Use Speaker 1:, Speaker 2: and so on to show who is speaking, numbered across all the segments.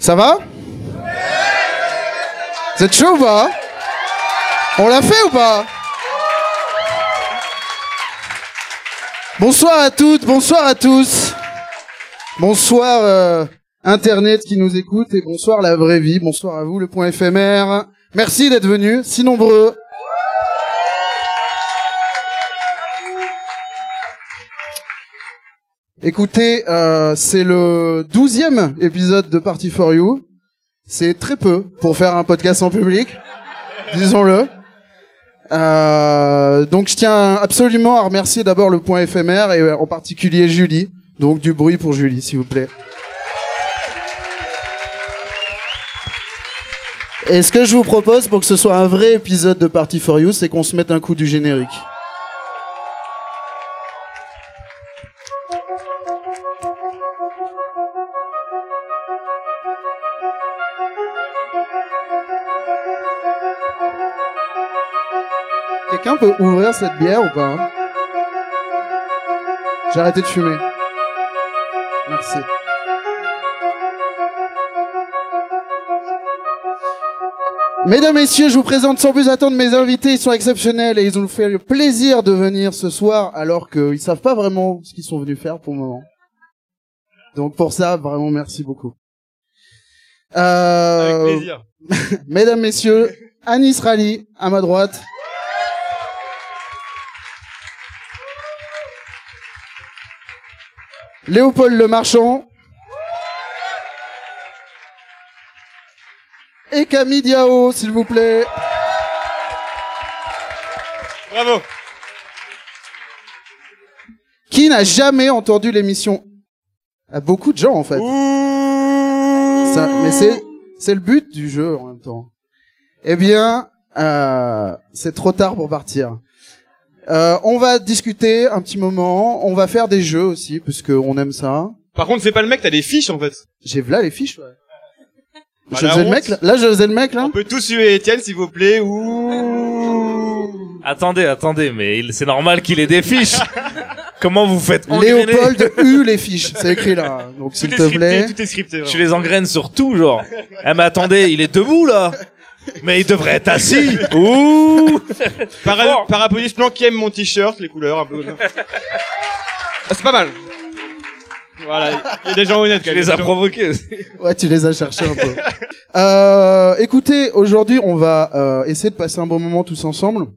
Speaker 1: Ça va Vous êtes chaud ou pas On l'a fait ou pas Bonsoir à toutes, bonsoir à tous. Bonsoir euh, Internet qui nous écoute et bonsoir la vraie vie, bonsoir à vous le point éphémère. Merci d'être venus, si nombreux. Écoutez, euh, c'est le douzième épisode de Party for You. C'est très peu pour faire un podcast en public, disons-le. Euh, donc je tiens absolument à remercier d'abord le point éphémère et euh, en particulier Julie. Donc du bruit pour Julie, s'il vous plaît. Et ce que je vous propose pour que ce soit un vrai épisode de Party for You, c'est qu'on se mette un coup du générique. Quelqu'un peut ouvrir cette bière ou pas hein J'ai arrêté de fumer. Merci. Mesdames, Messieurs, je vous présente sans plus attendre mes invités. Ils sont exceptionnels et ils ont fait le plaisir de venir ce soir alors qu'ils savent pas vraiment ce qu'ils sont venus faire pour le moment. Donc pour ça, vraiment merci beaucoup. Euh,
Speaker 2: Avec plaisir.
Speaker 1: Mesdames, Messieurs, Anis Rali à ma droite. Léopold Le Marchand. Et Camille Diao, s'il vous plaît.
Speaker 2: Bravo.
Speaker 1: Qui n'a jamais entendu l'émission À beaucoup de gens, en fait. Ça-
Speaker 2: Euh.
Speaker 1: mais c'est, c'est le but du jeu en même temps. Eh bien, euh, c'est trop tard pour partir. Euh, on va discuter un petit moment. On va faire des jeux aussi, puisque on aime ça.
Speaker 2: Par contre, c'est pas le mec, t'as des fiches en fait.
Speaker 1: J'ai là les fiches. ouais.
Speaker 2: Bah,
Speaker 1: je
Speaker 2: la
Speaker 1: faisais le
Speaker 2: honte.
Speaker 1: mec. Là, Là, je faisais le mec là.
Speaker 2: On peut tous suivre Étienne, s'il vous plaît. Ouh.
Speaker 3: Attendez, attendez, mais il- c'est normal qu'il ait des fiches. Comment vous faites engrainer
Speaker 1: Léopold U les fiches, c'est écrit là. Donc
Speaker 2: Tout
Speaker 1: s'il
Speaker 2: est
Speaker 1: te plaît.
Speaker 2: scripté, tout est scripté.
Speaker 3: Je
Speaker 2: vraiment.
Speaker 3: les engraine sur tout, genre. Eh mais attendez, il est debout là. Mais il devrait être assis. Ouh.
Speaker 2: Par,
Speaker 3: fort.
Speaker 2: par applaudissement, qui aime mon t-shirt, les couleurs, un peu. Ah, c'est pas mal. Voilà, il y a des gens honnêtes
Speaker 3: Je
Speaker 2: quand même.
Speaker 3: les ai provoqués.
Speaker 1: Ouais, tu les as cherchés un peu. Euh, écoutez, aujourd'hui, on va euh, essayer de passer un bon moment tous ensemble.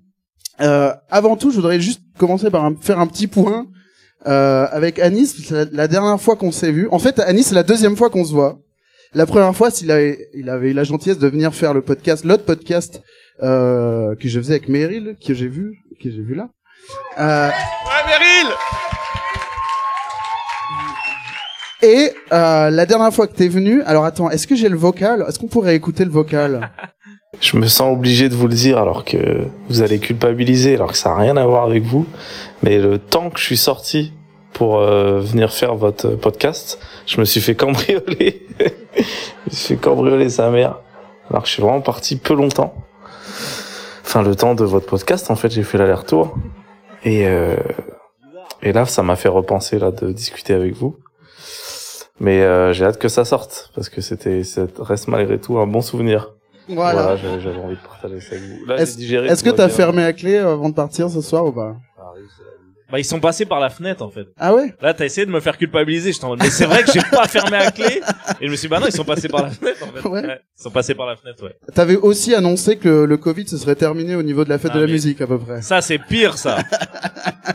Speaker 1: Euh, avant tout, je voudrais juste commencer par un- faire un petit point euh, avec Anis. parce que La, la dernière fois qu'on s'est vu, en fait, Anis, c'est la deuxième fois qu'on se voit. La première fois, s'il avait, il avait eu la gentillesse de venir faire le podcast, l'autre podcast euh, que je faisais avec Meryl, que j'ai vu, que j'ai vu là. Euh,
Speaker 2: Ouais, Meryl
Speaker 1: Et euh, la dernière fois que t'es venu, alors attends, est-ce que j'ai le vocal Est-ce qu'on pourrait écouter le vocal
Speaker 4: Je me sens obligé de vous le dire alors que vous allez culpabiliser, alors que ça n'a rien à voir avec vous. Mais le temps que je suis sorti pour euh, venir faire votre podcast, je me suis fait cambrioler. je me suis fait cambrioler sa mère. Alors que je suis vraiment parti peu longtemps. Enfin, le temps de votre podcast, en fait, j'ai fait l'aller-retour. Et, euh, et là, ça m'a fait repenser là de discuter avec vous. Mais euh, j'ai hâte que ça sorte parce que c'était, ça reste malgré tout un bon souvenir. Voilà,
Speaker 1: Voilà.
Speaker 4: j'avais j'avais envie de partager ça avec vous. Là,
Speaker 1: Est-ce-
Speaker 4: j'ai digéré.
Speaker 1: Est-ce que
Speaker 4: tout va
Speaker 1: t'as
Speaker 4: bien.
Speaker 1: fermé à clé avant de partir ce soir ou pas
Speaker 3: Bah ils sont passés par la fenêtre en fait.
Speaker 1: Ah ouais
Speaker 3: Là t'as essayé de me faire culpabiliser. Je t'en mais c'est vrai que j'ai pas fermé à clé. Et je me suis dit, bah non ils sont passés par la fenêtre en fait.
Speaker 1: Ouais.
Speaker 3: ils sont passés par la fenêtre ouais.
Speaker 1: T'avais aussi annoncé que le Covid se serait terminé au niveau de la fête
Speaker 3: Ah,
Speaker 1: de la
Speaker 3: mais-
Speaker 1: musique à peu près.
Speaker 3: Ça, c'est pire, ça.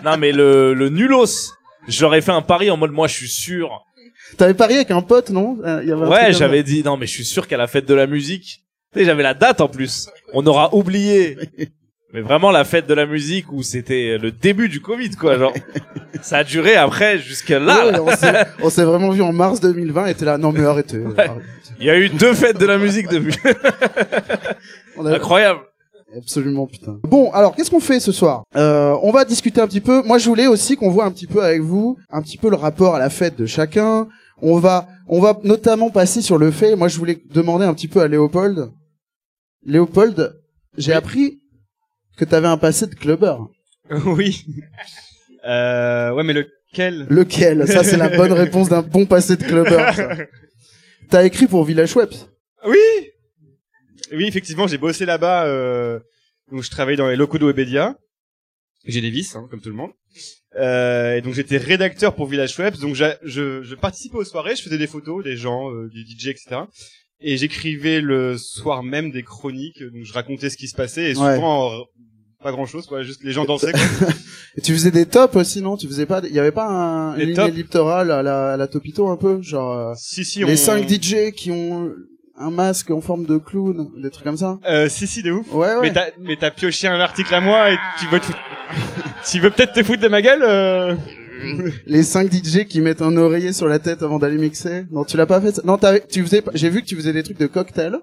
Speaker 3: non, mais le, le nulos. J'aurais fait un pari en mode, moi, je suis sûr.
Speaker 1: T'avais parié avec un pote, non Euh, il y avait un truc
Speaker 3: Ouais,
Speaker 1: comme ça.
Speaker 3: j'avais dit, non, mais je suis sûr qu'à la fête de la musique. Tu sais, j'avais la date, en plus. On aura oublié. Mais vraiment, la fête de la musique où c'était le début du Covid, quoi, genre. Ça a duré après, jusqu'à là.
Speaker 1: Ouais,
Speaker 3: là.
Speaker 1: on s'est- on s'est vraiment vu en mars 2020 et t'es là, non mais arrêtez. arrêtez.
Speaker 3: Il y a eu deux fêtes de la musique depuis.
Speaker 1: On a-
Speaker 3: Incroyable.
Speaker 1: Absolument, putain. Bon, alors, qu'est-ce qu'on fait ce soir euh, On va discuter un petit peu. Moi, je voulais aussi qu'on voit un petit peu avec vous, un petit peu le rapport à la fête de chacun. On va, on va notamment passer sur le fait. Moi, je voulais demander un petit peu à Léopold. Léopold, j'ai appris que t'avais un passé de clubber.
Speaker 2: Oui. Euh, ouais, mais lequel
Speaker 1: Lequel Ça, c'est la bonne réponse d'un bon passé de clubber. ça. T'as écrit pour Village Webs.
Speaker 2: Oui Oui, effectivement, j'ai bossé là-bas. Euh, donc, je travaillais dans les locaux de Webedia. J'ai des vices, hein, comme tout le monde. Euh, et donc, j'étais rédacteur pour Village Webs. Donc, j'a- je, je participais aux soirées, je faisais des photos des gens, euh, des DJ, etc. Et j'écrivais le soir même des chroniques. Donc, je racontais ce qui se passait. Et
Speaker 1: Ouais.
Speaker 2: souvent, euh, pas grand-chose, quoi. Juste les gens dansaient. quoi.
Speaker 1: Et tu faisais des tops aussi, non Tu faisais pas, il y avait pas un,
Speaker 2: Des
Speaker 1: une ligne
Speaker 2: tops
Speaker 1: électorale à la, à la Topito un peu, genre euh,
Speaker 2: si, si, on...
Speaker 1: les 5 DJ qui ont un masque en forme de clown, des trucs comme ça.
Speaker 2: Euh, si, si, de ouf.
Speaker 1: Ouais, Ah ouais.
Speaker 2: Mais t'as, mais t'as pioché un article à moi et tu veux te foutre- tu veux peut-être te foutre de ma gueule, euh...
Speaker 1: Les 5 DJ qui mettent un oreiller sur la tête avant d'aller mixer. Non, tu l'as pas fait. ça Non, t'avais- tu faisais. pas- J'ai vu que tu faisais des trucs de cocktail.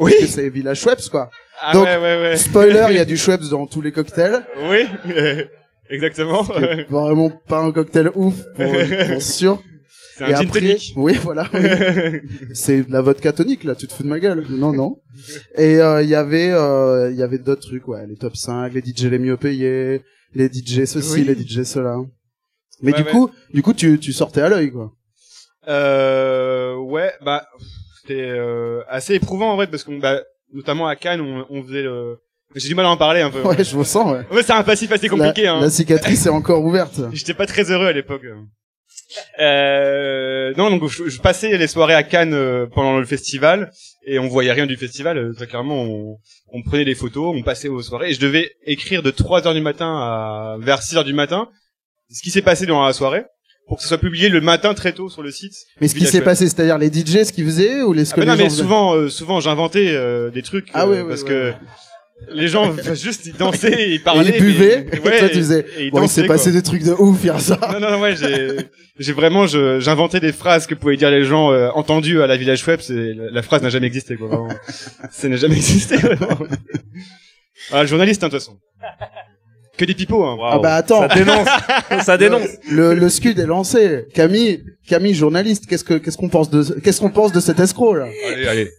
Speaker 2: Oui.
Speaker 1: Parce que c'est Village Schweppes quoi.
Speaker 2: Ah
Speaker 1: Donc-
Speaker 2: ouais, ouais, ouais.
Speaker 1: Spoiler, il y a du Schweppes dans tous les cocktails.
Speaker 2: Oui, euh, exactement.
Speaker 1: qui est Vraiment pas un cocktail ouf pour, pour sûr.
Speaker 2: C'est un gin tonic.
Speaker 1: oui, voilà. oui. c'est de la vodka tonique là, tu te fous de ma gueule. Non, non. Et euh, il y avait, euh, il y avait d'autres trucs, ouais, les top 5, les DJ les mieux payés, les DJ ceci,
Speaker 2: Oui.
Speaker 1: les DJ cela. Mais
Speaker 2: Ouais,
Speaker 1: du
Speaker 2: ouais.
Speaker 1: coup, du coup, tu, tu sortais à l'œil quoi.
Speaker 2: Euh, ouais, bah c'était euh, assez éprouvant en vrai parce qu'on, bah, notamment à Cannes, on, on faisait. le- J'ai du mal à en parler un peu.
Speaker 1: Ouais, je vous sens. Ouais.
Speaker 2: Ouais, c'est un passif assez compliqué.
Speaker 1: la,
Speaker 2: hein.
Speaker 1: la cicatrice est encore ouverte.
Speaker 2: J'étais pas très heureux à l'époque. Euh, non, donc je, je passais les soirées à Cannes euh, pendant le festival et on voyait rien du festival. euh, Très clairement, on, on prenait des photos, on passait aux soirées et je devais écrire de 3 heures du matin à vers 6 heures du matin ce qui s'est passé durant la soirée pour que ce soit publié le matin très tôt sur le site.
Speaker 1: Mais ce qui
Speaker 2: Village
Speaker 1: s'est
Speaker 2: Web.
Speaker 1: passé, c'est-à-dire les DJ, ce qu'ils faisaient ou les ce
Speaker 2: Ah
Speaker 1: que
Speaker 2: bah
Speaker 1: les
Speaker 2: non, mais
Speaker 1: gens faisaient
Speaker 2: souvent, euh, souvent j'inventais euh, des trucs
Speaker 1: Ah
Speaker 2: euh,
Speaker 1: ouais, ouais,
Speaker 2: parce
Speaker 1: ouais,
Speaker 2: que les gens enfin, juste ils dansaient, ils parlaient, mais-
Speaker 1: buvaient,
Speaker 2: mais
Speaker 1: et toi, tu faisais,
Speaker 2: et ils
Speaker 1: Bon, il
Speaker 2: dansaient,
Speaker 1: s'est
Speaker 2: quoi.
Speaker 1: passé des trucs de ouf hier soir.
Speaker 2: Non, non, non, ouais, j'ai, j'ai vraiment, je- j'inventais des phrases que pouvaient dire les gens euh, entendues à la Village Web. C'est, la, la phrase n'a jamais existé, quoi. Vraiment. Ça n'a jamais existé. vraiment. Ah, le journaliste, hein, de toute façon. Que des pipeaux, hein.
Speaker 1: Ah bah attends.
Speaker 3: Ça dénonce. ça dénonce.
Speaker 1: Le, le scud est lancé. Camille, Camille journaliste, qu'est-ce que qu'est-ce qu'on pense de qu'est-ce qu'on pense de cet escroc là
Speaker 2: Allez, allez.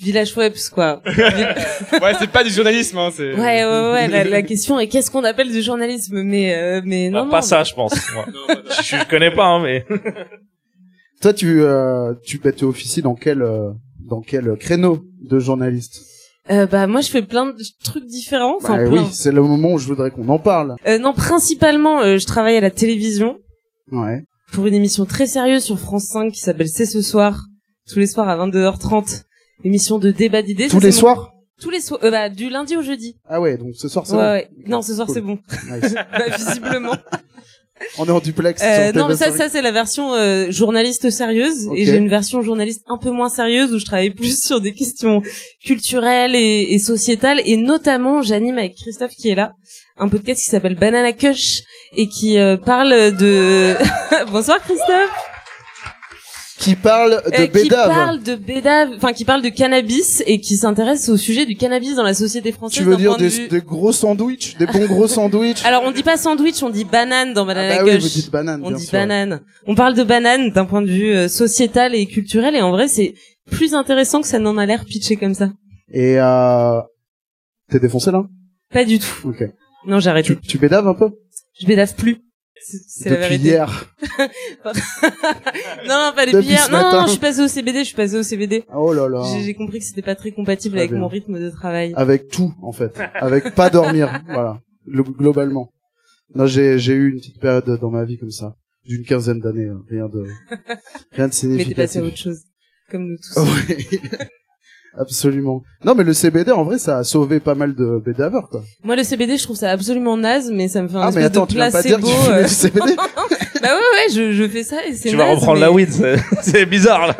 Speaker 5: Village Webs, quoi.
Speaker 3: Euh,
Speaker 2: Ouais, c'est pas du journalisme, hein. C'est...
Speaker 5: ouais, ouais, ouais. La, la question est qu'est-ce qu'on appelle du journalisme Mais, euh, mais
Speaker 3: Bah,
Speaker 5: non, non.
Speaker 3: pas ça, je pense. moi. je, je connais pas, hein, mais.
Speaker 1: Toi, tu euh, tu bah, tu officies dans quel euh, dans quel créneau de journaliste
Speaker 5: Euh, bah, moi, je fais plein de trucs différents. Enfin,
Speaker 1: Bah
Speaker 5: plein.
Speaker 1: oui, c'est le moment où je voudrais qu'on en parle.
Speaker 5: Euh, non, principalement, euh, je travaille à la télévision
Speaker 1: Ouais.
Speaker 5: pour une émission très sérieuse sur France 5 qui s'appelle C'est ce soir, tous les soirs à 22h30. Émission de débat d'idées.
Speaker 1: Tous
Speaker 5: Ça,
Speaker 1: les
Speaker 5: c'est mon-
Speaker 1: soirs
Speaker 5: Tous les soirs. euh, bah, du lundi au jeudi.
Speaker 1: Ah ouais, donc ce soir c'est
Speaker 5: Ouais,
Speaker 1: bon.
Speaker 5: ouais. Non, ce soir,
Speaker 1: Cool.
Speaker 5: c'est bon.
Speaker 1: Nice.
Speaker 5: bah, visiblement.
Speaker 1: On est en duplex.
Speaker 5: Euh,
Speaker 1: sur
Speaker 5: non, mais ça,
Speaker 1: TV5.
Speaker 5: ça c'est la version euh, journaliste sérieuse,
Speaker 1: Ok.
Speaker 5: et j'ai une version journaliste un peu moins sérieuse où je travaille plus sur des questions culturelles et, et sociétales, et notamment j'anime avec Christophe qui est là un podcast qui s'appelle Banana Cush et qui euh, parle de bonsoir Christophe,
Speaker 1: Qui parle de
Speaker 5: Euh, qui
Speaker 1: Bédave.
Speaker 5: parle de bédave, enfin qui parle de cannabis et qui s'intéresse au sujet du cannabis dans la société française.
Speaker 1: Tu veux
Speaker 5: d'un
Speaker 1: dire
Speaker 5: point de
Speaker 1: des,
Speaker 5: vue- Ah,
Speaker 1: des gros sandwichs, des bons gros sandwichs
Speaker 5: Alors on dit pas sandwich, on dit banane dans Banana
Speaker 1: Ah bah oui,
Speaker 5: Cush.
Speaker 1: vous dites banane.
Speaker 5: On
Speaker 1: bien
Speaker 5: dit
Speaker 1: sûr.
Speaker 5: banane. On parle de banane d'un point de vue euh, sociétal et culturel et en vrai c'est plus intéressant que ça n'en a l'air pitché comme ça.
Speaker 1: Et euh... t'es défoncé là
Speaker 5: Pas du tout.
Speaker 1: Ok.
Speaker 5: Non, j'ai arrêté.
Speaker 1: Tu, tu bédaves un peu
Speaker 5: Je bédave plus. C'est c'est la
Speaker 1: depuis
Speaker 5: vérité.
Speaker 1: hier.
Speaker 5: Non, non, pas les
Speaker 1: Depuis
Speaker 5: pierres.
Speaker 1: ce
Speaker 5: Non, non,
Speaker 1: matin.
Speaker 5: je suis passée au CBD, je suis passée au CBD.
Speaker 1: Oh là là.
Speaker 5: J'ai j'ai compris que c'était pas très compatible
Speaker 1: Très
Speaker 5: avec
Speaker 1: Ah, bien. Ah,
Speaker 5: mon rythme de travail.
Speaker 1: Avec tout en fait, avec pas dormir, voilà, Glo- globalement. Non, j'ai j'ai eu une petite période dans ma vie comme ça, d'une quinzaine d'années, hein. rien de rien de
Speaker 5: Mais t'es passé
Speaker 1: significatif.
Speaker 5: à autre chose. Comme nous
Speaker 1: Oh.
Speaker 5: tous.
Speaker 1: Oui. Absolument. Non, mais le CBD, en vrai, ça a sauvé pas mal de bédaveurs, quoi.
Speaker 5: Moi, le CBD, je trouve ça absolument naze, mais ça me fait un
Speaker 1: ah, mais
Speaker 5: espèce
Speaker 1: attends,
Speaker 5: de
Speaker 1: tu viens pas dire que
Speaker 5: placebo.
Speaker 1: tu fumais
Speaker 5: euh.
Speaker 1: du CBD
Speaker 5: bah ouais, ouais, je, je fais ça et c'est
Speaker 3: Tu vas
Speaker 5: naze,
Speaker 3: reprendre
Speaker 5: mais
Speaker 3: la weed. c'est- C'est bizarre, là.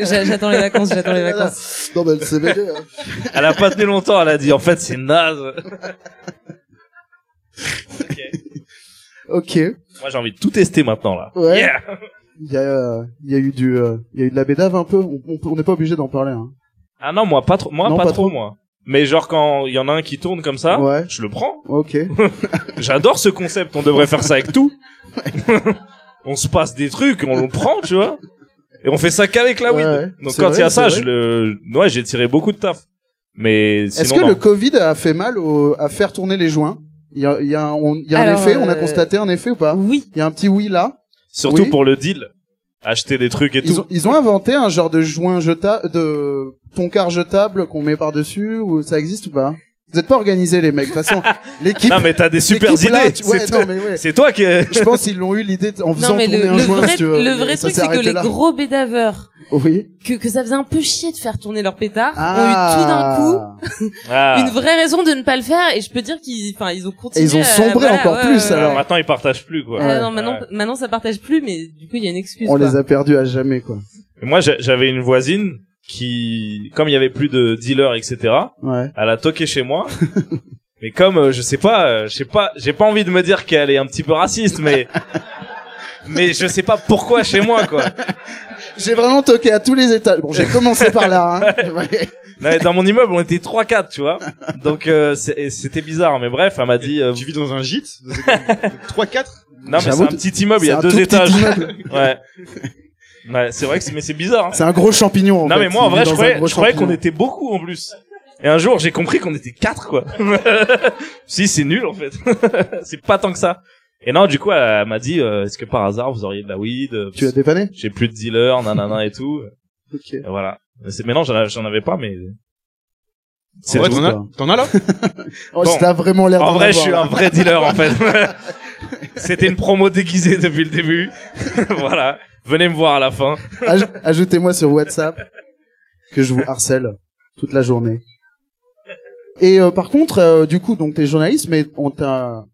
Speaker 5: j'a- J'attends les vacances, j'attends les vacances.
Speaker 1: Non, mais le CBD, hein.
Speaker 3: Elle a pas tenu longtemps, elle a dit, en fait, c'est naze.
Speaker 1: ok.
Speaker 3: Moi, j'ai envie de tout tester maintenant, là.
Speaker 1: Ouais.
Speaker 3: Yeah
Speaker 1: Il y, a, euh, il y a eu du, euh, il y a eu de la bédave un peu. On on peut- on n'est pas obligé d'en parler. Hein.
Speaker 3: Ah non, moi, pas trop, moi,
Speaker 1: Non,
Speaker 3: pas,
Speaker 1: pas
Speaker 3: trop,
Speaker 1: trop.
Speaker 3: moi. Mais genre, quand il y en a un qui tourne comme ça,
Speaker 1: Ouais.
Speaker 3: je le prends.
Speaker 1: Ok.
Speaker 3: J'adore ce concept, on devrait faire ça avec tout. on se passe des trucs, on le prend, tu vois. Et on fait ça qu'avec la weed.
Speaker 1: Ouais, ouais.
Speaker 3: Donc
Speaker 1: C'est
Speaker 3: quand
Speaker 1: vrai,
Speaker 3: il y a ça,
Speaker 1: c'est
Speaker 3: je
Speaker 1: vrai.
Speaker 3: le, ouais, j'ai tiré beaucoup de taf. Mais
Speaker 1: Est-ce
Speaker 3: sinon,
Speaker 1: que
Speaker 3: non.
Speaker 1: le Covid a fait mal au, à faire tourner les joints Il y a, il y a, un- on- il y a un
Speaker 5: Alors,
Speaker 1: effet, on a
Speaker 5: euh,
Speaker 1: constaté un effet ou pas
Speaker 5: Oui.
Speaker 1: Il y a un petit oui là
Speaker 3: surtout
Speaker 1: Oui.
Speaker 3: pour le deal. acheter des trucs et
Speaker 1: Ils
Speaker 3: tout.
Speaker 1: ont, ils ont inventé un genre de joint jetable, de toncard jetable qu'on met par-dessus, ou ça existe ou pas Vous êtes pas organisés les mecs, de toute façon, l'équipe...
Speaker 3: Non, mais t'as des super
Speaker 1: l'équipe là,
Speaker 3: idées.
Speaker 1: tu- ouais,
Speaker 3: c'est,
Speaker 1: non, mais ouais.
Speaker 3: c'est toi qui.
Speaker 1: Je pense qu'ils l'ont eu l'idée en faisant
Speaker 5: Non, mais
Speaker 1: tourner
Speaker 5: le,
Speaker 1: un
Speaker 5: le
Speaker 1: joint,
Speaker 5: vrai,
Speaker 1: si tu veux,
Speaker 5: le
Speaker 1: mais
Speaker 5: vrai
Speaker 1: ça
Speaker 5: truc,
Speaker 1: s'est
Speaker 5: c'est que
Speaker 1: arrêté
Speaker 5: les
Speaker 1: là.
Speaker 5: gros bédaveurs,
Speaker 1: Oui.
Speaker 5: que, que ça faisait un peu chier de faire tourner leur pétard,
Speaker 1: Ah.
Speaker 5: ont eu tout d'un coup
Speaker 3: Ah.
Speaker 5: une vraie raison de ne pas le faire, et je peux dire qu'ils, enfin, ils ont continué.
Speaker 1: Et ils ont
Speaker 5: à-
Speaker 1: sombré
Speaker 5: voilà,
Speaker 1: encore
Speaker 5: ouais,
Speaker 1: plus,
Speaker 5: ouais,
Speaker 1: alors.
Speaker 5: ouais.
Speaker 3: Maintenant, ils partagent plus, quoi.
Speaker 1: Ouais.
Speaker 5: Ah non, maintenant,
Speaker 3: Ouais.
Speaker 5: maintenant ça partage plus, mais du coup il y a une excuse.
Speaker 1: On
Speaker 5: quoi.
Speaker 1: les a perdus à jamais, quoi.
Speaker 3: Et Moi, j'a- j'avais une voisine qui, comme il y avait plus de dealers, etc.,
Speaker 1: Ouais.
Speaker 3: elle a toqué chez moi. mais comme euh, je sais pas, euh, je sais pas, j'ai pas envie de me dire qu'elle est un petit peu raciste, mais mais je sais pas pourquoi chez moi quoi.
Speaker 1: J'ai vraiment toqué à tous les étages. Bon, j'ai commencé par là. Hein. Ouais.
Speaker 3: Non, mais dans mon immeuble, on était trois quatre, tu vois. Donc euh, c'est- et c'était bizarre, mais bref, elle m'a dit euh,
Speaker 2: Tu vis dans un gîte 3-4
Speaker 3: non mais c'est
Speaker 1: J'avoue,
Speaker 3: un petit immeuble, il y
Speaker 1: c'est
Speaker 3: a
Speaker 1: un
Speaker 3: deux
Speaker 1: tout petit
Speaker 3: étages.
Speaker 1: immeuble.
Speaker 3: Ouais. Ouais, c'est vrai que c'est- mais c'est bizarre. hein.
Speaker 1: C'est un gros champignon. En
Speaker 3: Non
Speaker 1: fait.
Speaker 3: mais moi
Speaker 1: Il
Speaker 3: en
Speaker 1: vit
Speaker 3: vrai,
Speaker 1: dans
Speaker 3: je
Speaker 1: un
Speaker 3: croyais,
Speaker 1: gros
Speaker 3: je croyais qu'on
Speaker 1: champignon.
Speaker 3: était beaucoup en plus. Et un jour, j'ai compris qu'on était quatre quoi. si c'est nul en fait. c'est pas tant que ça. Et non, du coup, elle m'a dit euh, est-ce que par hasard vous auriez de la weed euh,
Speaker 1: Tu as dépanné
Speaker 3: J'ai plus de dealer, nanana et tout.
Speaker 1: Ok.
Speaker 3: Et voilà. C'est maintenant j'en j'en avais pas mais c'est
Speaker 1: Ouais,
Speaker 3: tout.
Speaker 2: t'en as, t'en as là
Speaker 1: Oh,
Speaker 3: Bon.
Speaker 1: t'as vraiment l'air
Speaker 3: En
Speaker 1: d'en
Speaker 3: vrai, je
Speaker 1: avoir,
Speaker 3: suis
Speaker 1: là.
Speaker 3: un vrai dealer en fait. C'était une promo déguisée depuis le début. voilà. Venez me voir à la fin.
Speaker 1: Aj- Ajoutez-moi sur WhatsApp que je vous harcèle toute la journée. Et euh, par contre, euh, du coup, donc t'es journaliste, mais on t'a,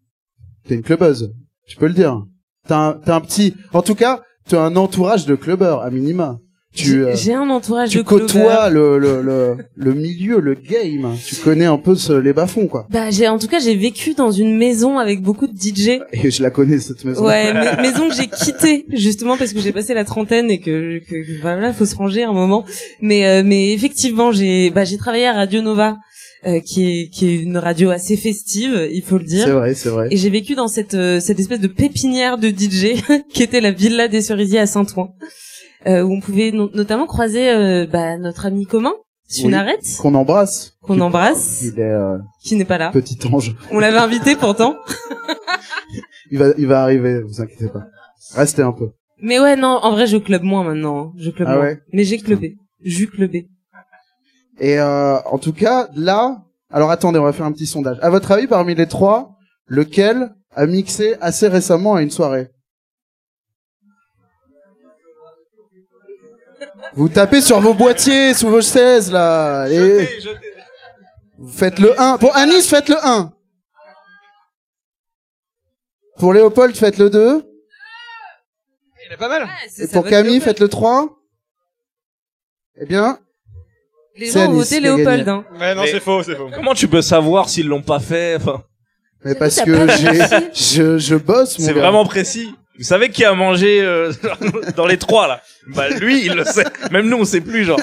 Speaker 1: t'es une clubbeuse, tu peux le dire. T'as un, t'as un petit, en tout cas, t'as un entourage de clubbeurs à minima. Tu, euh,
Speaker 5: J'ai- J'ai un entourage de
Speaker 1: tu
Speaker 5: clovers.
Speaker 1: côtoies le, le, le, le milieu, le game. Tu connais un peu ce- les bas-fonds, quoi.
Speaker 5: Bah j'ai en tout cas j'ai vécu dans une maison avec beaucoup de DJ.
Speaker 1: Et je la connais cette maison.
Speaker 5: Ouais, mais- maison que j'ai quittée justement parce que j'ai passé la trentaine et que, que, que bah, voilà faut se ranger un moment. Mais euh, mais effectivement j'ai bah j'ai travaillé à Radio Nova euh, qui est qui est une radio assez festive il faut le dire.
Speaker 1: C'est vrai, c'est vrai.
Speaker 5: Et j'ai vécu dans cette, euh, cette espèce de pépinière de DJ qui était la villa des cerisiers à Saint-Ouen, euh, où on pouvait no- notamment croiser euh, bah, notre ami commun, Sunarette,
Speaker 1: Qu'on embrasse.
Speaker 5: qu'on embrasse,
Speaker 1: Il est euh,
Speaker 5: qui n'est pas là.
Speaker 1: petit ange.
Speaker 5: On l'avait invité pourtant.
Speaker 1: Il va, il va arriver, vous inquiétez pas. Restez un peu.
Speaker 5: Mais ouais, non, en vrai, je club moins maintenant. hein. Je club
Speaker 1: Ah
Speaker 5: moins.
Speaker 1: ouais
Speaker 5: Mais j'ai clubé. J'ai clubé.
Speaker 1: Et euh, en tout cas, là, alors attendez, on va faire un petit sondage. À votre avis, parmi les trois, lequel a mixé assez récemment à une soirée Vous tapez sur vos boîtiers, sous vos chaises là, et vous faites le 1. Pour Anis, faites le 1. Pour Léopold, faites le 2.
Speaker 2: Il est pas mal.
Speaker 1: Et pour Camille, faites le 3. Eh bien,
Speaker 5: Les
Speaker 1: c'est
Speaker 5: gens ont
Speaker 1: Alice,
Speaker 5: voté
Speaker 1: les
Speaker 5: Léopold.
Speaker 1: gagnants.
Speaker 5: Hein.
Speaker 2: Ouais, non,
Speaker 3: Mais-
Speaker 2: c'est faux, c'est faux.
Speaker 3: Comment tu peux savoir s'ils l'ont pas fait Enfin,
Speaker 1: mais parce
Speaker 5: t'as
Speaker 1: que
Speaker 5: pas
Speaker 1: j'ai, je, je bosse, mon
Speaker 3: C'est
Speaker 1: gars.
Speaker 3: vraiment précis. Vous savez qui a mangé euh, dans les trois là Bah lui, il le sait. Même nous, on sait plus genre.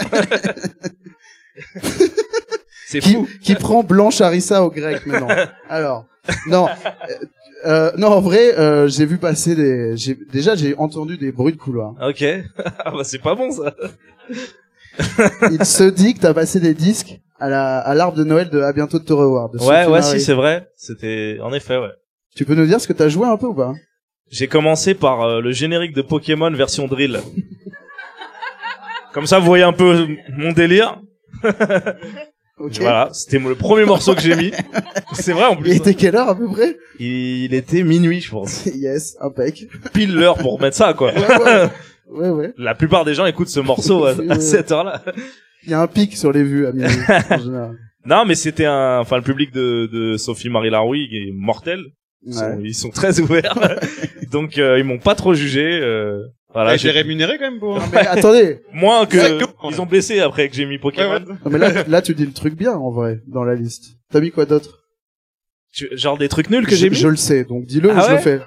Speaker 3: C'est
Speaker 1: qui,
Speaker 3: fou.
Speaker 1: qui prend Blanche Harissa au grec maintenant. Alors, non, euh, euh, non en vrai, euh, j'ai vu passer des, j'ai, déjà j'ai entendu des bruits de couloir.
Speaker 3: Ok. Ah bah c'est pas bon ça.
Speaker 1: Il se dit que t'as passé des disques à la, à l'arbre de Noël de À bientôt de te revoir. de
Speaker 3: Ouais,
Speaker 1: Sophie
Speaker 3: ouais,
Speaker 1: Marie.
Speaker 3: si c'est vrai. C'était en effet ouais.
Speaker 1: Tu peux nous dire ce que t'as joué un peu ou pas
Speaker 3: J'ai commencé par euh, le générique de Pokémon version drill. Comme ça, vous voyez un peu mon délire.
Speaker 1: Ok.
Speaker 3: Voilà, c'était le premier morceau que j'ai mis. C'est vrai en
Speaker 1: Il
Speaker 3: plus.
Speaker 1: était quelle heure à peu près
Speaker 3: Il était minuit, je pense.
Speaker 1: Yes, impec.
Speaker 3: Pile l'heure pour mettre ça, quoi.
Speaker 1: Ouais, ouais. ouais, ouais.
Speaker 3: La plupart des gens écoutent ce morceau à, à cette heure-là.
Speaker 1: Il y a un pic sur les vues à minuit, en général.
Speaker 3: Non, mais c'était un, enfin, le public de, de Sophie Marie Laroui qui est mortel. Ils sont,
Speaker 1: Ouais.
Speaker 3: ils sont très ouverts. Donc, euh, ils m'ont pas trop jugé. euh, voilà.
Speaker 2: Ouais, j'ai
Speaker 3: j'ai-
Speaker 2: rémunéré quand même pour.
Speaker 1: Mais attendez,
Speaker 3: Moins que,
Speaker 2: Ouais,
Speaker 3: ils ont blessé après que j'ai mis Pokémon.
Speaker 2: Ouais, ouais.
Speaker 1: non, mais là, là tu dis le truc bien en vrai dans la liste. T'as mis quoi d'autre
Speaker 3: Tu- Genre des trucs nuls que j'ai
Speaker 1: Je-
Speaker 3: mis.
Speaker 1: Je le sais, donc dis-le,
Speaker 3: Ah
Speaker 1: je le
Speaker 3: ouais
Speaker 1: fais.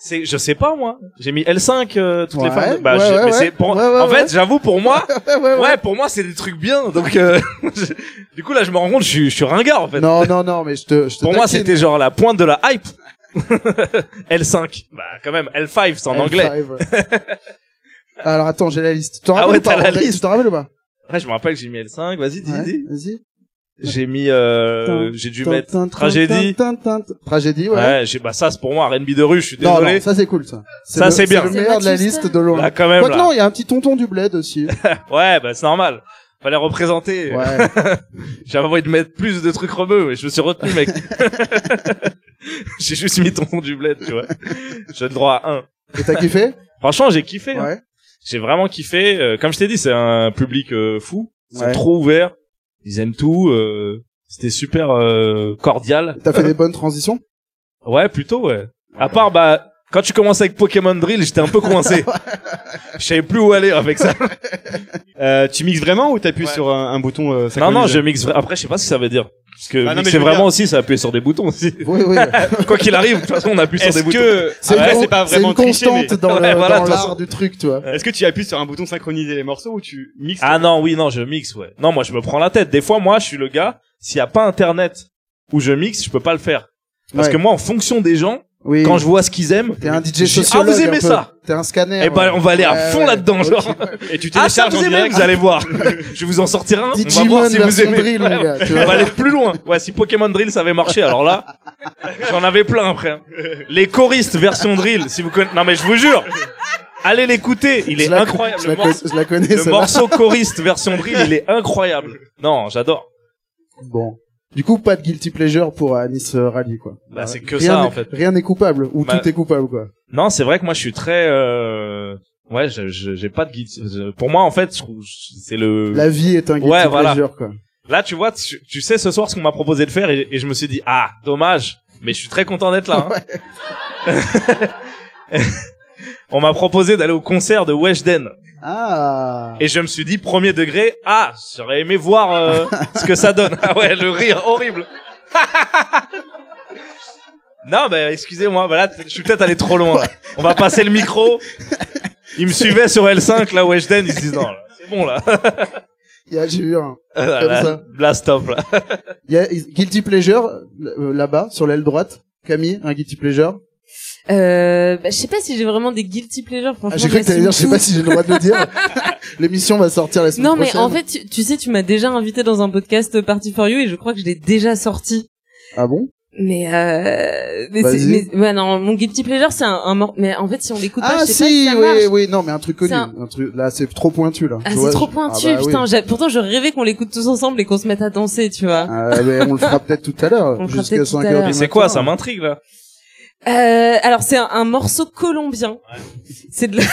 Speaker 3: C'est, je sais pas moi. J'ai mis L5 euh, toutes
Speaker 1: Ouais,
Speaker 3: les femmes. Bah,
Speaker 1: ouais,
Speaker 3: j'ai-
Speaker 1: ouais,
Speaker 3: mais c'est
Speaker 1: ouais.
Speaker 3: pour-
Speaker 1: Ouais, ouais,
Speaker 3: en
Speaker 1: ouais.
Speaker 3: fait, j'avoue pour moi,
Speaker 1: Ouais, ouais,
Speaker 3: ouais, pour moi c'est des trucs bien. Donc euh, je- du coup là, je me rends compte, je suis, je suis ringard en fait.
Speaker 1: Non, non, non, mais je te, je te
Speaker 3: pour moi,
Speaker 1: taquine.
Speaker 3: c'était genre la pointe de la hype. L5. Bah quand même, L5 c'est en
Speaker 1: L5,
Speaker 3: anglais.
Speaker 1: ouais. Alors attends, j'ai la liste. Tu te
Speaker 3: Ah
Speaker 1: rappelles
Speaker 3: ouais,
Speaker 1: ou pas
Speaker 3: t'as la
Speaker 1: André Tu
Speaker 3: liste.
Speaker 1: te rappelles ou pas
Speaker 3: Ouais, je me rappelle que j'ai mis L5. Vas-y, dis,
Speaker 1: Ouais,
Speaker 3: dis.
Speaker 1: Vas-y.
Speaker 3: J'ai mis, euh, j'ai dû mettre tragédie.
Speaker 1: Tin, tin, tin, tin. Tragédie, ouais.
Speaker 3: Ouais, j'ai, bah ça, c'est pour moi R&B de rue. Je suis
Speaker 1: non,
Speaker 3: désolé.
Speaker 1: non, ça c'est cool ça.
Speaker 3: Ça,
Speaker 1: le-
Speaker 3: c'est bien.
Speaker 1: C'est le
Speaker 5: C'est
Speaker 1: meilleur de la
Speaker 5: Matthew
Speaker 1: liste
Speaker 5: Stone.
Speaker 1: de Laurent.
Speaker 3: là, quand même.
Speaker 1: Quoique
Speaker 3: Là.
Speaker 1: non, il y a un petit tonton du bled aussi.
Speaker 3: Ouais, bah c'est normal. Fallait représenter.
Speaker 1: Ouais.
Speaker 3: J'avais envie de mettre plus de trucs rebeux, mais je me suis retenu, mec. j'ai juste mis ton nom du bled, tu vois. J'ai le droit à un.
Speaker 1: Et t'as kiffé
Speaker 3: Franchement, j'ai kiffé. hein.
Speaker 1: Ouais.
Speaker 3: J'ai vraiment kiffé. Euh, Comme je t'ai dit, c'est un public euh, fou. C'est
Speaker 1: Ouais.
Speaker 3: trop ouvert. Ils aiment tout. euh, C'était super euh, cordial.
Speaker 1: T'as fait des bonnes transitions
Speaker 3: Ouais, plutôt, ouais. À part, bah, quand tu commences avec Pokémon Drill, j'étais un peu coincé. Je savais plus où aller avec ça.
Speaker 2: Euh, tu mixes vraiment ou t'appuies
Speaker 3: Ouais.
Speaker 2: sur un, un bouton euh,
Speaker 3: Non, non,
Speaker 2: synchronise
Speaker 3: je mixe. vra- Après, je sais pas ce que ça veut dire. Parce que
Speaker 2: Ah, non, mais je
Speaker 3: mixer
Speaker 2: veux
Speaker 3: vraiment
Speaker 2: dire-
Speaker 3: aussi, ça appuyer sur des boutons aussi.
Speaker 1: Oui, oui.
Speaker 3: Quoi qu'il arrive, de toute façon, on appuie sur des
Speaker 2: Est-ce
Speaker 3: boutons.
Speaker 2: que
Speaker 1: C'est
Speaker 3: Ah
Speaker 2: Après,
Speaker 1: une,
Speaker 2: c'est pas
Speaker 1: c'est une
Speaker 2: vraiment triché,
Speaker 1: constante
Speaker 2: mais
Speaker 1: dans le-
Speaker 3: Ouais, voilà,
Speaker 1: dans
Speaker 3: de toute
Speaker 1: l'art
Speaker 3: façon.
Speaker 1: du truc, tu vois.
Speaker 2: est-ce que tu appuies sur un bouton synchroniser les morceaux ou tu mixes
Speaker 3: Ah non, oui, non, je mixe, ouais. Non, moi, je me prends la tête. Des fois, moi, je suis le gars, s'il y a pas Internet où je mixe, je peux pas le faire. Parce
Speaker 1: Ouais.
Speaker 3: que moi, en fonction des gens,
Speaker 1: oui.
Speaker 3: quand je vois ce qu'ils aiment,
Speaker 1: T'es un
Speaker 3: je
Speaker 1: DJ
Speaker 3: dis,
Speaker 1: sociologue.
Speaker 3: Ah, vous aimez
Speaker 1: un peu.
Speaker 3: ça
Speaker 1: T'es un scanner.
Speaker 3: Eh ben,
Speaker 1: ouais.
Speaker 3: on va aller à
Speaker 1: Ouais,
Speaker 3: fond
Speaker 1: ouais.
Speaker 3: là-dedans,
Speaker 1: Ok.
Speaker 3: genre.
Speaker 2: et tu
Speaker 3: Ah, ça,
Speaker 2: télécharges
Speaker 3: vous
Speaker 2: en
Speaker 3: aimez
Speaker 2: direct
Speaker 3: Vous allez voir. je vous en sortir un. on va
Speaker 1: Digimon
Speaker 3: voir si vous
Speaker 1: version
Speaker 3: aimez.
Speaker 1: drill,
Speaker 3: Ouais,
Speaker 1: mon gars, tu
Speaker 3: On va
Speaker 1: vois.
Speaker 3: aller plus loin. Ouais, si Pokémon Drill ça avait marché, alors là, j'en avais plein après. hein. Les choristes version drill, si vous connaissez. Non mais je vous jure, allez l'écouter, il
Speaker 1: Je
Speaker 3: est
Speaker 1: la-
Speaker 3: incroyable.
Speaker 1: Je
Speaker 3: Le,
Speaker 1: la,
Speaker 3: morceau,
Speaker 1: con- je la connais,
Speaker 3: le
Speaker 1: celle-là.
Speaker 3: morceau choriste version drill, il est incroyable. Non, j'adore.
Speaker 1: Bon. Du coup, pas de guilty pleasure pour euh, Nice euh, Rally, quoi.
Speaker 3: Bah, c'est que
Speaker 1: Rien
Speaker 3: ça
Speaker 1: n'est-
Speaker 3: en fait.
Speaker 1: Rien n'est coupable, ou
Speaker 3: Bah-
Speaker 1: tout est coupable, quoi.
Speaker 3: Non, c'est vrai que moi je suis très. Euh... Ouais, je- je- j'ai pas de guide. je- Pour moi en fait, je trouve- c'est le.
Speaker 1: La vie est un guilty
Speaker 3: Ouais, voilà.
Speaker 1: pleasure, quoi.
Speaker 3: Là, tu vois, tu, tu sais ce soir ce qu'on m'a proposé de faire et, et je me suis dit ah dommage, mais je suis très content d'être là. hein. On m'a proposé d'aller au concert de Weshden
Speaker 1: Ah.
Speaker 3: et je me suis dit premier degré ah j'aurais aimé voir euh, ce que ça donne. Ah ouais le rire horrible. non mais excusez-moi, bah là t- je suis peut-être allé trop loin. là. On va passer le micro. Ils me suivaient sur L5 là Weshden ils se disent non là, c'est bon là.
Speaker 1: Il y a- J'ai eu un.
Speaker 3: là,
Speaker 1: ça.
Speaker 3: là, stop là.
Speaker 1: Il y a guilty pleasure, euh, là-bas, sur l'aile droite. Camille, un guilty pleasure.
Speaker 5: Euh, bah, je sais pas si j'ai vraiment des guilty pleasures.
Speaker 1: Ah,
Speaker 5: franchement,
Speaker 1: j'ai cru que t'allais dire, je sais
Speaker 5: j'assume
Speaker 1: pas
Speaker 5: tout.
Speaker 1: si j'ai le droit de le dire. L'émission va sortir la semaine
Speaker 5: Non, mais
Speaker 1: prochaine.
Speaker 5: en fait, tu, tu sais, tu m'as déjà invité dans un podcast Party for You et je crois que je l'ai déjà sorti.
Speaker 1: Ah bon?
Speaker 5: Mais, euh, mais,
Speaker 1: Vas-y.
Speaker 5: c'est- mais- ouais, non, mon guilty pleasure, c'est un, un mor- mais en fait, si on l'écoute pas,
Speaker 1: Ah
Speaker 5: je sais pas
Speaker 1: si,
Speaker 5: si ça marche.
Speaker 1: oui, oui, non, mais un truc connu.
Speaker 5: C'est un-
Speaker 1: Un truc, là, c'est trop pointu, là. Tu
Speaker 5: Ah, c'est
Speaker 1: vois,
Speaker 5: trop
Speaker 1: je-
Speaker 5: pointu,
Speaker 1: Ah, bah oui.
Speaker 5: putain. j'a- Pourtant, je rêvais qu'on l'écoute tous ensemble et qu'on se mette à danser, tu vois.
Speaker 1: Ah, mais on le fera peut-être tout à
Speaker 5: On
Speaker 1: l'heure,
Speaker 5: le fera
Speaker 1: jusqu'à
Speaker 5: peut-être tout à
Speaker 1: 5 heures.
Speaker 5: l'heure.
Speaker 3: Mais
Speaker 1: du
Speaker 3: c'est quoi
Speaker 1: matin.
Speaker 3: ça m'intrigue là.
Speaker 5: Euh, alors, c'est un, un morceau colombien. C'est de la...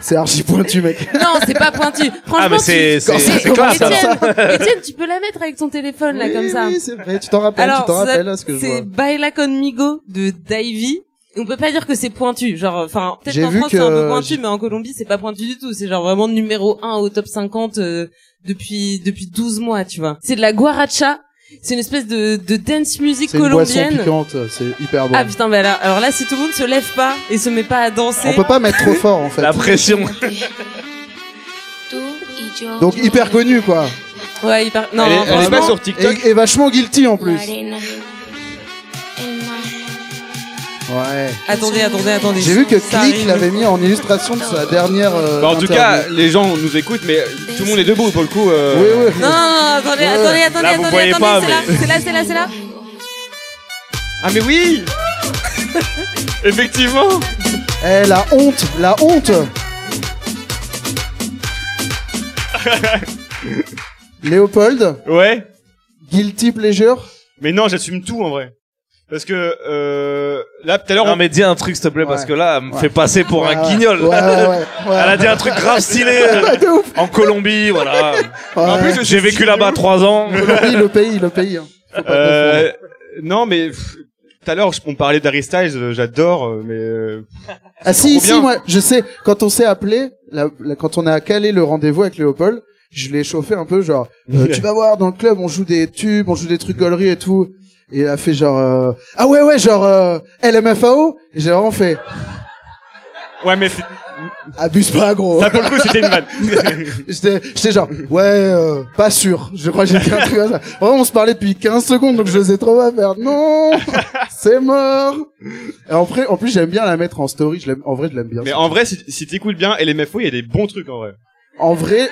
Speaker 1: C'est archi pointu, mec.
Speaker 5: Non, c'est pas pointu. Franchement,
Speaker 3: Ah mais c'est
Speaker 5: tu...
Speaker 3: c'est
Speaker 1: c'est-
Speaker 3: c'est classe
Speaker 1: ça.
Speaker 5: Étienne, Étienne, tu peux la mettre avec ton téléphone, là, comme
Speaker 1: oui,
Speaker 5: ça.
Speaker 1: oui, c'est vrai, tu t'en rappelles, tu t'en
Speaker 5: ça-
Speaker 1: rappelles, à ce que je vois.
Speaker 5: c'est Baila Conmigo de Davy. Et On peut pas dire que c'est pointu, genre, enfin,
Speaker 1: J'ai
Speaker 5: peut-être en
Speaker 1: vu
Speaker 5: France
Speaker 1: que-
Speaker 5: c'est un peu pointu,
Speaker 1: j'ai-
Speaker 5: mais en Colombie c'est pas pointu du tout. C'est genre vraiment numéro 1 au top 50 euh, depuis depuis 12 mois, tu vois. C'est de la guaracha, c'est une espèce de, de dance music
Speaker 1: C'est une boisson
Speaker 5: colombienne.
Speaker 1: piquante, c'est hyper bon.
Speaker 5: Ah putain, bah là, alors là si tout le monde se lève pas et se met pas à danser,
Speaker 1: on peut pas mettre trop fort, en fait.
Speaker 3: La pression.
Speaker 1: Donc, hyper connu, quoi.
Speaker 5: ouais, hyper. Non,
Speaker 2: Elle est- elle est
Speaker 5: franchement,
Speaker 2: pas sur TikTok
Speaker 1: Et, et vachement guilty, en plus. Ouais.
Speaker 5: attendez, attendez, attendez.
Speaker 1: J'ai vu que
Speaker 5: Ça
Speaker 1: Click
Speaker 5: arrive.
Speaker 1: l'avait mis en illustration de sa dernière. euh,
Speaker 2: Bah, en tout
Speaker 1: interview.
Speaker 2: cas, les gens nous écoutent, mais tout le monde est debout pour le coup.
Speaker 1: Oui,
Speaker 2: euh,
Speaker 1: oui.
Speaker 5: Non, non, non, attendez,
Speaker 1: Ouais.
Speaker 5: attendez, attendez,
Speaker 3: Là, vous voyez
Speaker 5: attendez,
Speaker 3: pas,
Speaker 5: attendez,
Speaker 3: mais-
Speaker 5: c'est là, c'est là, c'est là,
Speaker 2: Ah mais oui Effectivement
Speaker 1: Eh, la honte, la honte Léopold,
Speaker 2: Ouais
Speaker 1: guilty pleasure
Speaker 2: Mais non, j'assume tout en vrai. Parce que euh, là, tout à l'heure,
Speaker 3: Non
Speaker 2: on...
Speaker 3: mais dis un truc s'il te plaît parce
Speaker 1: Ouais.
Speaker 3: que là elle me
Speaker 1: Ouais.
Speaker 3: fait passer pour un
Speaker 1: Ouais,
Speaker 3: guignol.
Speaker 1: Ah, Ouais, ouais, ouais. ouais.
Speaker 3: Elle a dit un truc grave stylé euh,
Speaker 1: de ouf.
Speaker 3: en Colombie voilà.
Speaker 2: En
Speaker 1: Ouais.
Speaker 2: plus, je
Speaker 3: J'ai
Speaker 2: suis
Speaker 3: vécu
Speaker 2: stylé
Speaker 3: là-bas
Speaker 2: de
Speaker 3: trois ans.
Speaker 1: Colombie, le pays, le pays. hein. Faut pas confondre.
Speaker 2: euh, non, mais pff, tout à l'heure, je- on parlait d'Harry Styles, euh, j'adore, euh, mais euh,
Speaker 1: ah si,
Speaker 2: trop
Speaker 1: si,
Speaker 2: bien.
Speaker 1: moi, je sais, quand on s'est appelé, la- la- quand on a calé le rendez-vous avec Léopold, je l'ai chauffé un peu, genre, euh, tu vas voir, dans le club, on joue des tubes, on joue des trucs gauleries et tout. Et elle a fait genre, euh, ah ouais, ouais, genre, euh, LMFAO. Et j'ai vraiment fait,
Speaker 2: ouais, mais c'est-
Speaker 1: abuse pas, gros.
Speaker 2: ça pour le coup, c'était une vanne.
Speaker 1: J'étais, j'étais genre, ouais, euh, pas sûr. Je crois que j'ai dit un truc comme ça. Vraiment, on se parlait depuis 15 secondes, donc je sais trop pas faire. Non! C'est mort! Et en, vrai- en plus, j'aime bien la mettre en story. Je l'aime, en vrai, je l'aime bien.
Speaker 2: mais
Speaker 1: ça.
Speaker 2: en vrai, si, si t'écoutes bien, LMFO, il y a des bons trucs en vrai.
Speaker 1: En vrai,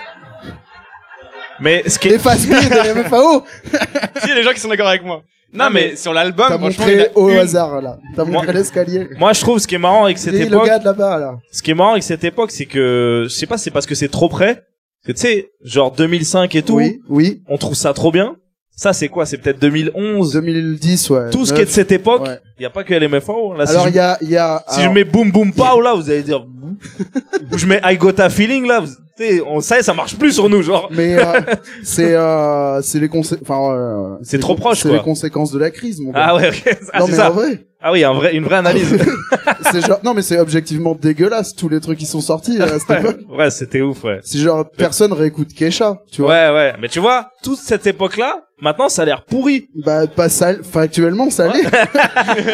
Speaker 3: Mais ce qui est...
Speaker 1: Des fast et des FAO
Speaker 2: si, il y a des gens qui sont d'accord avec moi. Non,
Speaker 3: Non,
Speaker 2: mais,
Speaker 3: mais-
Speaker 2: sur
Speaker 1: T'as
Speaker 2: l'album, franchement, il y en
Speaker 1: montré
Speaker 2: a
Speaker 1: au
Speaker 2: une.
Speaker 1: hasard, là. T'as
Speaker 3: Moi-
Speaker 1: montré l'escalier.
Speaker 3: Moi, je trouve ce qui est marrant avec cette
Speaker 1: Et le
Speaker 3: époque,
Speaker 1: gars de là-bas, là.
Speaker 3: ce qui est marrant avec cette époque, c'est que, je sais pas, c'est parce que c'est trop près. Parce que tu sais, genre 2005 et tout,
Speaker 1: Oui, oui.
Speaker 3: on trouve ça trop bien. Ça, c'est quoi? C'est peut-être 2011.
Speaker 1: 2010, ouais.
Speaker 3: Tout ce
Speaker 1: Neuf.
Speaker 3: qui est de cette époque,
Speaker 1: Ouais.
Speaker 3: il y a pas que LMFAO. hein, Là, si
Speaker 1: Alors,
Speaker 3: je-
Speaker 1: il y a, il y a,
Speaker 3: Si
Speaker 1: alors,
Speaker 3: je mets boum boum pow là, vous allez dire boum. ou je mets I got a feeling là, vous, tu sais, on sait ça marche plus sur nous genre.
Speaker 1: mais euh, c'est euh, c'est les consé- enfin euh,
Speaker 3: C'est
Speaker 1: les
Speaker 3: trop
Speaker 1: con-
Speaker 3: proche,
Speaker 1: c'est
Speaker 3: quoi.
Speaker 1: les conséquences de la crise mon gars.
Speaker 3: Ah ouais, ok. Ah,
Speaker 1: non
Speaker 3: c'est
Speaker 1: mais en
Speaker 3: ça.
Speaker 1: vrai,
Speaker 3: Ah oui, un vrai, une vraie analyse.
Speaker 1: c'est genre non mais c'est objectivement dégueulasse tous les trucs qui sont sortis à cette époque.
Speaker 3: ouais, c'était ouf, ouais.
Speaker 1: C'est genre personne réécoute Kesha, tu vois.
Speaker 3: Ouais, ouais. Mais tu vois, toute cette époque-là, maintenant, ça a l'air pourri.
Speaker 1: Bah pas ça, factuellement ça l'est.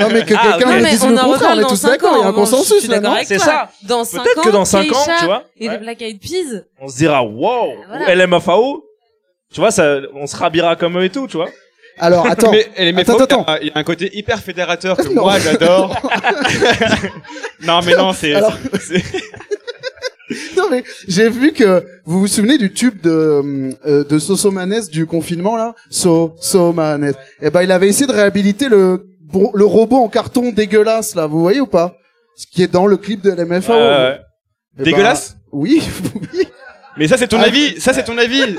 Speaker 1: non mais que
Speaker 3: Ah,
Speaker 1: quelqu'un
Speaker 3: mais
Speaker 1: me dise le contraire, on
Speaker 5: reparle
Speaker 1: est
Speaker 5: dans
Speaker 1: tous
Speaker 5: 5
Speaker 1: d'accord,
Speaker 5: ans,
Speaker 1: il y a un
Speaker 5: vraiment, je
Speaker 1: consensus
Speaker 5: suis
Speaker 1: là,
Speaker 5: d'accord
Speaker 1: non
Speaker 5: avec
Speaker 3: C'est
Speaker 5: toi.
Speaker 3: ça.
Speaker 5: Dans 5 ans,
Speaker 3: Peut-être que dans 5 ans,
Speaker 5: Keisha
Speaker 3: tu vois,
Speaker 5: Et les
Speaker 3: ouais,
Speaker 5: Black Eyed Peas.
Speaker 3: on se dira, wow,
Speaker 5: Voilà.
Speaker 3: LMFAO, tu vois, ça, on se rhabillera comme eux et tout, tu vois.
Speaker 1: Alors attends,
Speaker 2: Mais, et les
Speaker 1: Attends,
Speaker 2: méphobes,
Speaker 1: attends.
Speaker 2: il y a- Il y a un côté hyper fédérateur que
Speaker 1: Non.
Speaker 2: moi j'adore. non, mais non, c'est.
Speaker 1: Alors-
Speaker 2: c'est-
Speaker 1: non mais j'ai vu que vous vous souvenez du tube de euh, de Sosomanes du confinement là, Sosomanes. Et ben il avait essayé de réhabiliter le bro- le robot en carton dégueulasse là, vous voyez ou pas Ce qui est dans le clip de l'MFAO.
Speaker 3: Euh,
Speaker 1: Eh ben,
Speaker 2: Dégueulasse
Speaker 1: Oui, oui.
Speaker 2: Mais ça, c'est ton
Speaker 1: Ah.
Speaker 2: avis. Ça, c'est ton avis.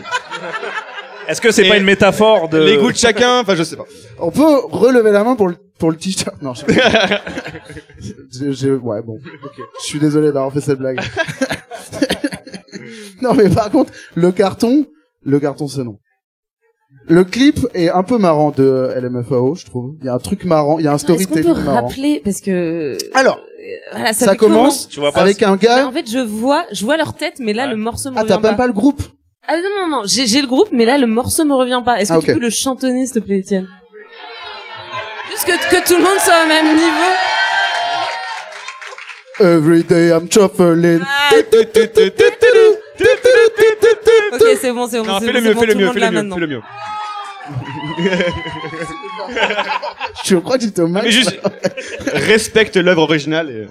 Speaker 3: Est-ce que c'est
Speaker 2: Et
Speaker 3: pas une métaphore
Speaker 1: Euh.
Speaker 3: de...
Speaker 2: Les goûts de chacun. Enfin, je sais pas.
Speaker 1: On peut relever la main pour le pour le t-shirt. Non, je sais pas. Je- je- ouais, bon. ok. Je suis désolé d'avoir fait cette blague. non, mais par contre, le carton, le carton, c'est non. Le clip est un peu marrant de LMFAO, je trouve. Il y a un truc marrant, il y a un
Speaker 5: Est-ce qu'on peut
Speaker 1: storytelling marrant.
Speaker 5: rappeler parce que
Speaker 1: Alors,
Speaker 5: euh, voilà,
Speaker 1: ça,
Speaker 5: fait
Speaker 1: commence
Speaker 3: Tu vois pas
Speaker 1: avec un
Speaker 5: comment Mais
Speaker 1: gars.
Speaker 5: en fait, je vois, je vois leur tête, mais là,
Speaker 3: Ouais.
Speaker 5: le morceau me
Speaker 1: Ah,
Speaker 5: revient
Speaker 1: t'as même pas le groupe.
Speaker 5: Ah non, non, non, j'ai j'ai le groupe, mais là, le morceau me revient pas. Est-ce que
Speaker 1: Ah,
Speaker 5: tu
Speaker 1: ok.
Speaker 5: peux le chantonner, s'il te plaît, Étienne Juste que, que tout le monde soit au même niveau.
Speaker 1: Every day I'm shuffling.
Speaker 5: Ah, ok, c'est bon, c'est bon.
Speaker 2: Non,
Speaker 5: c'est
Speaker 2: fais le
Speaker 5: bon, c'est
Speaker 2: mieux,
Speaker 5: bon,
Speaker 2: fais le
Speaker 5: tout
Speaker 2: mieux,
Speaker 5: monde
Speaker 2: fais
Speaker 5: l'a
Speaker 2: le mieux,
Speaker 5: maintenant.
Speaker 2: fais le mieux.
Speaker 1: Je crois que j'étais au max.
Speaker 2: Mais juste, respecte l'œuvre originale. et-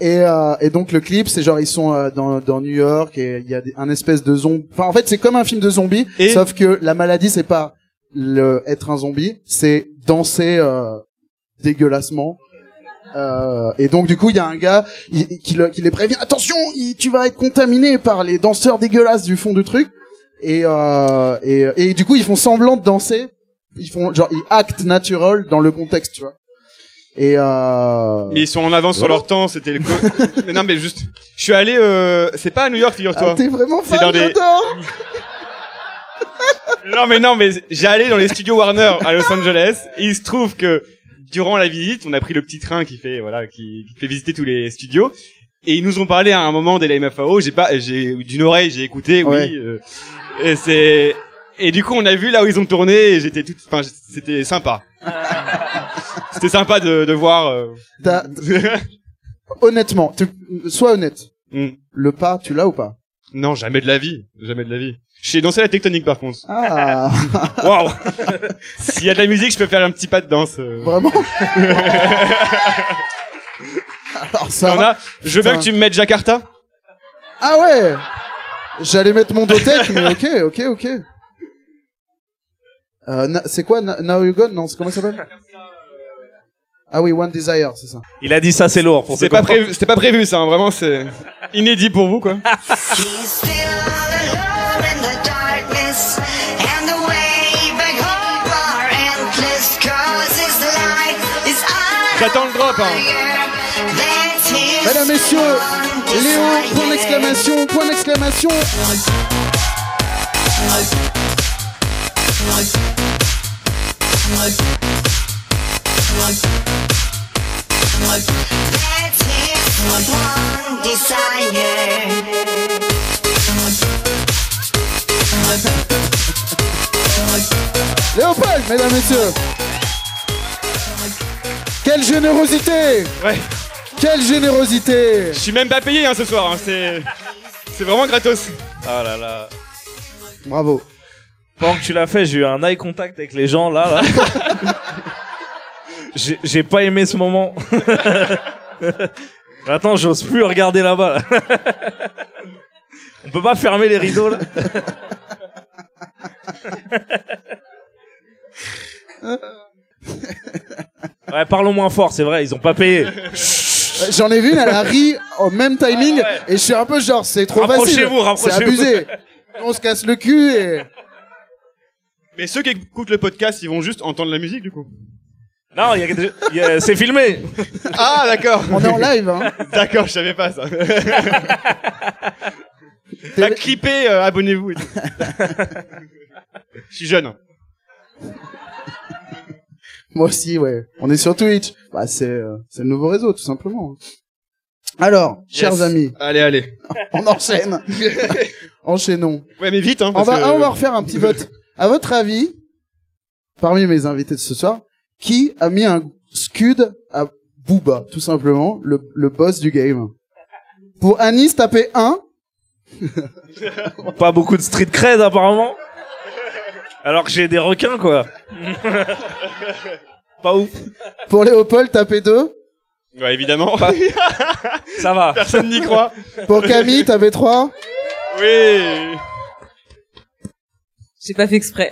Speaker 1: Et, euh, et donc le clip, c'est genre ils sont euh, dans, dans New York et il y a des- un espèce de zombie. Enfin, en fait, c'est comme un film de zombie,
Speaker 2: Et-
Speaker 1: sauf que la maladie, c'est pas le être un zombie, c'est danser euh, dégueulassement. Euh, et donc du coup, il y a un gars il- il- qui, le- qui les prévient attention, il- tu vas être contaminé par les danseurs dégueulasses du fond du truc. Et, euh, et, et du coup, ils font semblant de danser. Ils font genre ils actent natural dans le contexte, tu vois. Et euh...
Speaker 2: Mais ils sont en avance sur leur temps, c'était le co- mais non, mais juste, je suis allé, euh, c'est pas à New York,
Speaker 1: Ah,
Speaker 2: figure-toi.
Speaker 1: t'es vraiment
Speaker 2: C'est
Speaker 1: fan,
Speaker 2: dans des-
Speaker 1: j'adore
Speaker 2: non, mais non, mais j'ai allé dans les studios Warner à Los Angeles, et il se trouve que, durant la visite, on a pris le petit train qui fait, voilà, qui, qui fait visiter tous les studios, et ils nous ont parlé à un moment des LMFAO, j'ai pas, j'ai, d'une oreille, j'ai écouté,
Speaker 1: Ouais.
Speaker 2: oui, euh, et c'est, et du coup, on a vu là où ils ont tourné, et j'étais tout, enfin, c'était sympa. c'était sympa de, de voir, euh,
Speaker 1: T'as- Honnêtement, tu- sois honnête.
Speaker 2: Mm.
Speaker 1: Le pas, tu l'as ou pas
Speaker 2: Non, jamais de la vie. Jamais de la vie. J'ai dansé la tectonique par contre.
Speaker 1: Ah,
Speaker 2: Waouh S'il y a de la musique, je peux faire un petit pas de danse. euh.
Speaker 1: vraiment Alors ça...
Speaker 2: T'en as Je veux bien
Speaker 1: Ça.
Speaker 2: que tu me mettes Jakarta.
Speaker 1: Ah ouais J'allais mettre mon dotec, mais ok, ok, ok. Euh, na- c'est quoi na- Now You Gone Non, c'est comment ça s'appelle Ah oui, One Desire, c'est ça.
Speaker 3: Il a dit ça, c'est lourd pour
Speaker 2: C'était
Speaker 3: se
Speaker 2: pas,
Speaker 3: comprendre.
Speaker 2: prévu, c'était pas prévu ça, hein, vraiment c'est inédit pour vous quoi.
Speaker 6: He's still alone in the darkness, and the way back home are endless. Cause his light is on
Speaker 2: J'attends le drop hein.
Speaker 6: fire. That's his
Speaker 1: Mesdames, messieurs,
Speaker 6: one
Speaker 1: Léo, point
Speaker 6: desire.
Speaker 1: d'exclamation, point d'exclamation
Speaker 6: That's his one desire.
Speaker 1: Léopold, mesdames, messieurs Quelle générosité
Speaker 2: Ouais.
Speaker 1: Quelle générosité
Speaker 2: Je suis même pas payé hein, ce soir, hein, c'est. C'est vraiment gratos.
Speaker 3: Ah là là.
Speaker 1: Bravo.
Speaker 3: Pendant que tu l'as fait, j'ai eu un eye contact avec les gens là. là. j'ai j'ai pas aimé ce moment. Maintenant, j'ose plus regarder là-bas. là. On peut pas fermer les rideaux là Ouais, parlons moins fort, c'est vrai, ils ont pas payé.
Speaker 1: Euh, J'en ai vu une, elle a ri au même timing,
Speaker 3: Ah ouais.
Speaker 1: et je suis un peu genre, c'est trop facile.
Speaker 3: Rapprochez-vous,
Speaker 1: C'est
Speaker 3: rapprochez-vous.
Speaker 1: abusé. On se casse le cul et...
Speaker 2: Mais ceux qui écoutent le podcast, ils vont juste entendre la musique, du coup.
Speaker 3: Non, il y a- il y a- c'est filmé.
Speaker 2: Ah, d'accord.
Speaker 1: On est en live, hein.
Speaker 2: D'accord, je savais pas ça. Bah, clippez, euh, abonnez-vous et tout. Je suis jeune. hein.
Speaker 1: Moi aussi, ouais. On est sur Twitch. Bah, c'est, euh, c'est le nouveau réseau, tout simplement. Alors, chers amis,
Speaker 2: Allez, allez.
Speaker 1: on enchaîne. Enchaînons.
Speaker 2: Ouais, mais vite, hein.
Speaker 1: On
Speaker 2: parce
Speaker 1: va,
Speaker 2: que-
Speaker 1: on va refaire un petit vote. À votre avis, parmi mes invités de ce soir, qui a mis un scud à Booba, tout simplement, le, le boss du game Pour Anis, tapez 1.
Speaker 3: Pas beaucoup de street cred apparemment. Alors que j'ai des requins quoi. pas ouf.
Speaker 1: Pour Léopold, tapez 2.
Speaker 2: Ouais, évidemment.
Speaker 3: Ça va.
Speaker 2: Personne n'y croit.
Speaker 1: Pour Camille, tapez 3.
Speaker 2: Oui.
Speaker 5: J'ai pas fait exprès.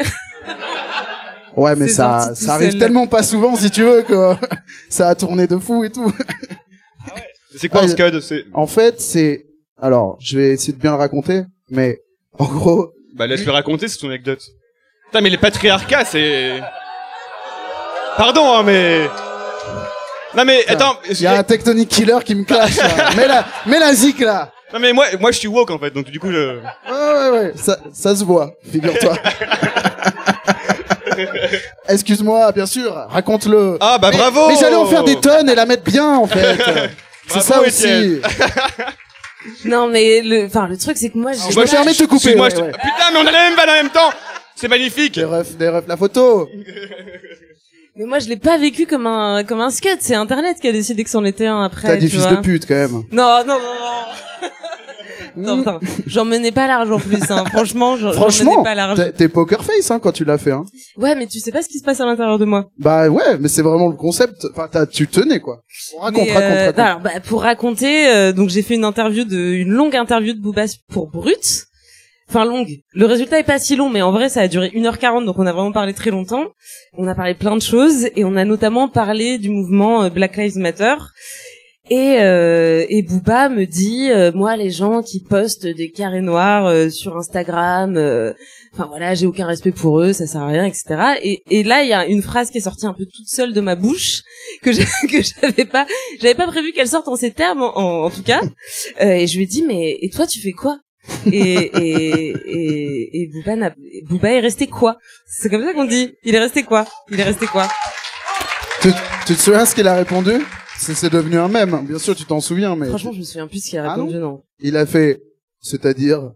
Speaker 1: Ouais, mais
Speaker 5: C'est
Speaker 1: ça,
Speaker 5: sorti tout
Speaker 1: ça arrive
Speaker 5: seul.
Speaker 1: tellement pas souvent, si tu veux, que ça a tourné de fou et tout.
Speaker 2: C'est quoi
Speaker 1: Ah,
Speaker 2: un
Speaker 1: il-
Speaker 2: scud C'est.
Speaker 1: En fait, c'est... Alors, je vais essayer de bien le raconter, mais en gros...
Speaker 2: Bah, laisse-le raconter, c'est ton anecdote. Putain, mais les patriarcats, c'est. Pardon, hein, mais. Non, mais attends.
Speaker 1: Il y a un tectonic killer qui me clash, là. Mets la, mets la zik, là
Speaker 2: Non, mais moi, moi, je suis woke en fait, donc du coup, je.
Speaker 1: Ouais, ouais, ouais, ça, ça se voit, figure-toi. Excuse-moi, bien sûr, raconte-le.
Speaker 2: Ah, bah
Speaker 1: Mais-
Speaker 2: bravo
Speaker 1: Mais j'allais en faire des tonnes et la mettre bien, en fait. C'est
Speaker 2: Bravo,
Speaker 1: ça aussi.
Speaker 2: Étienne.
Speaker 5: Non, mais le, enfin, le truc, c'est que moi,
Speaker 2: Ah,
Speaker 5: j'ai
Speaker 1: Je me permets de te couper.
Speaker 2: Excuse-moi,
Speaker 1: ouais,
Speaker 2: je te-
Speaker 1: ouais.
Speaker 2: Putain, mais on a la même vanne en même temps C'est magnifique
Speaker 1: Des refs, des refs, la photo.
Speaker 5: mais moi, je l'ai pas vécu comme un, comme un scud. C'est Internet qui a décidé que c'en était un après.
Speaker 1: T'as des
Speaker 5: tu
Speaker 1: fils
Speaker 5: vois.
Speaker 1: de pute, quand même.
Speaker 5: Non, non, non, non. Non,
Speaker 1: Mm.
Speaker 5: putain, j'en menais pas large en plus, hein. franchement, j'en j'en
Speaker 1: Franchement,
Speaker 5: menais pas large.
Speaker 1: t'es- t'es poker face, hein, quand tu l'as fait, hein.
Speaker 5: Ouais, mais tu sais pas ce qui se passe à l'intérieur de moi.
Speaker 1: Bah ouais, mais c'est vraiment le concept. Enfin, t'as- tu tenais, quoi. Raconte,
Speaker 5: Mais, euh,
Speaker 1: raconte, raconte.
Speaker 5: Alors, bah, pour raconter, euh, donc j'ai fait une interview de, une longue interview de Booba pour Brut. Enfin, longue. Le résultat est pas si long, mais en vrai, ça a duré 1h40, donc on a vraiment parlé très longtemps. On a parlé plein de choses, et on a notamment parlé du mouvement euh, Black Lives Matter. Et, euh, et Booba me dit, euh, moi, les gens qui postent des carrés noirs euh, sur Instagram, euh, enfin voilà, j'ai aucun respect pour eux, ça sert à rien, etc. Et, et là, il y a une phrase qui est sortie un peu toute seule de ma bouche que je- que j'avais pas, j'avais pas prévu qu'elle sorte en ces termes, en, en- en tout cas. Euh, et je lui ai dit, mais et toi, tu fais quoi et, et, et, et Booba, n'a- et Booba est resté quoi C'est comme ça qu'on dit. Il est resté quoi Il est resté quoi
Speaker 1: Tu, tu te souviens ce qu'il a répondu? C'est c'est devenu un mème. hein. Bien sûr, tu t'en souviens, mais.
Speaker 5: Franchement, je me souviens plus ce qu'il a
Speaker 1: Ah
Speaker 5: répondu. non.
Speaker 1: Il a fait, c'est-à-dire.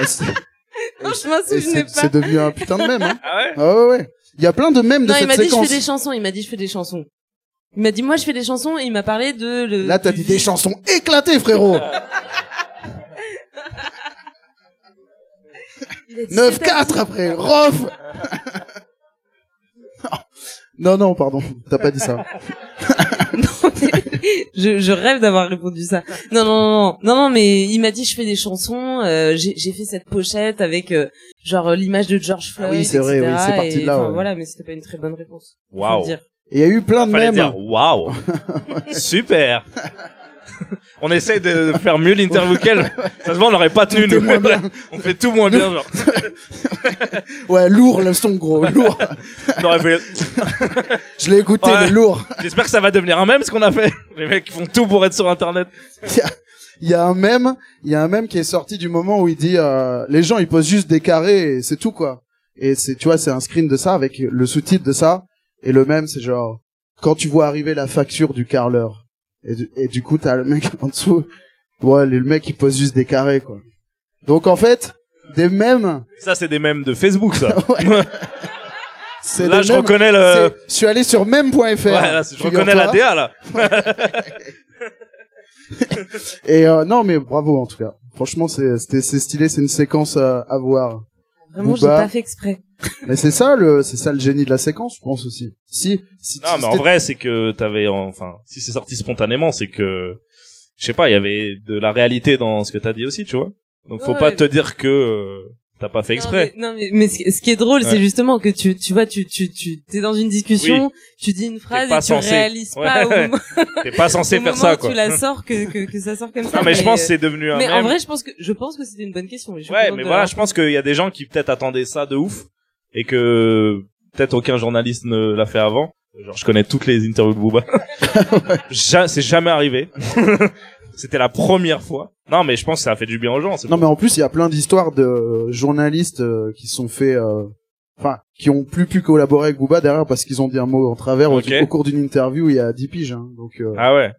Speaker 1: Et c'est-
Speaker 5: Franchement, je
Speaker 1: et
Speaker 5: m'en souvenais
Speaker 1: c'est c'est
Speaker 5: pas.
Speaker 1: devenu un putain de mème. Hein.
Speaker 3: Ah ouais
Speaker 1: Ah ouais, ouais. Il y a plein de mèmes de
Speaker 5: Non, il
Speaker 1: cette
Speaker 5: m'a dit je
Speaker 1: séquence.
Speaker 5: fais des chansons. Il m'a dit je fais des chansons. Il m'a dit moi je fais des chansons et il m'a parlé de le.
Speaker 1: Là, t'as
Speaker 5: du-
Speaker 1: dit des chansons éclatées, frérot.
Speaker 5: Il a dit, c'est ta-
Speaker 1: 9-4 après, rof. non, non, pardon. T'as pas dit ça.
Speaker 5: je, je rêve d'avoir répondu ça. Non, non, non, non, non, mais il m'a dit je fais des chansons. euh, j'ai j'ai fait cette pochette avec euh, genre euh, l'image de George
Speaker 1: Ah
Speaker 5: Floyd.
Speaker 1: oui, c'est vrai,
Speaker 5: etc.,
Speaker 1: oui, c'est parti de
Speaker 5: et,
Speaker 1: là,
Speaker 5: enfin,
Speaker 1: ouais.
Speaker 5: Voilà, mais c'était pas une très bonne réponse. faut le
Speaker 3: Waouh.
Speaker 5: dire.
Speaker 1: Et il y a eu plein de
Speaker 3: Fallait
Speaker 1: mèmes.
Speaker 3: dire waouh. Super. On essaye de faire mieux l'interview qu'elle. Ça se voit, on n'aurait pas tenu,
Speaker 1: Tout est
Speaker 3: nous.
Speaker 1: moins bien.
Speaker 3: On fait tout moins bien, genre.
Speaker 1: Ouais, lourd le son, gros, lourd.
Speaker 3: On aurait fait-
Speaker 1: Je l'ai écouté,
Speaker 3: Ouais.
Speaker 1: mais lourd.
Speaker 3: J'espère que ça va devenir un même ce qu'on a fait. Les mecs font tout pour être sur internet.
Speaker 1: Il y a un mème, il y a un mème qui est sorti du moment où il dit euh, les gens ils posent juste des carrés et c'est tout quoi. Et c'est tu vois c'est un screen de ça avec le sous-titre de ça et le même c'est genre quand tu vois arriver la facture du carreleur et du, et du coup t'as le mec en dessous ouais le mec il pose juste des carrés quoi. Donc en fait des mèmes
Speaker 3: Ça, c'est des mèmes de Facebook, ça.
Speaker 1: Ouais. c'est
Speaker 3: Là,
Speaker 1: des
Speaker 3: je
Speaker 1: mèmes-
Speaker 3: reconnais le.
Speaker 1: c'est- je suis allé sur meme.fr.
Speaker 3: Ouais, là, je reconnais la
Speaker 1: figure-toi.
Speaker 3: DA, là.
Speaker 1: Et euh, non mais bravo en tout cas. Franchement c'est c'était- c'est stylé, c'est une séquence à- à voir.
Speaker 5: Vraiment, j'ai
Speaker 1: Booba.
Speaker 5: pas fait exprès.
Speaker 1: Mais c'est ça le, c'est ça le génie de la séquence, je pense aussi. Si, si
Speaker 3: Non, mais en
Speaker 1: c'était-
Speaker 3: vrai, c'est que t'avais, enfin, si c'est sorti spontanément, c'est que je sais pas, il y avait de la réalité dans ce que t'as dit aussi, tu vois. Donc faut
Speaker 5: Ouais,
Speaker 3: pas
Speaker 5: ouais.
Speaker 3: te dire que euh, t'as pas fait exprès.
Speaker 5: Non, mais, non, mais- mais ce, ce qui est drôle,
Speaker 3: Ouais.
Speaker 5: c'est justement que tu, tu vois, tu, tu, tu, t'es dans une discussion, tu dis une phrase
Speaker 3: pas
Speaker 5: et tu
Speaker 3: censé.
Speaker 5: réalises
Speaker 3: Ouais.
Speaker 5: pas au, moment-
Speaker 3: T'es pas
Speaker 5: au
Speaker 3: censé
Speaker 5: moment
Speaker 3: faire ça,
Speaker 5: où
Speaker 3: quoi.
Speaker 5: tu la sors que, que, que ça sort comme ça. euh,
Speaker 3: Non, mais je pense que c'est devenu un
Speaker 5: mais en
Speaker 3: mème.
Speaker 5: vrai, je pense que, je pense que c'était une bonne question. et je suis
Speaker 3: Ouais,
Speaker 5: contente
Speaker 3: mais
Speaker 5: de
Speaker 3: voilà,
Speaker 5: l'avoir.
Speaker 3: je pense qu'il y a des gens qui peut-être attendaient ça de ouf et que peut-être aucun journaliste ne l'a fait avant. Genre, je connais toutes les interviews de Booba. Ja- c'est jamais arrivé. C'était la première fois. Non, mais je pense que ça a fait du bien aux gens. c'est
Speaker 1: Non,
Speaker 3: tout.
Speaker 1: mais en plus, il y a plein d'histoires de journalistes euh, qui se sont fait, euh, enfin, qui ont plus pu collaborer avec Booba derrière parce qu'ils ont dit un mot en travers au-
Speaker 3: Ok.
Speaker 1: au, cours d'une interview il y a 10 piges. hein. donc, euh,
Speaker 3: Ah ouais.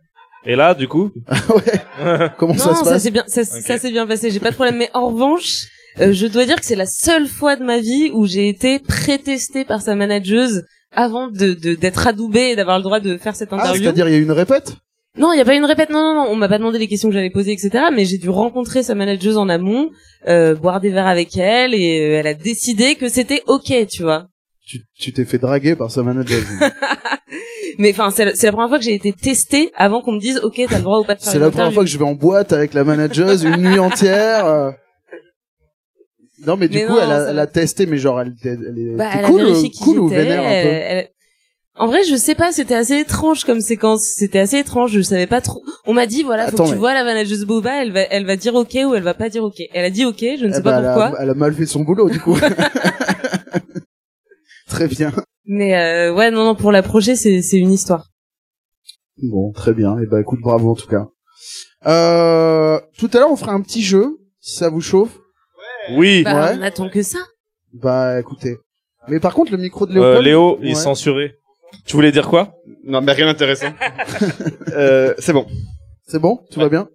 Speaker 3: Et là, du coup,
Speaker 1: comment
Speaker 5: Non,
Speaker 1: ça se
Speaker 5: ça
Speaker 1: passe
Speaker 5: s'est bien, ça, ça s'est bien passé. J'ai pas de problème. Mais en revanche, euh, je dois dire que c'est la seule fois de ma vie où j'ai été prétestée par sa manageuse avant de de- d'être adoubée et d'avoir le droit de faire cette
Speaker 1: Ah,
Speaker 5: interview.
Speaker 1: c'est-à-dire, il y a eu une répète
Speaker 5: non, il y a pas une répète. Non, non, non. On m'a pas demandé les questions que j'allais poser, etc. Mais j'ai dû rencontrer sa manageuse en amont, euh, boire des verres avec elle, et euh, elle a décidé que c'était ok, tu vois.
Speaker 1: Tu tu t'es fait draguer par sa manager.
Speaker 5: Mais enfin, c'est la, c'est la première fois que j'ai été testée avant qu'on me dise ok, t'as le droit ou pas de faire
Speaker 1: C'est
Speaker 5: une
Speaker 1: la première
Speaker 5: interview.
Speaker 1: fois que je vais en boîte avec la manageuse une nuit entière. euh. Non, mais du
Speaker 5: Mais
Speaker 1: coup,
Speaker 5: non,
Speaker 1: elle, a,
Speaker 5: ça
Speaker 1: elle
Speaker 5: va.
Speaker 1: a testé, mais genre, elle, elle, elle est
Speaker 5: Bah,
Speaker 1: t'es
Speaker 5: elle
Speaker 1: cool,
Speaker 5: a
Speaker 1: euh,
Speaker 5: vérifié qui
Speaker 1: cool ou
Speaker 5: j'étais,
Speaker 1: vénère un peu.
Speaker 5: elle- elle- En vrai, je sais pas, c'était assez étrange comme séquence. C'était assez étrange, je savais pas trop. On m'a dit, voilà, faut
Speaker 1: Attends,
Speaker 5: que tu
Speaker 1: mais-
Speaker 5: vois la manageuse Boba, elle va, elle va dire ok ou elle va pas dire ok. Elle a dit ok, je ne sais
Speaker 1: Eh ben,
Speaker 5: pas
Speaker 1: elle, a-
Speaker 5: pourquoi.
Speaker 1: elle a mal fait son boulot, du coup. très bien.
Speaker 5: Mais euh, ouais, non, non, pour la projet, c'est c'est une histoire.
Speaker 1: Bon, très bien. Et eh ben, écoute, bravo en tout cas. Euh, tout à l'heure, on fera un petit jeu, si ça vous chauffe.
Speaker 3: oui.
Speaker 5: Bah,
Speaker 1: Ouais.
Speaker 5: on attend que ça.
Speaker 1: Bah, écoutez. Mais par contre, le micro de Léopold.
Speaker 3: Euh, Léo, il est
Speaker 1: Ouais.
Speaker 3: censuré. Tu voulais dire quoi
Speaker 2: Non, mais rien d'intéressant. euh, c'est bon.
Speaker 1: C'est bon Tout va bien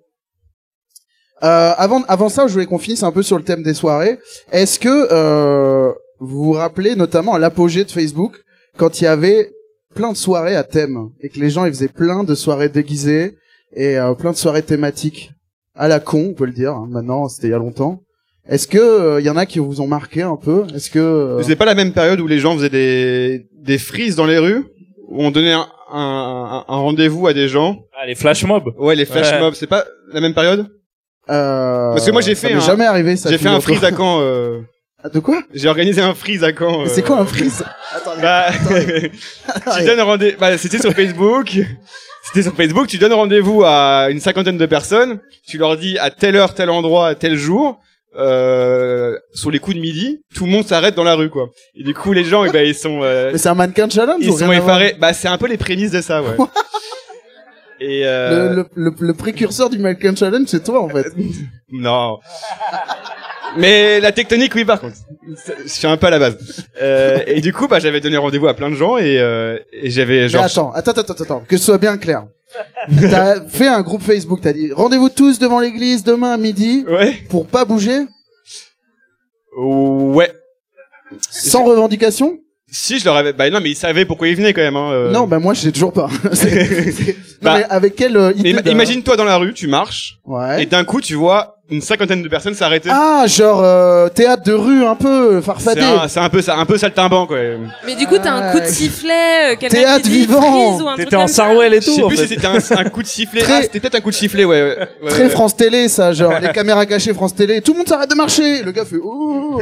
Speaker 1: euh, avant, avant ça, je voulais qu'on finisse un peu sur le thème des soirées. Est-ce que euh, vous vous rappelez notamment à l'apogée de Facebook, quand il y avait plein de soirées à thème, et que les gens ils faisaient plein de soirées déguisées, et euh, plein de soirées thématiques, à la con, on peut le dire, hein, maintenant, c'était il y a longtemps. Est-ce que euh, il y en a qui vous ont marqué un peu Est-ce que... euh,
Speaker 2: C'est pas la même période où les gens faisaient des, des frises dans les rues, où on donnait un, un, un- un rendez-vous à des gens.
Speaker 3: Ah, les flash mobs.
Speaker 2: Ouais, les flash
Speaker 3: Ouais.
Speaker 2: mobs, c'est pas la même période
Speaker 1: euh,
Speaker 2: Parce que moi, j'ai
Speaker 1: ça
Speaker 2: fait
Speaker 1: m'est
Speaker 2: un-
Speaker 1: jamais arrivé ça.
Speaker 2: J'ai fait un
Speaker 1: figure-toi.
Speaker 2: freeze à Caen. euh,
Speaker 1: Ah, De quoi
Speaker 2: J'ai organisé un freeze à Caen.
Speaker 1: C'est
Speaker 2: euh,
Speaker 1: quoi un freeze Ah,
Speaker 2: Bah, tu donnes rendez bah, c'était sur Facebook. C'était sur Facebook, tu donnes rendez-vous à une cinquantaine de personnes, tu leur dis à telle heure, tel endroit, tel jour, euh, sur les coups de midi, tout le monde s'arrête dans la rue, quoi. Et du coup, les gens, eh ben, ils sont, euh,
Speaker 1: Mais c'est un mannequin challenge
Speaker 2: ils
Speaker 1: ou rien
Speaker 2: sont
Speaker 1: à voir
Speaker 2: effarés. Bah, c'est un peu les prémices de ça, ouais. Et euh,
Speaker 1: Le, le, le, le précurseur du Malcolm Challenge, c'est toi en fait.
Speaker 2: Non. Mais la tectonique, oui, par contre. C'est- Je suis un peu à la base. Euh, et du coup, bah, j'avais donné rendez-vous à plein de gens et, euh, et j'avais
Speaker 1: Mais
Speaker 2: genre.
Speaker 1: attends, attends, attends, attends, attends, que ce soit bien clair. t'as fait un groupe Facebook, t'as dit rendez-vous tous devant l'église demain à midi
Speaker 2: Ouais.
Speaker 1: pour pas bouger,
Speaker 2: Ouais.
Speaker 1: sans revendication.
Speaker 2: Si, je leur avais. Bah non, mais ils savaient pourquoi ils venaient quand même. Hein, euh.
Speaker 1: Non, ben moi je sais toujours pas. C'est- c'est- non,
Speaker 2: Bah,
Speaker 1: mais avec quelle euh,
Speaker 2: Mais
Speaker 1: idée
Speaker 2: ima-
Speaker 1: d'un-
Speaker 2: imagine-toi dans la rue, tu marches et
Speaker 1: Ouais.
Speaker 2: d'un coup, tu vois une cinquantaine de personnes s'arrêter.
Speaker 1: Ah, genre euh, théâtre de rue un peu euh,
Speaker 2: c'est
Speaker 1: farfadé.
Speaker 2: un, c'est un peu ça, un peu saltimbanque. Ouais.
Speaker 5: Mais du coup, t'as un coup de
Speaker 1: Ouais.
Speaker 5: sifflet, euh, quelqu'un
Speaker 1: Théâtre
Speaker 5: qui dit
Speaker 1: vivant.
Speaker 5: freeze ou un truc
Speaker 3: T'étais en
Speaker 5: comme ça.
Speaker 3: Sarwell et
Speaker 2: Je sais
Speaker 3: tout. en
Speaker 2: plus si
Speaker 3: fait.
Speaker 2: c'était un, un coup de sifflet.
Speaker 1: Très-
Speaker 2: Ah, c'était peut-être un coup de sifflet, ouais. ouais, ouais,
Speaker 1: Très
Speaker 2: ouais.
Speaker 1: France Télé, ça, genre les caméras cachées France Télé, tout le monde s'arrête de marcher. Le gars fait ouh.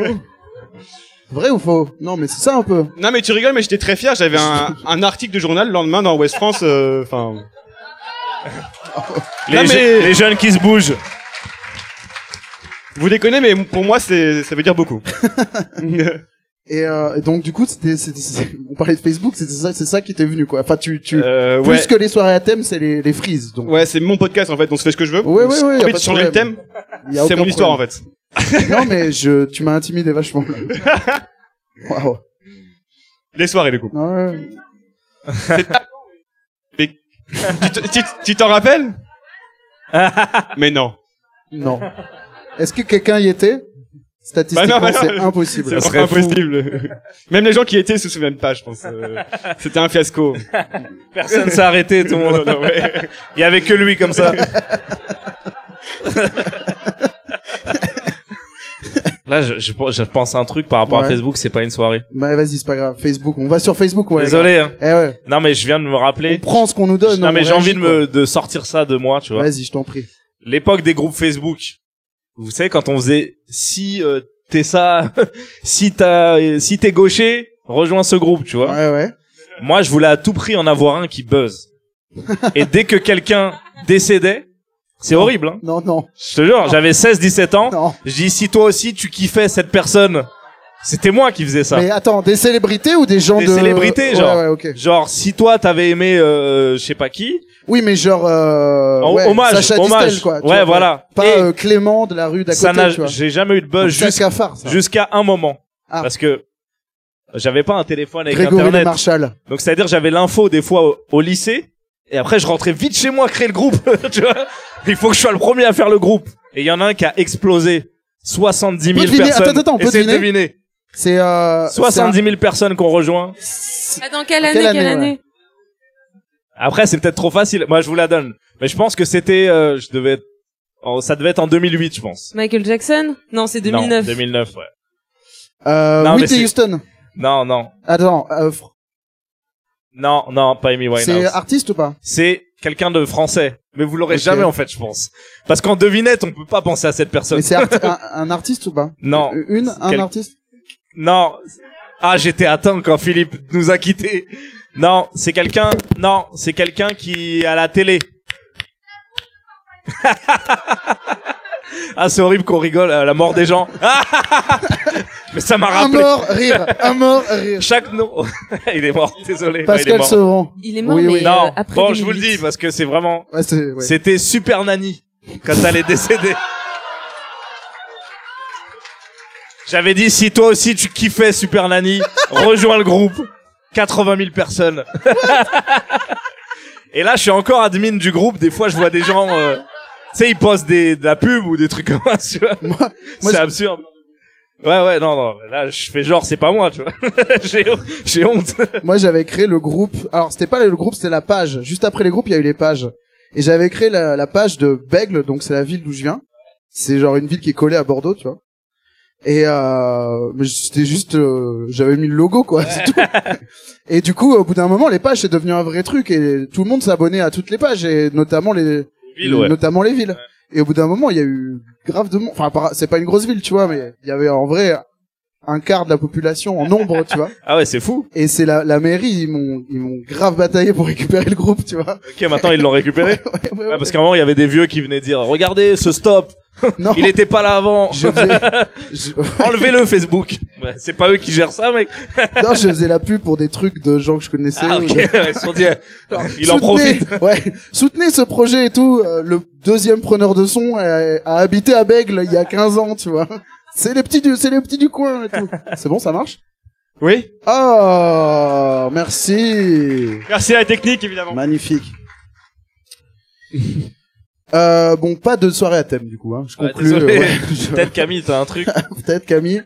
Speaker 1: Vrai ou faux Non, mais c'est ça un peu.
Speaker 2: Non mais tu rigoles, mais j'étais très fier. J'avais un, un article de journal le lendemain dans West France. euh, Enfin.
Speaker 3: Les,
Speaker 2: Non,
Speaker 3: je-
Speaker 2: mais-
Speaker 3: les jeunes qui se bougent.
Speaker 2: Vous déconnez, mais pour moi, c'est, ça veut dire beaucoup.
Speaker 1: Et, euh, et donc du coup, c'était, c'était- c'était- on parlait de Facebook, c'était ça, c'est ça qui t'est venu quoi. Enfin, tu, tu,
Speaker 2: Euh,
Speaker 1: plus
Speaker 2: ouais.
Speaker 1: que les soirées à thème, c'est les, les frises. Donc,
Speaker 2: Ouais, c'est mon podcast, en fait, donc je fais ce que je veux.
Speaker 1: Ouais, ouais, ouais, y a
Speaker 2: J'ai envie
Speaker 1: pas
Speaker 2: de
Speaker 1: de
Speaker 2: changer le
Speaker 1: problème.
Speaker 2: thème.
Speaker 1: il y a
Speaker 2: C'est
Speaker 1: aucun
Speaker 2: mon histoire, en
Speaker 1: problème.
Speaker 2: fait.
Speaker 1: non, mais je, tu m'as intimidé vachement. Waouh.
Speaker 2: Les soirées, du coup.
Speaker 1: Ouais.
Speaker 2: tu, te- tu- tu t'en rappelles? mais non.
Speaker 1: Non. Est-ce que quelqu'un y était Statistiquement,
Speaker 2: Bah non, bah non.
Speaker 1: c'est impossible.
Speaker 2: C'est
Speaker 3: serait
Speaker 2: vraiment impossible. Même les gens qui étaient se souviennent pas, je pense. Euh, C'était un fiasco.
Speaker 3: Personne s'est arrêté, tout le monde.
Speaker 2: Non, ouais.
Speaker 3: Il y avait que lui comme ça. Là, je, je, je pense à un truc par rapport à
Speaker 1: Ouais.
Speaker 3: Facebook, c'est pas une soirée.
Speaker 1: Bah vas-y, c'est pas grave. Facebook, on va sur Facebook, ouais.
Speaker 3: Désolé. hein.
Speaker 1: Eh ouais.
Speaker 3: Non, mais je viens de me
Speaker 1: On
Speaker 3: rappeler.
Speaker 1: prend ce qu'on nous donne.
Speaker 3: non,
Speaker 1: on
Speaker 3: mais j'ai
Speaker 1: réagit,
Speaker 3: envie de me de sortir ça de moi, tu
Speaker 1: quoi.
Speaker 3: vois.
Speaker 1: Vas-y, je t'en prie.
Speaker 3: L'époque des groupes Facebook. Vous savez quand on faisait si euh, t'es ça, si t'as euh, si t'es gaucher, rejoins ce groupe, tu vois.
Speaker 1: Ouais, ouais.
Speaker 3: Moi, je voulais à tout prix en avoir un qui buzz. Et dès que quelqu'un décédait, c'est horrible, hein.
Speaker 1: Non, non,
Speaker 3: Je te jure, j'avais 16-17 ans.
Speaker 1: non.
Speaker 3: Je dis, si toi aussi tu kiffais cette personne, c'était moi qui faisais ça.
Speaker 1: Mais attends, des célébrités ou des gens
Speaker 3: Des
Speaker 1: de.
Speaker 3: célébrités,
Speaker 1: Ouais,
Speaker 3: genre.
Speaker 1: Ouais, ok.
Speaker 3: Genre, si toi t'avais aimé, euh, je sais pas qui,
Speaker 1: Oui, mais genre. Euh,
Speaker 3: en-
Speaker 1: ouais,
Speaker 3: hommage,
Speaker 1: Sacha
Speaker 3: hommage.
Speaker 1: Distel, quoi. tu
Speaker 3: ouais,
Speaker 1: vois,
Speaker 3: voilà.
Speaker 1: Pas
Speaker 3: Et
Speaker 1: euh, Clément de la rue d'à
Speaker 3: ça
Speaker 1: côté,
Speaker 3: n'a, euh,
Speaker 1: tu vois.
Speaker 3: j'ai jamais eu de
Speaker 1: Donc,
Speaker 3: buzz
Speaker 1: c'est un
Speaker 3: jusqu'à,
Speaker 1: cafard, ça.
Speaker 3: jusqu'à un moment.
Speaker 1: Ah.
Speaker 3: Parce que j'avais pas un téléphone avec
Speaker 1: Grégory Le
Speaker 3: internet.
Speaker 1: Marshall.
Speaker 3: Donc c'est à dire j'avais l'info des fois au, au lycée et après je rentrais vite chez moi créer le groupe, tu vois. Il faut que je sois le premier à faire le groupe. Et il y en a un qui a explosé 70 000
Speaker 1: On peut deviner-
Speaker 3: personnes.
Speaker 1: attends, attends, on peut
Speaker 3: Essayez de
Speaker 1: deviner
Speaker 3: deviner.
Speaker 1: C'est. Euh,
Speaker 3: 70 000 personnes qu'on rejoint.
Speaker 1: c'est un-
Speaker 5: Ah, dans quelle
Speaker 1: Dans
Speaker 5: année,
Speaker 1: quelle
Speaker 5: quelle
Speaker 1: année,
Speaker 5: année,
Speaker 1: ouais.
Speaker 3: Après c'est peut-être trop facile. Moi je vous la donne. Mais je pense que c'était, euh, je devais, être- oh, ça devait être en 2008 je pense.
Speaker 5: Michael Jackson Non, c'est 2009.
Speaker 3: Non, 2009 ouais.
Speaker 1: Euh,
Speaker 3: Non, mais
Speaker 1: Whitney
Speaker 3: c'est-
Speaker 1: Houston.
Speaker 3: Non non
Speaker 1: Attends, euh, fr-
Speaker 3: non non pas Amy
Speaker 1: c'est
Speaker 3: Winehouse.
Speaker 1: artiste ou pas
Speaker 3: C'est quelqu'un de français. Mais vous l'aurez
Speaker 1: Ok.
Speaker 3: jamais en fait je pense. Parce qu'en devinette on peut pas penser à cette personne.
Speaker 1: Mais c'est arti- un, un artiste ou pas Euh,
Speaker 3: Non.
Speaker 1: Une, un
Speaker 3: Quel-
Speaker 1: artiste
Speaker 3: Non. Ah, j'étais à temps quand Philippe nous a quittés. Non, c'est quelqu'un. Non, c'est quelqu'un qui est à la télé. ah, c'est horrible qu'on rigole à la mort des gens. Ah, Mais ça m'a
Speaker 1: Un
Speaker 3: rappelé.
Speaker 1: Ah, mort, rire. Un mort, rire.
Speaker 3: Chaque nom. il est mort. Désolé. Non, il est
Speaker 1: Pascal
Speaker 3: mort.
Speaker 1: Sevran.
Speaker 5: Il est mort,
Speaker 1: Oui,
Speaker 5: mais
Speaker 1: oui.
Speaker 5: euh,
Speaker 3: Non.
Speaker 5: après
Speaker 3: bon, je vous le
Speaker 5: 2008.
Speaker 3: dis bah, parce que c'est vraiment.
Speaker 1: Ouais, c'est. ouais.
Speaker 3: C'était Super Nanny quand elle est décédée. J'avais dit si toi aussi tu kiffais Super Nanny, rejoins le groupe. 80 000 personnes. Et là, je suis encore admin du groupe. Des fois, je vois des gens, euh, tu sais, ils postent des, de la pub ou des trucs comme ça. tu vois.
Speaker 1: Moi- moi,
Speaker 3: c'est
Speaker 1: je-
Speaker 3: absurde. Ouais, ouais, non, non. Là, je fais genre, c'est pas moi, tu vois. j'ai, j'ai honte.
Speaker 1: Moi, j'avais créé le groupe. Alors, c'était pas le groupe, c'était la page. Juste après les groupes, il y a eu les pages. Et j'avais créé la, la page de Bègle, donc c'est la ville d'où je viens. C'est genre une ville qui est collée à Bordeaux, tu vois. Et euh, mais c'était juste, euh, j'avais mis le logo, quoi. c'est tout. Et du coup, au bout d'un moment, les pages c'est devenu un vrai truc et tout le monde s'abonnait à toutes les pages et notamment les, notamment les villes. Et au bout d'un moment, il y a eu grave de monde. Enfin, par- c'est pas une grosse ville, tu vois, mais il y avait en vrai un quart de la population en nombre, tu vois.
Speaker 3: Ah ouais, c'est fou.
Speaker 1: Et c'est la, la mairie, ils m'ont, ils m'ont grave bataillé pour récupérer le groupe, tu vois.
Speaker 3: Ok, maintenant ils l'ont récupéré.
Speaker 1: Ouais, ouais,
Speaker 3: Ah,
Speaker 1: ouais.
Speaker 3: parce qu'à un moment, il y avait des vieux qui venaient dire Regardez ce stop,
Speaker 1: non,
Speaker 3: il était pas là avant,
Speaker 1: je faisais, je-
Speaker 3: enlevez le Facebook. Ouais, c'est pas eux qui gèrent ça, mec.
Speaker 1: non, je faisais la pub pour des trucs de gens que je connaissais.
Speaker 3: Ah,
Speaker 1: ou
Speaker 3: ok.
Speaker 1: de-
Speaker 3: Ils se sont dit,
Speaker 1: Alors,
Speaker 3: Il en
Speaker 1: soutenez- Ouais, soutenez ce projet et tout. Euh, le deuxième preneur de son a, a habité à Bègle il y a 15 ans, tu vois. C'est les petits du, c'est les petits du coin et tout. C'est bon, ça marche?
Speaker 2: Oui.
Speaker 1: Oh, merci.
Speaker 2: Merci à la technique, évidemment.
Speaker 1: Magnifique. Euh, bon, pas de soirée à thème du coup. Hein. Je
Speaker 3: Ouais,
Speaker 1: conclue.
Speaker 3: Ah, désolé.
Speaker 1: euh, ouais, je-
Speaker 3: peut-être Camille, t'as un truc.
Speaker 1: Peut-être Camille.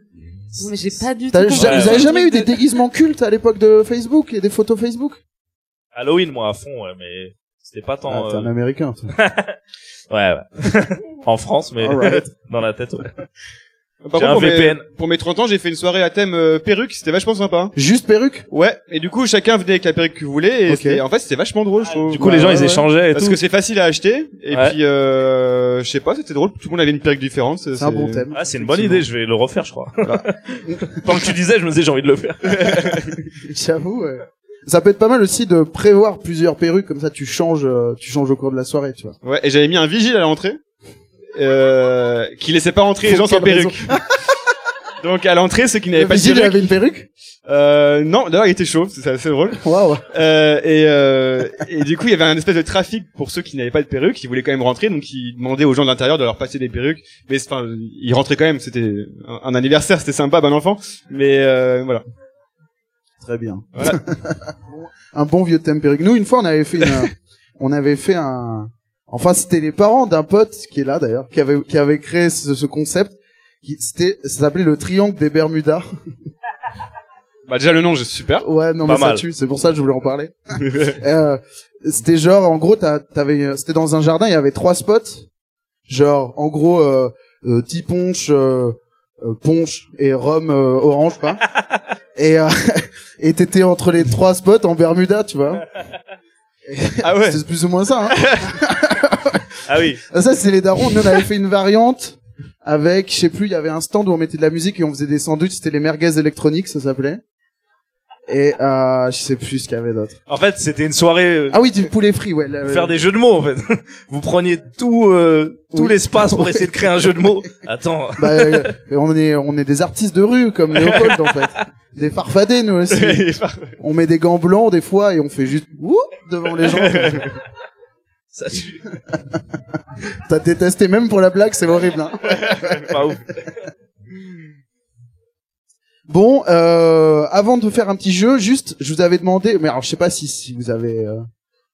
Speaker 5: Non, Mais j'ai pas du tout.
Speaker 1: T'as-
Speaker 5: compris
Speaker 1: ja-
Speaker 5: le
Speaker 1: vous avez
Speaker 5: truc
Speaker 1: jamais eu
Speaker 5: de-
Speaker 1: des déguisements cultes à l'époque de Facebook et des photos Facebook
Speaker 3: Halloween, moi, à fond, ouais, mais c'était pas
Speaker 1: Ah,
Speaker 3: tant.
Speaker 1: T'es
Speaker 3: euh,
Speaker 1: un américain. toi.
Speaker 3: Ouais, ouais. en France, mais
Speaker 1: Alright.
Speaker 3: dans la tête, ouais.
Speaker 2: Par
Speaker 3: J'ai un
Speaker 2: contre, pour mes,
Speaker 3: VPN.
Speaker 2: pour mes 30 ans, j'ai fait une soirée à thème euh, perruque, c'était vachement sympa. hein.
Speaker 1: Juste perruque
Speaker 2: Ouais, et du coup, chacun venait avec la perruque que vous voulez, et
Speaker 1: Ok.
Speaker 2: c'était- en fait, c'était vachement drôle, je trouve.
Speaker 3: Ah, Du coup, les gens,
Speaker 2: Ouais,
Speaker 3: ils
Speaker 2: ouais.
Speaker 3: échangeaient et
Speaker 2: Parce
Speaker 3: tout.
Speaker 2: que c'est facile à acheter, et
Speaker 3: Ouais.
Speaker 2: puis, euh, je sais pas, c'était drôle, tout le monde avait une perruque différente.
Speaker 1: C'est un bon thème.
Speaker 3: Ah, c'est une bonne idée, je vais le refaire, je crois. Tant que tu disais, je me disais, j'ai envie de le faire.
Speaker 1: J'avoue. ouais. Ça peut être pas mal aussi de prévoir plusieurs perruques comme ça. Tu changes, euh, tu changes au cours de la soirée, tu vois.
Speaker 2: Ouais, et j'avais mis un vigile à l'entrée, euh, qui laissait pas rentrer les gens sans
Speaker 1: Pour quelle
Speaker 2: perruque. Donc, à l'entrée, ceux qui n'avaient
Speaker 1: Le
Speaker 2: pas de
Speaker 1: vigile, il
Speaker 2: perruque,
Speaker 1: avait une perruque
Speaker 2: euh, non, d'ailleurs, il était chaud, c'est assez drôle.
Speaker 1: Waouh.
Speaker 2: Euh, et, euh, et du coup, il y avait un espèce de trafic pour ceux qui n'avaient pas de perruque, qui voulaient quand même rentrer, donc ils demandaient aux gens de l'intérieur de leur passer des perruques. Mais c'est- enfin, ils rentraient quand même. C'était un, un anniversaire, c'était sympa, bon enfant. Mais euh, voilà.
Speaker 1: Très bien.
Speaker 2: Voilà.
Speaker 1: un bon vieux thème perruque. Nous, une fois, on avait fait une, euh, on avait fait un, enfin, c'était les parents d'un pote qui est là d'ailleurs, qui avait, qui avait créé ce, ce concept. Qui, c'était, ça s'appelait le triangle des Bermudas.
Speaker 2: Bah déjà le nom, c'est super.
Speaker 1: Ouais, non,
Speaker 3: Pas
Speaker 1: mais ça
Speaker 3: mal.
Speaker 1: tue. C'est pour ça que je voulais en parler. Euh, c'était genre, en gros, t'as- t'avais, euh, c'était dans un jardin, il y avait trois spots. Genre, en gros, euh, euh, Tiponche, euh, euh, punch et rhum euh, orange, quoi. et euh, et t'étais entre les trois spots en Bermuda, tu vois.
Speaker 2: Ah ouais.
Speaker 1: C'est plus ou moins ça. Hein.
Speaker 3: Ah oui.
Speaker 1: Ah, Ça, c'est les darons. Nous, on avait fait une variante avec, je sais plus, il y avait un stand où on mettait de la musique et on faisait des sandwichs. C'était les merguez électroniques, ça s'appelait. Et euh, je sais plus ce qu'il y avait d'autre.
Speaker 3: En fait, c'était une soirée euh,
Speaker 1: Ah oui, du poulet frit, ouais. le-
Speaker 3: faire des jeux de mots en fait. Vous preniez tout euh, tout
Speaker 1: Oui.
Speaker 3: l'espace pour essayer de créer un jeu de mots. Attends.
Speaker 1: Bah, euh, on est on est des artistes de rue comme Léopold en fait. Des farfadets nous aussi. On met des gants blancs des fois et on fait juste Ouh devant les gens.
Speaker 3: Ça, tu-
Speaker 1: T'as détesté même pour la blague, c'est horrible. Hein.
Speaker 3: pas ouf.
Speaker 1: Bon, euh, avant de faire un petit jeu, juste, je vous avais demandé, mais alors je sais pas si si vous avez, euh,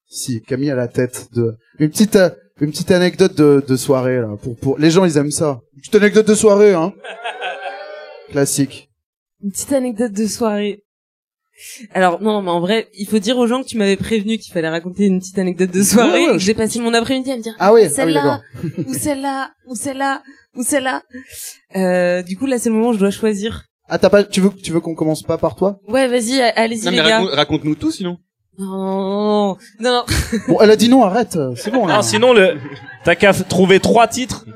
Speaker 1: si Camille a la tête de une petite euh, une petite anecdote de, de soirée là pour pour les gens ils aiment ça. Une petite anecdote de soirée hein. Classique.
Speaker 5: Une petite anecdote de soirée. Alors non, mais en vrai, il faut dire aux gens que tu m'avais prévenu qu'il fallait raconter une petite anecdote de soirée.
Speaker 1: Ouais, ouais,
Speaker 5: et que J'ai passé mon après-midi à me dire
Speaker 1: Ah oui, ah oui d'accord.
Speaker 5: celle-là, ou celle-là, ou celle-là, ou celle-là. Euh, du coup, là, c'est le moment où je dois choisir.
Speaker 1: Ah t'as pas, tu veux tu veux qu'on commence pas par toi
Speaker 5: Ouais, vas-y, a- allez-y
Speaker 2: Non, mais
Speaker 5: les gars.
Speaker 2: raconte- raconte-nous tout, sinon.
Speaker 5: Non, non, non.
Speaker 1: Bon, elle a dit non, arrête, euh, c'est bon là.
Speaker 3: Non, sinon le t'as qu'à f- trouver trois titres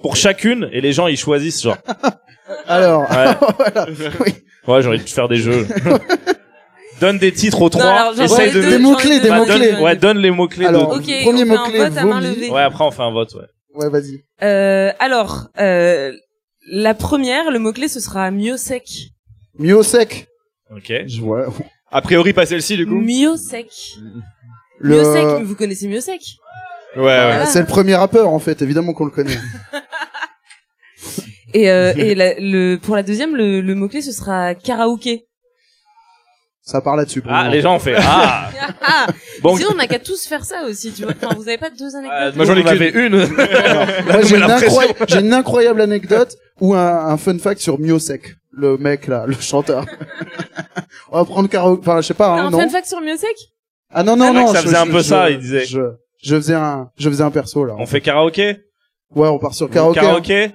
Speaker 3: pour chacune et les gens ils choisissent genre.
Speaker 1: Alors,
Speaker 3: Ouais.
Speaker 1: oui.
Speaker 3: Ouais, j'ai envie de faire des jeux. Donne des titres aux
Speaker 5: Non,
Speaker 3: trois.
Speaker 5: alors, j'en
Speaker 3: Essaye
Speaker 5: ai deux,
Speaker 3: de.
Speaker 1: Des
Speaker 5: j'en ai
Speaker 1: mots-clés,
Speaker 5: deux,
Speaker 1: des
Speaker 5: j'en ai
Speaker 3: Bah,
Speaker 5: deux,
Speaker 3: donne-
Speaker 1: mots-clés.
Speaker 5: j'en ai
Speaker 3: ouais,
Speaker 5: deux.
Speaker 3: donne les mots clés.
Speaker 1: Alors,
Speaker 5: Ok, on
Speaker 1: Premier
Speaker 5: fait un
Speaker 1: mot-clé,
Speaker 5: vote à main
Speaker 1: vomi.
Speaker 5: levée.
Speaker 3: Ouais, après on fait un vote. Ouais.
Speaker 1: ouais vas-y.
Speaker 5: Euh, alors, euh, la première, le mot-clé, ce sera mio-sec.
Speaker 1: Mieux au sec.
Speaker 3: Ok.
Speaker 1: Je vois.
Speaker 2: A priori, pas celle-ci, du coup.
Speaker 5: Mio-sec.
Speaker 1: Le- euh,
Speaker 5: Mio-sec, mais vous connaissez mio-sec
Speaker 2: Ouais, ouais.
Speaker 5: Ah.
Speaker 1: C'est le premier rappeur en fait, évidemment qu'on le connaît.
Speaker 5: Et, euh, et la- le, pour la deuxième, le, le mot-clé, ce sera karaoké.
Speaker 1: Ça part là-dessus. pour le
Speaker 3: Ah,
Speaker 1: moment.
Speaker 3: les gens ont fait. Ah.
Speaker 5: Ah,
Speaker 3: Bon.
Speaker 5: Sinon, on n'a qu'à tous faire ça aussi, tu vois. Enfin, vous avez pas deux
Speaker 3: Euh,
Speaker 5: anecdotes
Speaker 3: moi j'en ai qu'une.
Speaker 1: Moi, j'ai,
Speaker 3: mais
Speaker 1: une
Speaker 3: la pression.
Speaker 1: incroyable, j'ai une incroyable anecdote ou un, un fun fact sur Miosek, le mec là, le chanteur. On va prendre karaoke, enfin je sais pas,
Speaker 5: T'as
Speaker 1: hein,
Speaker 5: un
Speaker 1: non
Speaker 5: fun fact sur Miosec
Speaker 1: Ah non non
Speaker 3: Ah,
Speaker 1: non,
Speaker 3: ça
Speaker 1: je-
Speaker 3: faisait un
Speaker 1: je-
Speaker 3: peu
Speaker 1: je-
Speaker 3: ça, il disait.
Speaker 1: Je, je faisais un, je faisais un perso là.
Speaker 3: On fait karaoké.
Speaker 1: Ouais, on part sur hein. karaoke.
Speaker 3: Karaoké.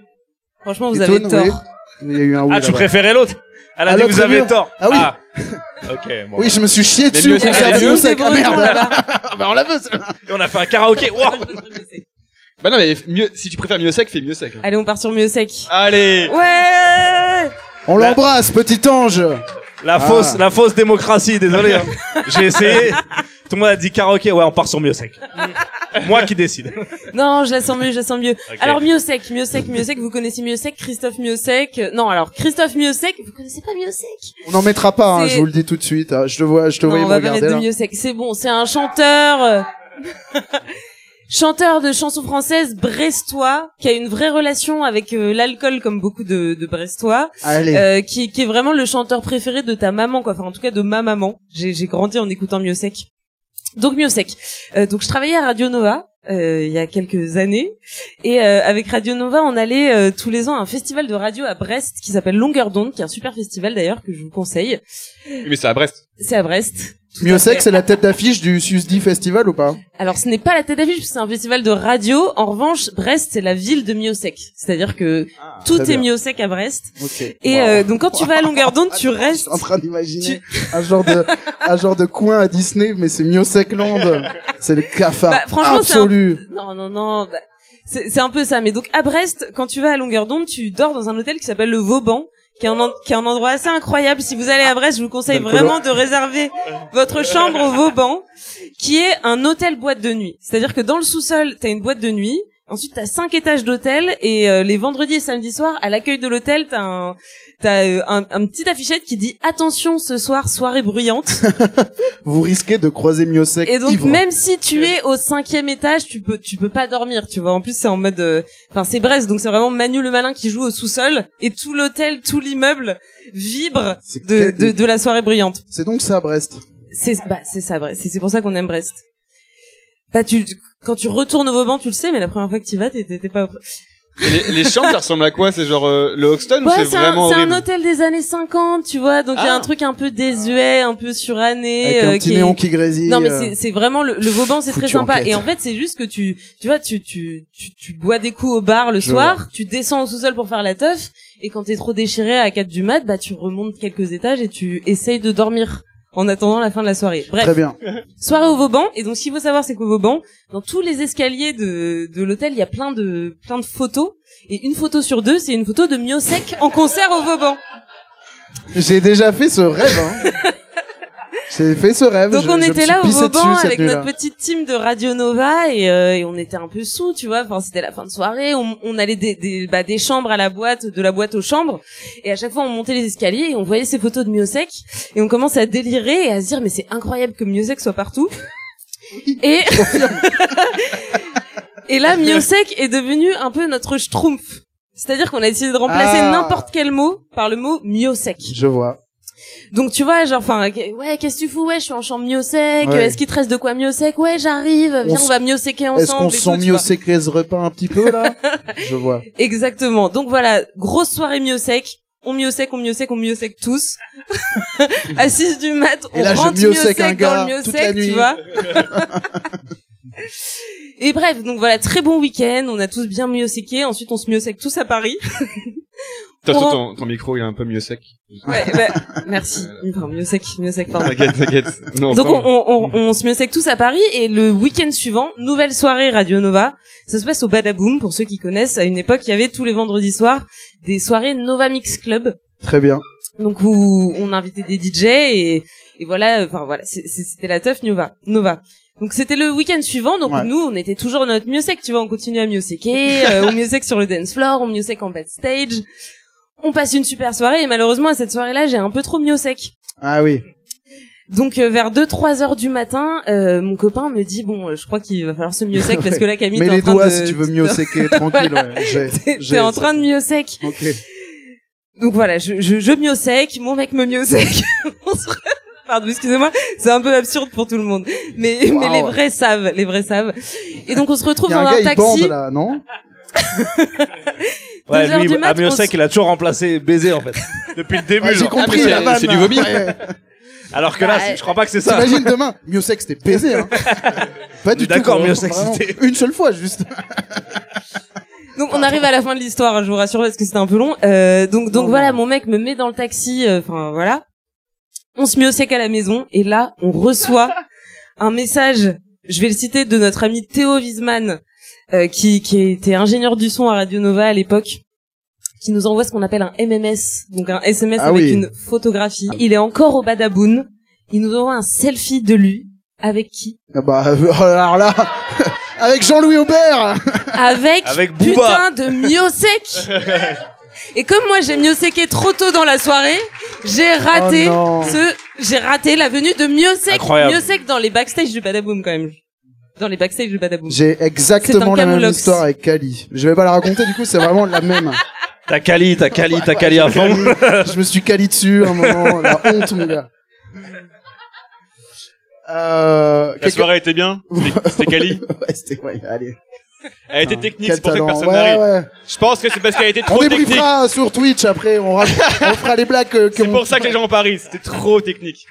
Speaker 5: Franchement, vous
Speaker 1: Et
Speaker 5: avez
Speaker 1: Tone,
Speaker 5: tort.
Speaker 1: oui. Il y a eu un oui,
Speaker 3: Ah, tu
Speaker 1: là-bas.
Speaker 3: préférais l'autre. Elle a
Speaker 1: Ah,
Speaker 3: dit
Speaker 1: l'autre
Speaker 3: vous avez
Speaker 1: mur.
Speaker 3: tort.
Speaker 1: Ah oui.
Speaker 3: Ok. Bon.
Speaker 1: Oui, je me suis chié dessus au
Speaker 2: Miosek,
Speaker 1: concert
Speaker 2: elle
Speaker 1: de
Speaker 2: a dit,
Speaker 1: Miosek. Ah, merde.
Speaker 2: Bah, on la veut, celle-là.
Speaker 3: Et on a fait un karaoké. Wow.
Speaker 2: Bah, non, mais mieux, si tu préfères mieux sec, fais mieux sec. hein.
Speaker 5: Allez, on part sur Miosec.
Speaker 2: Allez!
Speaker 5: Ouais
Speaker 1: On
Speaker 5: Bah,
Speaker 3: La-
Speaker 1: l'embrasse, petit ange.
Speaker 3: La
Speaker 1: Ah.
Speaker 3: fausse, la fausse démocratie. Désolé. hein. J'ai essayé. Tout le monde a dit karaoké. Ouais, on part sur mieux sec.
Speaker 2: Mm.
Speaker 3: Moi qui décide.
Speaker 5: Non, je la sens mieux, je la sens mieux.
Speaker 3: Ok.
Speaker 5: Alors, Miosec, Miosec, Miosec, vous connaissez Miosec, Christophe Miosec. euh, Non, alors, Christophe Miosec, vous connaissez pas Miosec
Speaker 1: On n'en mettra pas, hein,
Speaker 5: C'est-
Speaker 1: je vous le dis tout de suite. hein. Je te vois, je te vois,
Speaker 5: Non,
Speaker 1: il
Speaker 5: on
Speaker 1: me
Speaker 5: va pas
Speaker 1: regardait
Speaker 5: mettre de
Speaker 1: là.
Speaker 5: mieux sec. C'est bon, c'est un chanteur, euh, chanteur de chansons françaises brestois qui a une vraie relation avec euh, l'alcool comme beaucoup de, de brestois,
Speaker 1: Allez.
Speaker 5: euh, qui, qui est vraiment le chanteur préféré de ta maman, quoi. Enfin, en tout cas de ma maman. J'ai j'ai grandi en écoutant mieux sec. Donc mieux sec. Euh, donc je travaillais à Radio Nova. euh, il y a quelques années et euh, avec Radio Nova on allait euh, tous les ans à un festival de radio à Brest qui s'appelle Longueur d'onde qui est un super festival d'ailleurs que je vous conseille
Speaker 2: Mais c'est à Brest.
Speaker 5: c'est à Brest
Speaker 1: Mieux sec, c'est la tête d'affiche du Susdi Festival ou pas
Speaker 5: Alors, ce n'est pas la tête d'affiche, parce que c'est un festival de radio. En revanche, Brest, c'est la ville de Miosec. C'est-à-dire que tout
Speaker 1: Ah, très
Speaker 5: est
Speaker 1: bien.
Speaker 5: Miosec à Brest.
Speaker 1: Ok.
Speaker 5: Et
Speaker 1: Wow.
Speaker 5: euh, donc, quand tu vas à longueur d'onde, tu
Speaker 1: Je suis
Speaker 5: restes.
Speaker 1: en train d'imaginer un genre de un genre de coin à Disney, mais c'est Miosecland. C'est le cafard
Speaker 5: Bah, franchement, c'est un-
Speaker 1: absolu.
Speaker 5: Non, non, non. bah, c'est c'est un peu ça. Mais donc, à Brest, quand tu vas à longueur d'onde, tu dors dans un hôtel qui s'appelle le Vauban. Qui est, un en- qui est un endroit assez incroyable. Si vous allez à Brest, je vous conseille
Speaker 1: Même colo.
Speaker 5: vraiment de réserver votre chambre au Vauban, qui est un hôtel boîte de nuit. C'est-à-dire que dans le sous-sol, t'as une boîte de nuit. Ensuite, t'as cinq étages d'hôtel et euh, les vendredis et samedis soirs, à l'accueil de l'hôtel, t'as un, t'as euh, un, un petit affichette qui dit attention ce soir soirée bruyante.
Speaker 1: Vous risquez de croiser Miosec
Speaker 5: Et donc
Speaker 1: ivre.
Speaker 5: même si tu es au cinquième étage, tu peux tu peux pas dormir, tu vois. En plus c'est en mode, euh, enfin c'est Brest, donc c'est vraiment Manu le malin qui joue au sous-sol et tout l'hôtel, tout l'immeuble vibre
Speaker 1: C'est
Speaker 5: de,
Speaker 1: quel-
Speaker 5: de de la soirée brillante.
Speaker 1: C'est donc ça Brest.
Speaker 5: C'est bah c'est ça Brest, c'est c'est pour ça qu'on aime Brest. Bah tu quand tu retournes au Vauban, tu le sais, mais la première fois que tu y vas, t'es- t'étais pas. au-
Speaker 2: Les, les chambres, ça ressemble à quoi C'est genre euh, le Hoxton ou
Speaker 5: Ouais,
Speaker 2: c'est
Speaker 5: c'est un,
Speaker 2: vraiment
Speaker 5: c'est un
Speaker 2: horrible
Speaker 5: hôtel des années 50, tu vois, donc il y a
Speaker 2: Ah.
Speaker 5: un truc un peu désuet, un peu suranné.
Speaker 1: Avec un
Speaker 5: euh,
Speaker 1: petit
Speaker 5: qui est-
Speaker 1: néon qui grésille.
Speaker 5: Non mais
Speaker 1: euh,
Speaker 5: c'est c'est vraiment le, le Vauban c'est très
Speaker 1: Foutu
Speaker 5: sympa
Speaker 1: enquête.
Speaker 5: et en fait c'est juste que tu tu vois tu tu tu, tu bois des coups au bar le
Speaker 1: Je
Speaker 5: soir tu descends au sous-sol pour faire la teuf et quand t'es trop déchiré à 4 du mat bah tu remontes quelques étages et tu essayes de dormir en attendant la fin de la soirée bref
Speaker 1: Très bien.
Speaker 5: soirée au Vauban et donc ce qu'il faut savoir c'est qu'au Vauban dans tous les escaliers de de l'hôtel il y a plein de plein de photos et une photo sur deux c'est une photo de Miosec en concert au Vauban
Speaker 1: J'ai déjà fait ce rêve. Hein. J'ai fait ce rêve.
Speaker 5: Donc
Speaker 1: je-
Speaker 5: on
Speaker 1: je me
Speaker 5: était
Speaker 1: suis
Speaker 5: là au
Speaker 1: pissé
Speaker 5: Vauban
Speaker 1: dessus cette
Speaker 5: avec notre
Speaker 1: nuit-là.
Speaker 5: petite team de Radio Nova et, euh, et on était un peu sous, tu vois. Enfin, c'était la fin de soirée. On, on allait des, des, bah, des chambres à la boîte, de la boîte aux chambres. Et à chaque fois, on montait les escaliers et on voyait ces photos de Miosec. Et on commence à délirer et à se dire, mais c'est incroyable que Miosec soit partout. Et, et là, Miosec est devenu un peu notre schtroumpf. C'est-à-dire qu'on a essayé de remplacer
Speaker 1: Ah.
Speaker 5: n'importe quel mot par le mot Miosec.
Speaker 1: Je vois.
Speaker 5: Donc tu vois, genre, enfin, ok, ouais, qu'est-ce que tu fous Ouais, je suis en chambre mieux sec.
Speaker 1: Ouais.
Speaker 5: Est-ce qu'il te reste de quoi mieux sec Ouais, j'arrive. Viens,
Speaker 1: s-
Speaker 5: on, va mieux séquer ensemble.
Speaker 1: Est-ce qu'on
Speaker 5: et
Speaker 1: se
Speaker 5: tout,
Speaker 1: sent
Speaker 5: tu
Speaker 1: mieux
Speaker 5: vois.
Speaker 1: sécrer ce repas un petit peu là Je vois.
Speaker 5: Exactement. Donc voilà, grosse soirée mieux sec. On mieux sec, on mieux sec, on mieux sec tous. à 6 du mat, on
Speaker 1: Et là, je
Speaker 5: rentre
Speaker 1: mieux
Speaker 5: mieux
Speaker 1: sec
Speaker 5: sec
Speaker 1: un gars
Speaker 5: dans le mieux
Speaker 1: toute la
Speaker 5: sec,
Speaker 1: nuit.
Speaker 5: tu vois. Et bref, donc voilà, très bon week-end. On a tous bien mieux séqué. Ensuite, on se mieux sec tous à Paris.
Speaker 2: Attention,
Speaker 5: Oh.
Speaker 2: ton, ton micro, il est un peu mieux sec.
Speaker 5: Ouais, bah, merci. Enfin, mieux sec, mieux sec, pardon.
Speaker 2: T'inquiète, t'inquiète. Non,
Speaker 5: Donc on,
Speaker 2: pardon.
Speaker 5: on, on, on se met sec tous à Paris et le week-end suivant, nouvelle soirée Radio Nova. Ça se passe au Badaboom pour ceux qui connaissent. À une époque, il y avait tous les vendredis soirs des soirées Nova Mix Club.
Speaker 1: Très bien.
Speaker 5: Donc où on invitait des DJ et, et voilà, enfin voilà, c'est- c'est- c'était la teuf Nova. Nova. Donc c'était le week-end suivant, donc
Speaker 1: Ouais.
Speaker 5: nous on était toujours notre mieux sec, tu vois, on continue à mieux séquer, euh, on mieux sec sur le dance floor, on mieux sec en backstage. On passe une super soirée et malheureusement à cette soirée-là j'ai un peu trop mieux sec.
Speaker 1: Ah oui.
Speaker 5: Donc euh, vers 2-3 heures du matin, euh, mon copain me dit bon, euh, je crois qu'il va falloir se mieux sec parce que là Camille
Speaker 1: Mets
Speaker 5: t'es en
Speaker 1: les
Speaker 5: train
Speaker 1: doigts
Speaker 5: de-
Speaker 1: si tu veux mieux séquer tranquille. Ouais. J'ai-
Speaker 5: T'es
Speaker 1: j'ai
Speaker 5: t'es en
Speaker 1: ça.
Speaker 5: train de mieux sec.
Speaker 1: Ok.
Speaker 5: Donc voilà, je je, je mieux sec, mon mec me mieux sec. On se re- Pardon, excusez-moi, c'est un peu absurde pour tout le monde, mais
Speaker 1: Wow.
Speaker 5: mais les vrais savent, les vrais savent. Et donc on se retrouve
Speaker 1: Il y a
Speaker 5: dans
Speaker 1: un
Speaker 5: un,
Speaker 1: gars il
Speaker 5: taxi.
Speaker 1: bande là, non Ah,
Speaker 3: Ouais,
Speaker 5: Deux heures
Speaker 3: lui,
Speaker 5: du mat,
Speaker 3: à mieux
Speaker 5: on
Speaker 3: sec,
Speaker 5: s-
Speaker 3: il a toujours remplacé baiser en fait. Depuis le début.
Speaker 1: Ouais, J'ai
Speaker 3: genre.
Speaker 1: compris
Speaker 2: c'est-
Speaker 1: la vanne.
Speaker 2: c'est du
Speaker 1: là,
Speaker 2: vomi.
Speaker 1: ouais.
Speaker 3: Alors que là,
Speaker 2: Bah,
Speaker 3: c'est- je crois pas que c'est ça.
Speaker 1: T'imagines demain, mieux sec c'était baiser. Hein. Pas du tout.
Speaker 3: D'accord,
Speaker 1: vraiment,
Speaker 3: mieux sec,
Speaker 1: vraiment.
Speaker 3: c'était-
Speaker 1: Une seule fois juste.
Speaker 5: Donc on arrive à la fin de l'histoire, je vous rassure parce que c'était un peu long. Euh, donc donc
Speaker 1: Non,
Speaker 5: voilà,
Speaker 1: non.
Speaker 5: mon mec me met dans le taxi, euh, enfin voilà. On se met au sec à la maison et là on reçoit un message, je vais le citer, de notre ami Théo Wiesmann, euh, qui, qui était ingénieur du son à Radio Nova à l'époque, qui nous envoie ce qu'on appelle un MMS, donc un SMS
Speaker 1: Ah
Speaker 5: avec
Speaker 1: oui. Ah
Speaker 5: une photographie. Il est encore au Badaboun, il nous envoie un selfie de lui, avec qui
Speaker 1: Ah bah euh, alors là, avec Jean-Louis Aubert.
Speaker 5: avec,
Speaker 3: Avec Booba.
Speaker 5: putain de Miosek. Et comme moi j'ai Mioseké trop tôt dans la soirée, j'ai raté
Speaker 1: Oh non.
Speaker 5: ce, j'ai raté la venue de Miosek.
Speaker 3: Incroyable.
Speaker 5: Miosek dans les backstage du Badaboom quand même. Dans les backstage du Badaboom.
Speaker 1: J'ai exactement
Speaker 5: C'est un
Speaker 1: la même
Speaker 5: camoulox.
Speaker 1: histoire avec Kali. Je vais pas la raconter du coup, c'est vraiment la même.
Speaker 3: T'as Kali, t'as Kali, t'as Kali à fond.
Speaker 1: je me suis calé dessus à un moment. La honte, mon gars. Euh,
Speaker 2: La
Speaker 1: quelqu'un-
Speaker 2: soirée était bien. C'était- C'était quali.
Speaker 1: Ouais, c'était, ouais, allez.
Speaker 2: Elle était
Speaker 3: Ah,
Speaker 1: Putain,
Speaker 2: technique,
Speaker 1: quel
Speaker 2: c'est pour ça que
Speaker 1: talent.
Speaker 2: personne
Speaker 1: Ouais,
Speaker 2: n'arrive.
Speaker 1: ouais.
Speaker 2: Je pense que c'est parce qu'elle était
Speaker 1: On
Speaker 2: trop technique.
Speaker 1: débriefera sur Twitch après, on, ra- on fera les blagues que, que
Speaker 2: C'est
Speaker 1: on-
Speaker 2: pour ça que les gens en Paris, c'était trop technique.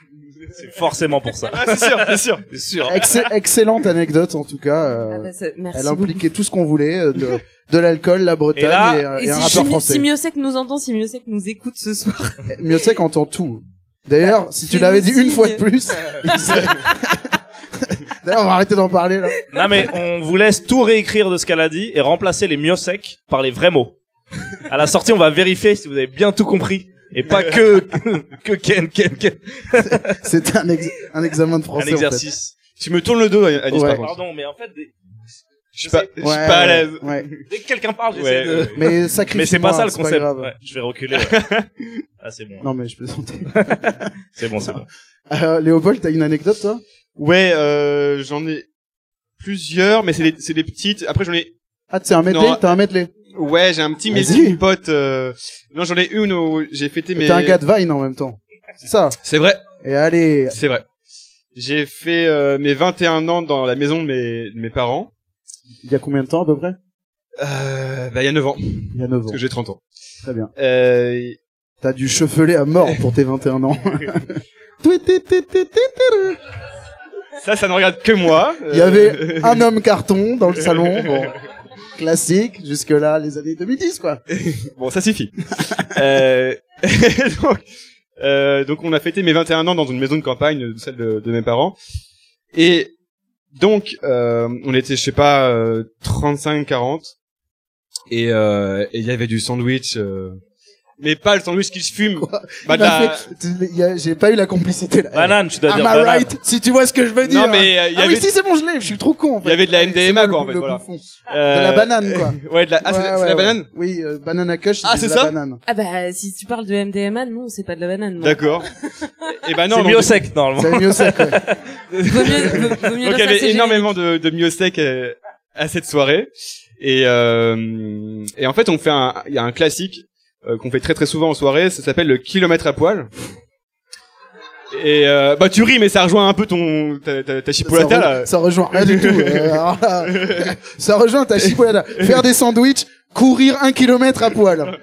Speaker 3: C'est forcément pour ça.
Speaker 2: Ah, c'est sûr, c'est sûr.
Speaker 3: C'est sûr.
Speaker 1: Excell- excellente anecdote en tout cas. euh,
Speaker 5: Ah bah, ça- merci
Speaker 1: elle
Speaker 5: beaucoup.
Speaker 1: impliquait tout ce qu'on voulait, euh, de, de l'alcool, la Bretagne et,
Speaker 3: Et là-
Speaker 1: euh,
Speaker 5: Et
Speaker 1: et un
Speaker 5: si,
Speaker 1: rappeur
Speaker 5: Chimi- si
Speaker 1: français.
Speaker 5: Miosek nous entend, si Miosek nous écoute ce soir.
Speaker 1: Mieux sec entend tout. D'ailleurs, si tu
Speaker 5: c'est
Speaker 1: l'avais dit une
Speaker 5: signe.
Speaker 1: fois de plus. il serait- D'ailleurs, on va arrêter d'en parler là.
Speaker 3: Non mais on vous laisse tout réécrire de ce qu'elle a dit et remplacer les mieux secs par les vrais mots. À la sortie, on va vérifier si vous avez bien tout compris et pas que que Ken Ken Ken.
Speaker 1: C'était un, ex- un examen de français.
Speaker 3: Un exercice.
Speaker 2: Tu me tournes le dos, Anis,
Speaker 1: Ouais.
Speaker 2: par contre.
Speaker 3: Pardon, mais en fait, dès,
Speaker 2: Je suis pas, je suis
Speaker 1: En fait. Ouais,
Speaker 2: pas à l'aise.
Speaker 1: ouais, ouais.
Speaker 3: dès que quelqu'un parle, j'essaie
Speaker 2: Ouais,
Speaker 3: de.
Speaker 2: ouais.
Speaker 1: Mais sacrifie
Speaker 3: Mais c'est pas ça le
Speaker 1: Pas
Speaker 3: concept.
Speaker 1: grave.
Speaker 3: Ouais, je vais reculer. ouais. Ah c'est bon.
Speaker 1: Non mais je plaisantais.
Speaker 3: C'est bon, c'est bon.
Speaker 1: Euh, Léopold, t'as une anecdote toi
Speaker 2: Ouais, euh, j'en ai plusieurs, mais c'est des, c'est des petites. Après, j'en ai,
Speaker 1: Ah c'est un medley,
Speaker 2: Non.
Speaker 1: t'as un medley.
Speaker 2: ouais, j'ai un petit
Speaker 1: Vas-y.
Speaker 2: meeting pote, euh, non, j'en ai une où j'ai fêté mes...
Speaker 1: T'es un gars de Vine en même temps. C'est ça.
Speaker 2: C'est vrai,
Speaker 1: Et allez.
Speaker 2: c'est vrai. J'ai fait euh, mes 21 ans dans la maison de mes, de mes parents.
Speaker 1: Il y a combien de temps à peu près
Speaker 2: Euh, bah, il y a 9 ans,
Speaker 1: Il y a 9 ans.
Speaker 2: parce que j'ai 30 ans.
Speaker 1: Très bien.
Speaker 2: Euh,
Speaker 1: T'as dû cheveler à mort pour tes 21 ans.
Speaker 2: ça, ça ne regarde que moi.
Speaker 1: Il y
Speaker 2: Euh.
Speaker 1: avait un homme carton dans le salon. Bon. Classique, jusque-là, les années 2010, quoi.
Speaker 2: Bah, Bon, ça suffit. euh... donc, euh, donc, on a fêté mes 21 ans dans une maison de campagne, celle de, de mes parents. Et donc, euh, on était, je sais pas, euh, 35, 40. Et euh, et il y avait du sandwich. euh, Mais pas le sandwich qui se fume. bah,
Speaker 1: Il
Speaker 2: de la-
Speaker 1: m'a fait- tu- il y a- J'ai pas eu la complicité, là.
Speaker 2: Bah,
Speaker 3: Banane, tu dois
Speaker 1: Eh, Am
Speaker 3: dire
Speaker 1: I
Speaker 3: banane.
Speaker 1: right? Si tu vois ce que je veux dire.
Speaker 2: Non, mais euh, il y
Speaker 1: Ah
Speaker 2: avait...
Speaker 1: oui, si, c'est bon, je l'ai, je suis trop con, en fait.
Speaker 2: Il y avait de la MDMA,
Speaker 1: C'est moi le-
Speaker 2: quoi, en fait,
Speaker 1: le
Speaker 2: voilà.
Speaker 1: bouffon.
Speaker 2: euh,
Speaker 1: De la banane, quoi.
Speaker 2: Ouais, de la... Ah, c'est
Speaker 1: Ouais,
Speaker 2: c'est
Speaker 1: ouais,
Speaker 2: la
Speaker 1: ouais.
Speaker 2: banane
Speaker 1: Oui, euh, banane à coche,
Speaker 2: Ah,
Speaker 1: c'est de
Speaker 2: c'est
Speaker 1: la
Speaker 2: ça
Speaker 1: banane.
Speaker 5: Ah bah, si tu parles de MDMA, non, c'est pas de la banane. non.
Speaker 2: D'accord. et ben non.
Speaker 3: C'est
Speaker 2: donc-
Speaker 3: mieux au sec, normalement.
Speaker 1: C'est mieux sec, ouais.
Speaker 5: Vaut mieux, vaut, vaut mieux
Speaker 2: Donc
Speaker 5: dire
Speaker 2: il y
Speaker 5: ça,
Speaker 2: avait
Speaker 5: c'est générique.
Speaker 2: énormément de, de mieux sec euh, à cette soirée. Et, euh, et en fait, on fait un, il y a un classique euh, qu'on fait très très souvent en soirée. Ça s'appelle le kilomètre à poil. Et euh, bah tu ris, mais ça rejoint un peu ton ta, ta, ta chipolata
Speaker 1: ça, re-
Speaker 2: là.
Speaker 1: ça rejoint rien du tout. euh, alors là, ça rejoint ta chipolata. Faire des sandwichs, courir un kilomètre à poil.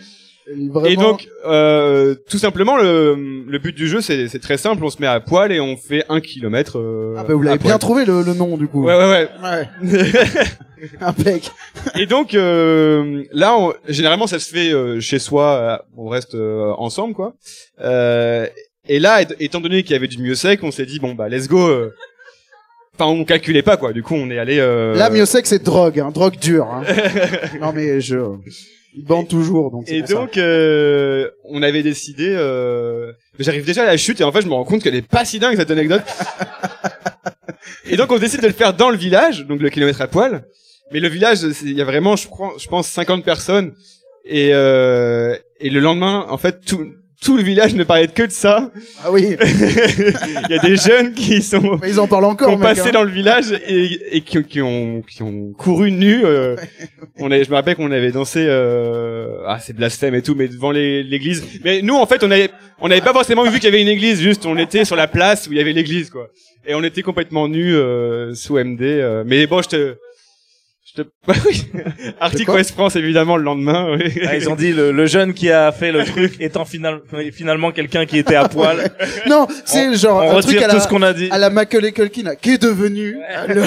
Speaker 1: Vraiment,
Speaker 2: Et donc, euh, tout simplement, le, le but du jeu, c'est c'est très simple. On se met à poil et on fait un kilomètre. euh,
Speaker 1: Ah bah, vous
Speaker 2: à
Speaker 1: l'avez bien
Speaker 2: poil.
Speaker 1: trouvé le, le nom du coup.
Speaker 2: Ouais ouais ouais.
Speaker 1: Ouais. Impec.
Speaker 2: Et donc euh, là, on- généralement, ça se fait euh, chez soi. euh, on reste euh, ensemble, quoi. Euh, et là, et- étant donné qu'il y avait du mieux sec, on s'est dit bon bah let's go. euh. Enfin, on calculait pas quoi. Du coup, on est allé. euh,
Speaker 1: Là, mieux sec, c'est drogue, hein, drogue dure. hein. non mais je, il bande toujours donc. c'est
Speaker 2: Et
Speaker 1: pour ça.
Speaker 2: donc, euh, on avait décidé. Euh... J'arrive déjà à la chute et en fait, je me rends compte qu'elle est pas si dingue cette anecdote. et donc, on décide de le faire dans le village, donc le kilomètre à poil. Mais le village, c'est- il y a vraiment, je, crois, je pense, 50 personnes. Et, euh, et le lendemain, en fait, tout, tout le village ne parlait que de ça.
Speaker 1: Ah oui,
Speaker 2: Il y a des jeunes qui sont
Speaker 1: mais ils en parlent
Speaker 2: qui
Speaker 1: encore.
Speaker 2: ont
Speaker 1: mec,
Speaker 2: passé
Speaker 1: hein.
Speaker 2: dans le village et, et qui, qui ont, qui ont couru nus. euh, on avait, je me rappelle qu'on avait dansé, euh, ah c'est blasphème et tout, mais devant les- l'église. Mais nous en fait on avait, on n'avait pas forcément vu qu'il y avait une église, juste on était sur la place où il y avait l'église quoi. Et on était complètement nus euh, sous MD. euh, mais bon je te, je te, oui. Arctic
Speaker 1: quoi
Speaker 2: West France évidemment le lendemain. oui.
Speaker 3: Ah, ils ont dit le, le jeune qui a fait le truc étant final- finalement quelqu'un qui était à poil.
Speaker 1: Non, c'est genre
Speaker 3: On
Speaker 1: un truc
Speaker 3: retire
Speaker 1: à
Speaker 3: tout
Speaker 1: la,
Speaker 3: ce qu'on a dit.
Speaker 1: à la Macaulay Culkin, là, qui est devenu le,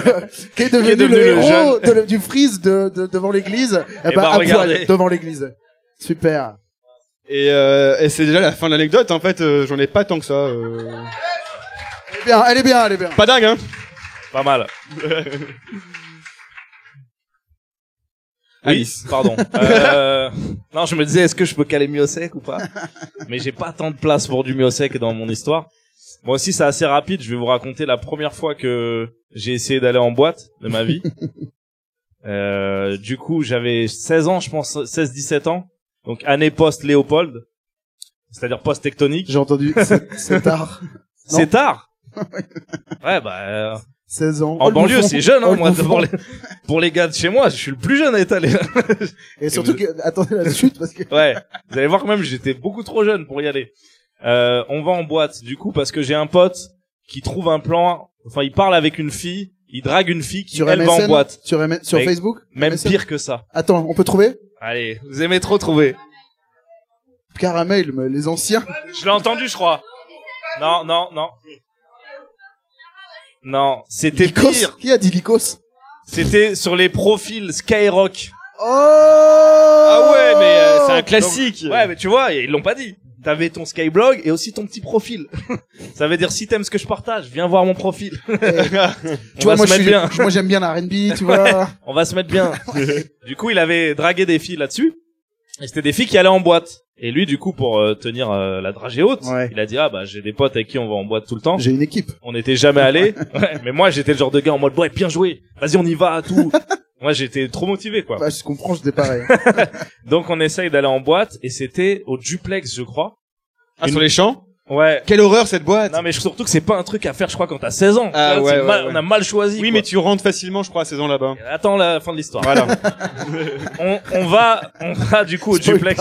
Speaker 1: qui est devenu,
Speaker 3: devenu
Speaker 1: le,
Speaker 3: le
Speaker 1: héros de le- du freeze de, de- devant l'église, eh
Speaker 3: Eh
Speaker 1: ben,
Speaker 3: ben,
Speaker 1: à
Speaker 3: regardez.
Speaker 1: poil devant l'église. Super.
Speaker 2: Et, euh, et c'est déjà la fin de l'anecdote en fait. euh, J'en ai pas tant que ça. euh.
Speaker 1: Elle est bien, elle est bien, elle est bien.
Speaker 2: Pas dingue hein.
Speaker 3: Pas mal. Oui,
Speaker 2: Alice.
Speaker 3: pardon. Euh, non, je me disais, est-ce que je peux caler mieux au sec ou pas Mais j'ai pas tant de place pour du mieux au sec dans mon histoire. Moi aussi, c'est assez rapide. Je vais vous raconter la première fois que j'ai essayé d'aller en boîte de ma vie. Euh, du coup, j'avais 16 ans, je pense, 16-17 ans. Donc, année post-Léopold. C'est-à-dire post-tectonique.
Speaker 1: J'ai entendu, c'est- c'est tard. Non.
Speaker 3: C'est tard Ouais, bah... euh,
Speaker 1: 16 ans.
Speaker 3: en
Speaker 1: Oh, le
Speaker 3: banlieue,
Speaker 1: bouffon.
Speaker 3: c'est jeune,
Speaker 1: Oh,
Speaker 3: hein,
Speaker 1: le
Speaker 3: moi,
Speaker 1: bouffon.
Speaker 3: pour les, pour les gars de chez moi, je suis le plus jeune à être allé.
Speaker 1: Et surtout
Speaker 3: vous-
Speaker 1: que, attendez la chute parce que,
Speaker 3: Ouais. Vous allez voir que même j'étais beaucoup trop jeune pour y aller. Euh, on va en boîte du coup parce que j'ai un pote qui trouve un plan. Enfin, il parle avec une fille, il drague une fille qui
Speaker 1: sur
Speaker 3: elle va en
Speaker 1: MSN,
Speaker 3: boîte.
Speaker 1: sur, M- sur
Speaker 3: Mais-
Speaker 1: Facebook.
Speaker 3: Même
Speaker 1: MSN.
Speaker 3: pire que ça.
Speaker 1: Attends, on peut trouver?
Speaker 3: Allez, vous aimez trop trouver.
Speaker 1: Caramel, mais les anciens.
Speaker 3: Je l'ai entendu, je crois. Non, non, non. Non, c'était
Speaker 1: Lycos.
Speaker 3: pire.
Speaker 1: Qui a dit Lycos?
Speaker 3: C'était sur les profils Skyrock.
Speaker 1: Oh!
Speaker 3: Oh
Speaker 2: Ah
Speaker 1: Ah
Speaker 2: ouais mais euh, c'est un classique.
Speaker 3: Ouais, mais tu vois, ils l'ont pas dit. T'avais ton Skyblog et aussi ton petit profil. ça veut dire si t'aimes ce que je partage, viens voir mon profil. On
Speaker 1: Tu vois, moi,
Speaker 3: va se
Speaker 1: je
Speaker 3: mettre
Speaker 1: suis-
Speaker 3: bien.
Speaker 1: moi, j'aime bien la R&B, tu vois.
Speaker 3: on va se mettre bien. du coup, il avait dragué des filles là-dessus. Et c'était des filles qui allaient en boîte. Et lui, du coup, pour euh, tenir euh, la dragée haute,
Speaker 1: Ouais.
Speaker 3: il a dit, ah bah, j'ai des potes avec qui on va en boîte tout le temps.
Speaker 1: J'ai une équipe.
Speaker 3: On n'était jamais allés. Ouais, mais moi, j'étais le genre de gars en mode, ouais, bien joué. Vas-y, on y va, tout. moi, j'étais trop motivé, quoi.
Speaker 1: Bah, je comprends, j'étais pareil.
Speaker 3: Donc, on essaye d'aller en boîte. Et c'était au duplex, je crois.
Speaker 2: Ah sur les champs.
Speaker 3: Ouais.
Speaker 2: Quelle horreur cette boîte
Speaker 3: Non, mais surtout que c'est pas un truc à faire, je crois, quand t'as 16 ans.
Speaker 2: Ah,
Speaker 3: Tu vois,
Speaker 2: ouais,
Speaker 3: c'est
Speaker 2: ouais,
Speaker 3: mal-
Speaker 2: ouais.
Speaker 3: On a mal choisi.
Speaker 2: Oui,
Speaker 3: quoi.
Speaker 2: mais tu rentres facilement, je crois, à 16 ans là-bas.
Speaker 3: Attends la fin de l'histoire. Voilà. on, on va, on va du coup au
Speaker 1: Spoil
Speaker 3: duplex.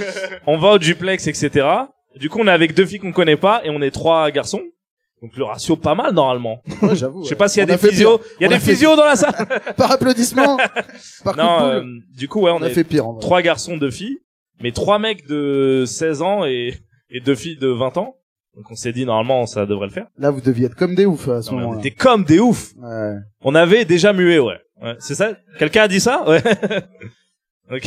Speaker 3: on va au duplex, etc. Du coup, on est avec deux filles qu'on connaît pas et on est trois garçons. Donc le ratio pas mal normalement.
Speaker 1: Ouais, j'avoue.
Speaker 3: Je
Speaker 1: ouais.
Speaker 3: sais pas s'il y a
Speaker 1: On a
Speaker 3: des
Speaker 1: fait
Speaker 3: physios. Il y a
Speaker 1: On a
Speaker 3: des
Speaker 1: fait
Speaker 3: physios dans la salle.
Speaker 1: pire. Par applaudissement. Par coup de
Speaker 3: Non,
Speaker 1: boule.
Speaker 3: euh, du coup ouais, on,
Speaker 1: on a
Speaker 3: est
Speaker 1: fait pire. En vrai.
Speaker 3: trois garçons, deux filles, mais trois mecs de 16 ans et et deux filles de 20 ans. Donc on s'est dit normalement ça devrait le faire.
Speaker 1: Là, vous deviez être comme des oufs à ce
Speaker 3: Non, mais on
Speaker 1: moment-là.
Speaker 3: était comme des oufs.
Speaker 1: Ouais.
Speaker 3: On avait déjà mué, ouais. ouais c'est ça Quelqu'un a dit ça Ouais. ok.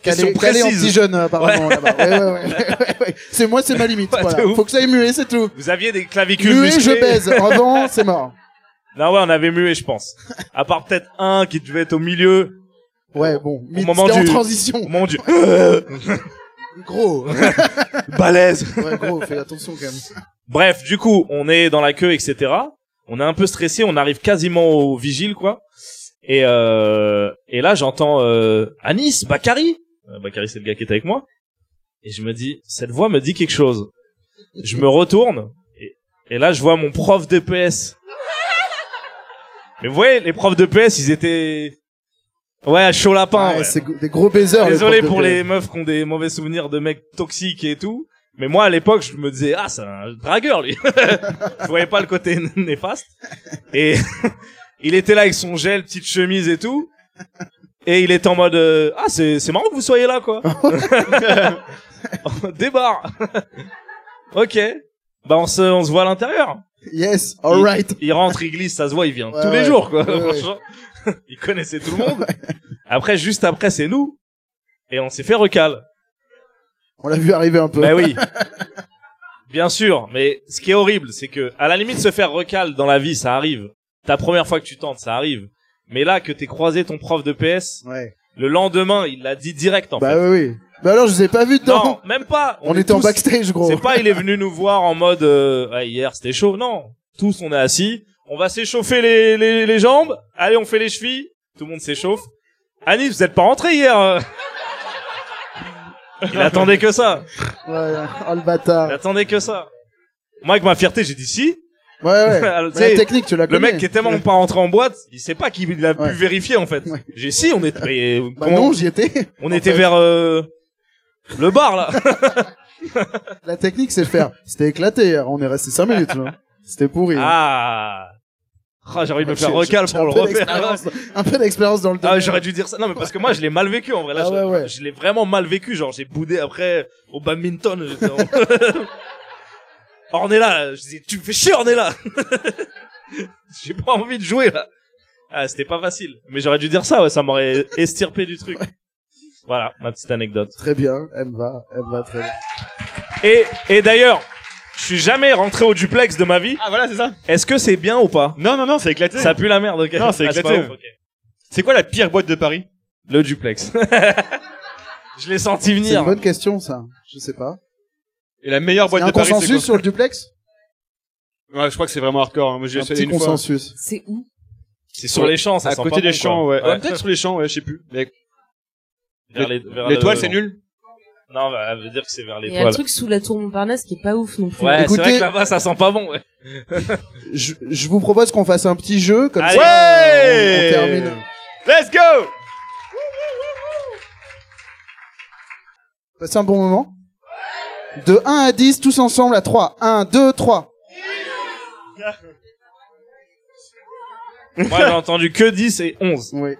Speaker 3: Question
Speaker 1: Calé, calé en petit
Speaker 3: précise.
Speaker 1: jeune, apparemment, là-bas. Ouais, ouais, ouais. ouais, ouais. C'est moi, c'est ma limite.
Speaker 3: Ouais, de
Speaker 1: voilà.
Speaker 3: ouf.
Speaker 1: Faut que ça aille muet, c'est tout.
Speaker 3: Vous aviez des clavicules
Speaker 1: Muet,
Speaker 3: musclées
Speaker 1: je baise. Avant, c'est mort.
Speaker 3: Non, ouais, on avait mué, je pense. À part peut-être un qui devait être au milieu.
Speaker 1: Ouais, bon. Mythe,
Speaker 3: moment
Speaker 1: c'était en
Speaker 3: du-
Speaker 1: transition.
Speaker 3: Mon dieu.
Speaker 1: Gros.
Speaker 3: Balèze.
Speaker 1: Ouais, gros, fais attention quand même.
Speaker 3: Bref, du coup, on est dans la queue, etc. On est un peu stressé, on arrive quasiment au vigile, quoi. Et, euh, et là, j'entends euh, Anis, Bakari. Euh, Bakari, c'est le gars qui est avec moi. Et je me dis, cette voix me dit quelque chose. Je me retourne, et, et là, je vois mon prof de PS. Mais vous voyez, les profs de PS, ils étaient... Ouais, chaud lapin.
Speaker 1: Ouais,
Speaker 3: ouais.
Speaker 1: C'est go- des gros baisers.
Speaker 3: Désolé
Speaker 1: profs de
Speaker 3: pour
Speaker 1: PS.
Speaker 3: les meufs qui ont des mauvais souvenirs de mecs toxiques et tout. Mais moi, à l'époque, je me disais, ah, c'est un dragueur, lui. je voyais pas le côté né- néfaste. Et il était là avec son gel, petite chemise et tout. Et il était en mode, euh, ah, c'est, c'est marrant que vous soyez là, quoi. Débarre. ok. Bah, on se, on se voit à l'intérieur.
Speaker 1: Yes, alright.
Speaker 3: Il rentre, il glisse, ça se voit, il vient
Speaker 1: Ouais,
Speaker 3: tous les
Speaker 1: ouais.
Speaker 3: jours, quoi.
Speaker 1: Ouais, ouais.
Speaker 3: Franchement, il connaissait tout le monde. Après, juste après, c'est nous. Et on s'est fait recal.
Speaker 1: On l'a vu arriver un peu.
Speaker 3: Bah oui. Bien sûr, mais ce qui est horrible, c'est que, à la limite, se faire recal dans la vie, ça arrive. Ta première fois que tu tentes, ça arrive. Mais là, que t'es croisé ton prof de PS,
Speaker 1: Ouais.
Speaker 3: le lendemain, il l'a dit direct, en
Speaker 1: Bah oui,
Speaker 3: fait.
Speaker 1: oui. Bah alors, je vous ai pas vu dedans.
Speaker 3: non, même pas.
Speaker 1: On,
Speaker 3: est
Speaker 1: était en
Speaker 3: tous-
Speaker 1: backstage, gros.
Speaker 3: C'est pas il est venu nous voir en mode euh, Ouais, hier c'était chaud. Non, tous on est assis, on va s'échauffer les, les, les jambes. Allez, on fait les chevilles. Tout le monde s'échauffe. Anis, vous êtes pas rentré hier. euh. Il attendait que ça.
Speaker 1: Ouais, ouais. Oh le
Speaker 3: Il
Speaker 1: bâtard.
Speaker 3: attendait que ça. Moi avec ma fierté, j'ai dit si.
Speaker 1: Ouais, ouais.
Speaker 3: Alors, tu
Speaker 1: Mais
Speaker 3: sais,
Speaker 1: la technique, tu l'as
Speaker 3: Le mec qui est tellement pas rentré en boîte, il sait pas qu'il l'a
Speaker 1: Ouais.
Speaker 3: pu vérifier en fait.
Speaker 1: Ouais.
Speaker 3: J'ai dit, si, on était mais, euh,
Speaker 1: Bah
Speaker 3: comment-
Speaker 1: non, j'y étais.
Speaker 3: on
Speaker 1: en
Speaker 3: était
Speaker 1: fait.
Speaker 3: vers euh, le bar là.
Speaker 1: La technique, c'est faire. C'était éclaté hier. On est resté 5 minutes, là. C'était pourri. hein.
Speaker 3: ah. Ah, j'ai envie de me
Speaker 1: J'ai-
Speaker 3: faire recal
Speaker 1: j'ai
Speaker 3: pour
Speaker 1: un
Speaker 3: le
Speaker 1: peu
Speaker 3: refaire.
Speaker 1: d'expérience- Un peu d'expérience dans le
Speaker 3: Ah,
Speaker 1: domaine.
Speaker 3: j'aurais dû dire ça. Non, mais parce que moi, je l'ai mal vécu en vrai. Là,
Speaker 1: Ah
Speaker 3: je,
Speaker 1: ouais, ouais.
Speaker 3: je l'ai vraiment mal vécu. Genre, j'ai boudé après au badminton. j'étais en- Ornella, là, je disais, tu me fais chier, Ornella. j'ai pas envie de jouer là. Ah, c'était pas facile. Mais j'aurais dû dire ça. Ouais, ça m'aurait estirpé du truc. Voilà, ma petite anecdote.
Speaker 1: Très bien. Elle me va. Elle me va très bien.
Speaker 3: Et et d'ailleurs, je suis jamais rentré au duplex de ma vie.
Speaker 2: Ah voilà, c'est ça.
Speaker 3: Est-ce que c'est bien ou pas
Speaker 2: Non, non, non, c'est éclaté.
Speaker 3: Ça pue la merde. ok.
Speaker 2: Non, c'est
Speaker 3: Ah, pas
Speaker 2: éclaté.
Speaker 3: ouf, ok.
Speaker 2: C'est quoi la pire boîte de Paris
Speaker 3: Le duplex. je l'ai senti
Speaker 1: C'est une
Speaker 3: venir.
Speaker 1: bonne question, ça. Je sais pas.
Speaker 2: Et la meilleure
Speaker 1: Il y
Speaker 2: boîte
Speaker 1: a un
Speaker 2: de Paris c'est
Speaker 1: consensus
Speaker 2: quoi
Speaker 1: sur le duplex?
Speaker 2: Ouais, je crois que c'est vraiment hardcore. hein. Moi, j'ai
Speaker 1: Un
Speaker 2: essayé
Speaker 1: petit
Speaker 2: une fois.
Speaker 1: consensus.
Speaker 5: C'est où
Speaker 3: C'est sur les champs, ça
Speaker 2: À
Speaker 3: sent
Speaker 2: côté
Speaker 3: pas
Speaker 2: des
Speaker 3: bon,
Speaker 2: champs,
Speaker 3: quoi.
Speaker 2: ouais. Ah, Peut-être sur les champs, ouais, je sais plus. euh, Mais
Speaker 3: Vers les- vers
Speaker 2: L'étoile,
Speaker 3: le-
Speaker 2: c'est nul.
Speaker 3: Non, bah, elle veut dire que c'est vers
Speaker 5: Il y a le
Speaker 3: l'étoile.
Speaker 5: truc sous la tour Montparnasse qui est pas ouf non plus.
Speaker 3: Ouais,
Speaker 1: Écoutez-
Speaker 3: c'est vrai que là-bas, ça sent pas bon, ouais.
Speaker 1: Je, je vous propose qu'on fasse un petit jeu, comme
Speaker 3: Allez.
Speaker 1: ça.
Speaker 2: Ouais
Speaker 1: on- on termine.
Speaker 2: Let's go
Speaker 1: Passez un bon moment. De 1 à 10, tous ensemble à 3. 1, 2, 3.
Speaker 3: Moi, j'ai entendu que 10 et 11.
Speaker 1: Oui.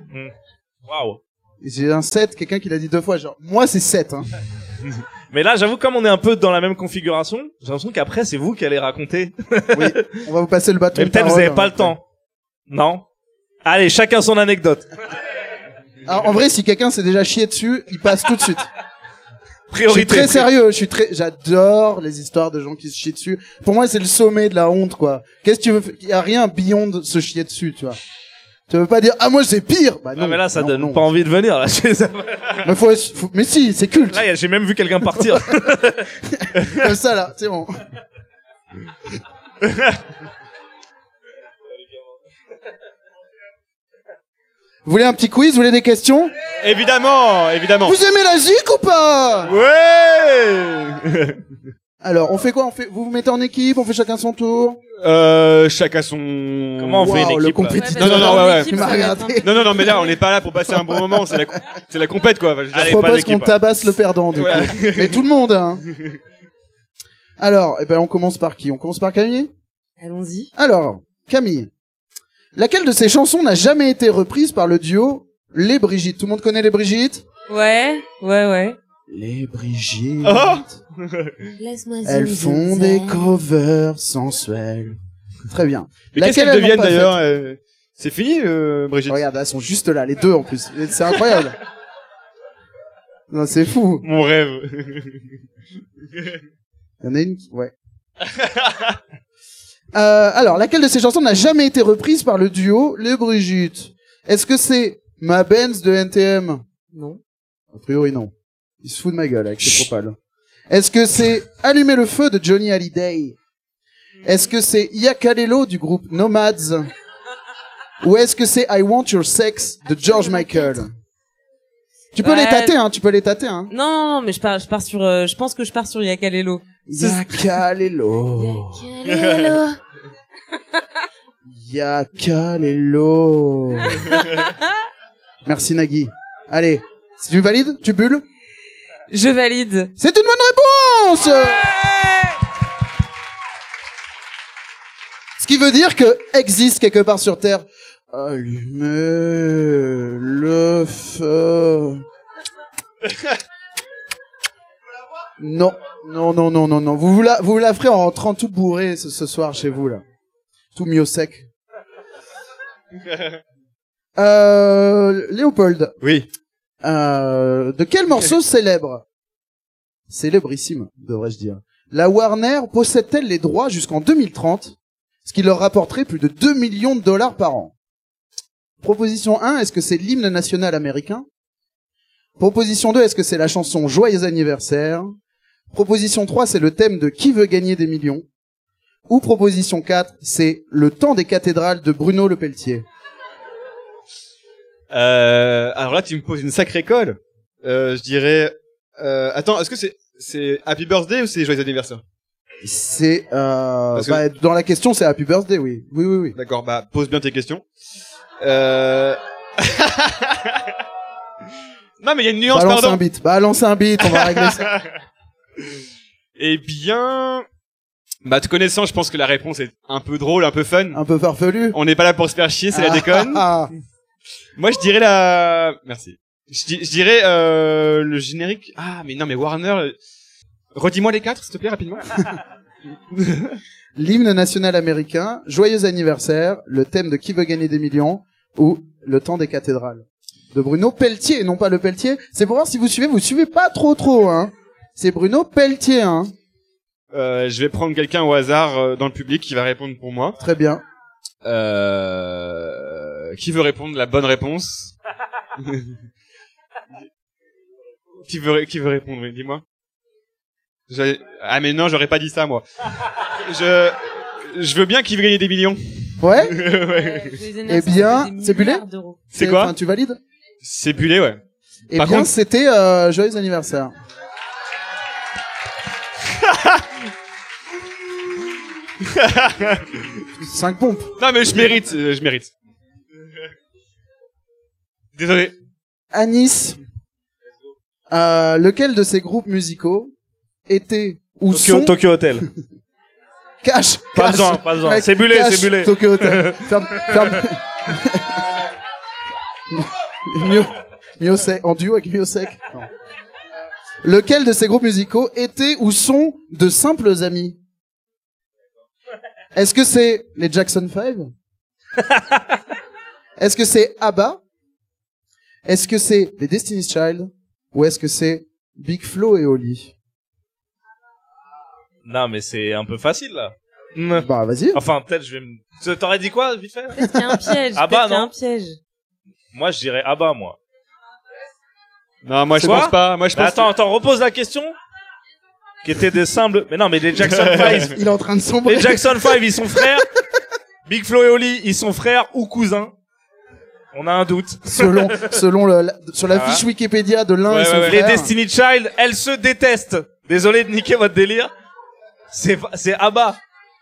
Speaker 3: Waouh.
Speaker 1: J'ai un 7, quelqu'un qui l'a dit deux fois, genre, moi c'est 7. Hein.
Speaker 3: Mais là, j'avoue, comme on est un peu dans la même configuration, j'ai l'impression qu'après, c'est vous qui allez raconter.
Speaker 1: On va vous passer le bâton.
Speaker 3: Mais
Speaker 1: de
Speaker 3: peut-être vous
Speaker 1: parole,
Speaker 3: avez pas
Speaker 1: hein.
Speaker 3: le temps. Non? Allez, chacun son anecdote.
Speaker 1: Alors, en vrai, si quelqu'un s'est déjà chié dessus, il passe tout de suite. je suis
Speaker 3: Priorité.
Speaker 1: très sérieux, je suis très, j'adore les histoires de gens qui se chient dessus. Pour moi, c'est le sommet de la honte, quoi. Qu'est-ce que tu veux, fa- il y a rien beyond de se chier dessus, tu vois. Tu veux pas dire, ah, moi, c'est pire! Bah, non.
Speaker 3: Non, mais là, ça
Speaker 1: non,
Speaker 3: donne
Speaker 1: non.
Speaker 3: pas envie de venir, là. là,
Speaker 1: Mais faut- faut- mais si, c'est culte.
Speaker 3: y a- j'ai même vu quelqu'un partir.
Speaker 1: Comme ça, là, c'est bon. Vous voulez un petit quiz Vous voulez des questions
Speaker 2: Évidemment, évidemment.
Speaker 1: Vous aimez la zik ou pas
Speaker 2: Ouais
Speaker 1: Alors, on fait quoi on fait... Vous vous mettez en équipe, on fait chacun son tour
Speaker 2: Euh, chacun son...
Speaker 3: Comment on fait une
Speaker 1: Waouh, le
Speaker 3: équipe, là
Speaker 1: compétiteur.
Speaker 2: Non, non, non, ouais, ouais.
Speaker 1: Tu m'as regardé.
Speaker 2: Non, non, non, mais là, on n'est pas là pour passer un bon moment, c'est la, co- c'est la compète, quoi. Enfin, je veux dire,
Speaker 1: Je
Speaker 3: Allez, pas
Speaker 1: propose
Speaker 3: d'équipe,
Speaker 1: qu'on
Speaker 3: hein.
Speaker 1: tabasse le perdant, du coup.
Speaker 2: Voilà.
Speaker 1: Mais tout le monde, hein Alors, eh ben, on commence par qui On commence par Camille
Speaker 5: Allons-y.
Speaker 1: Alors, Camille, laquelle de ces chansons n'a jamais été reprise par le duo Les Brigitte Tout le monde connaît les Brigitte
Speaker 5: Ouais, ouais, ouais.
Speaker 1: Les Brigitte,
Speaker 2: Oh
Speaker 5: Laisse-moi
Speaker 1: elles font des covers sensuels. Très bien.
Speaker 2: Mais qu'est-ce
Speaker 1: Laquelle
Speaker 2: qu'elles
Speaker 1: elles
Speaker 2: deviennent
Speaker 1: n'ont pas
Speaker 2: d'ailleurs euh, C'est fini, euh, Brigitte
Speaker 1: Regarde, elles sont juste là, les deux en plus. C'est incroyable. non, c'est fou.
Speaker 2: Mon rêve.
Speaker 1: Il y en a une qui... Ouais. Euh, alors, laquelle de ces chansons n'a jamais été reprise par le duo Les Brigitte Est-ce que c'est Ma Benz de NTM
Speaker 5: Non.
Speaker 1: A priori, non. Il se fout de ma gueule avec ses propales. Est-ce que c'est Allumer le feu de Johnny Hallyday Est-ce que c'est Yakalelo du groupe Nomads Ou est-ce que c'est I Want Your Sex de George Michael Tu peux
Speaker 5: Ouais.
Speaker 1: les tâter, hein, tu peux les tâter, hein.
Speaker 5: Non, non, non, mais je pars, je pars sur, euh, je pense que je pars sur Yakalelo.
Speaker 1: Yakalelo. Yakalelo. Merci Nagui. Allez, si tu valides, tu bulles
Speaker 5: Je valide.
Speaker 1: C'est une bonne réponse Ce qui veut dire que existe quelque part sur Terre. Allumez le feu. Non, non, non, non, non, non. Vous vous la, vous vous la ferez en rentrant tout bourré ce, ce soir chez vous, là. Tout mis au sec. Euh, Léopold,
Speaker 2: oui.
Speaker 1: euh, de quel morceau célèbre Célébrissime, devrais-je dire. La Warner possède-t-elle les droits jusqu'en 2030, ce qui leur rapporterait plus de 2 millions de dollars par an Proposition 1, est-ce que c'est l'hymne national américain Proposition 2, est-ce que c'est la chanson Joyeux anniversaire Proposition 3, c'est le thème de Qui veut gagner des millions Ou proposition 4, c'est le temps des cathédrales de Bruno Le Pelletier.
Speaker 2: Euh, alors là, tu me poses une sacrée colle. Euh, je dirais. Euh, attends, est-ce que c'est c'est Happy Birthday ou c'est Joyeux anniversaire
Speaker 1: C'est euh,
Speaker 2: Parce que-
Speaker 1: bah, dans la question, c'est Happy Birthday, oui, oui, oui, oui.
Speaker 2: D'accord, bah pose bien tes questions. Euh... non, mais il y a une nuance,
Speaker 1: Balance
Speaker 2: pardon.
Speaker 1: Bah, un beat, balance un beat, on va régler ça.
Speaker 2: Eh bien, bah te connaissant, je pense que la réponse est un peu drôle, un peu fun.
Speaker 1: Un peu farfelu.
Speaker 2: On n'est pas là pour se faire chier, c'est la
Speaker 1: Ah,
Speaker 2: déconne.
Speaker 1: ah,
Speaker 2: Moi, je dirais la. Merci. Je, di- je dirais euh, le générique. Ah, mais non, mais Warner. euh, Redis-moi les quatre, s'il te plaît, rapidement.
Speaker 1: L'hymne national américain, joyeux anniversaire, le thème de qui veut gagner des millions ou le temps des cathédrales. De Bruno Pelletier, et non pas le Pelletier. C'est pour voir si vous suivez, vous suivez pas trop trop, hein. C'est Bruno Pelletier, hein.
Speaker 2: Euh, je vais prendre quelqu'un au hasard euh, dans le public qui va répondre pour moi.
Speaker 1: Très bien.
Speaker 2: Euh... Qui veut répondre la bonne réponse Qui veut ré- qui veut répondre oui, Dis-moi. Je- Ah mais non, j'aurais pas dit ça moi. Je je veux bien qu'il veut gagner des millions.
Speaker 1: Ouais?
Speaker 2: Ouais.
Speaker 5: Eh
Speaker 1: bien, c'est Bullet
Speaker 2: C'est quoi
Speaker 1: Enfin, tu valides?
Speaker 2: C'est Bullet, ouais.
Speaker 1: Eh
Speaker 2: Par
Speaker 1: bien,
Speaker 2: contre-
Speaker 1: c'était, euh, joyeux anniversaire. Cinq pompes.
Speaker 2: Non mais je mérite, euh, je mérite. Désolé.
Speaker 1: Anis, euh, lequel de ces groupes musicaux était ou
Speaker 3: Tokyo,
Speaker 1: sont
Speaker 3: Tokyo Hotel.
Speaker 1: cash
Speaker 3: Pas
Speaker 1: cash,
Speaker 3: besoin, pas besoin.
Speaker 1: mec,
Speaker 3: C'est bulé,
Speaker 1: cash,
Speaker 3: c'est bulé.
Speaker 1: Tokyo Hotel. ferme, ferme. Mio, Mio Sec- en duo avec Mio Sec. Non. Lequel de ces groupes musicaux étaient ou sont de simples amis Est-ce que c'est les Jackson 5 Est-ce que c'est ABBA Est-ce que c'est les Destiny's Child Ou est-ce que c'est Big Flo et Oli
Speaker 3: Non, mais c'est un peu facile, là.
Speaker 1: Bah vas-y.
Speaker 3: Enfin, peut-être je vais me... Tu- T'aurais dit quoi, vite fait
Speaker 5: Peut-être qu'il y a un piège.
Speaker 3: Ah
Speaker 5: Ah
Speaker 3: bah,
Speaker 5: bah,
Speaker 3: non.
Speaker 5: un piège.
Speaker 3: Moi, je dirais Abba, moi.
Speaker 2: Non, moi je
Speaker 3: C'est
Speaker 2: pense
Speaker 3: quoi
Speaker 2: pas. Moi je
Speaker 3: Mais
Speaker 2: pense.
Speaker 3: attends, attends, repose la question. Qui était des simples... Mais non, mais les Jackson 5...
Speaker 1: Il est en train de sombrer.
Speaker 3: les Jackson 5, ils sont frères. Big Flo et Oli, ils sont frères ou cousins. On a un doute.
Speaker 1: selon selon le, la- sur la
Speaker 3: Ah ouais.
Speaker 1: fiche Wikipédia de l'un
Speaker 2: Ouais,
Speaker 1: et son
Speaker 2: ouais, ouais.
Speaker 3: Les
Speaker 1: frère.
Speaker 3: Destiny Child, elles se détestent. Désolé de niquer votre délire. C'est c'est Abba.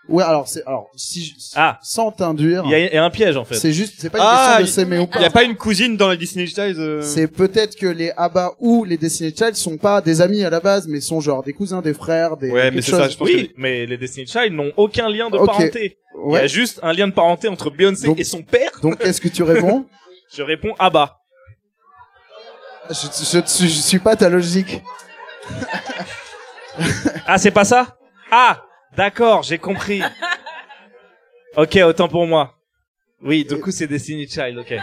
Speaker 1: Ouais, alors c'est alors si je-
Speaker 3: Ah.
Speaker 1: sans t'induire,
Speaker 3: Il y a- il y a un piège en fait.
Speaker 1: c'est juste c'est pas une
Speaker 2: Ah,
Speaker 1: question de s'aimer ou
Speaker 2: Il y a
Speaker 1: pas.
Speaker 2: pas une cousine dans les Disney Channel, euh,
Speaker 1: C'est peut-être que les Abba ou les Destiny Child sont pas des amis à la base, mais sont genre des cousins, des frères, des
Speaker 2: Ouais,
Speaker 1: quelque
Speaker 2: mais c'est
Speaker 1: chose.
Speaker 2: ça. Je pense.
Speaker 3: Oui, mais les Destiny Child n'ont aucun lien de
Speaker 1: Ok.
Speaker 3: parenté. Il y a
Speaker 1: Ouais.
Speaker 3: juste un lien de parenté entre Beyoncé
Speaker 1: Donc-
Speaker 3: et son père.
Speaker 1: Donc, est-ce que tu réponds
Speaker 3: Je réponds Abba.
Speaker 1: je, je, je- je suis pas ta logique.
Speaker 3: Ah, c'est pas ça Ah, d'accord, j'ai compris. Ok, autant pour moi. Oui, du coup, c'est Destiny Child, ok.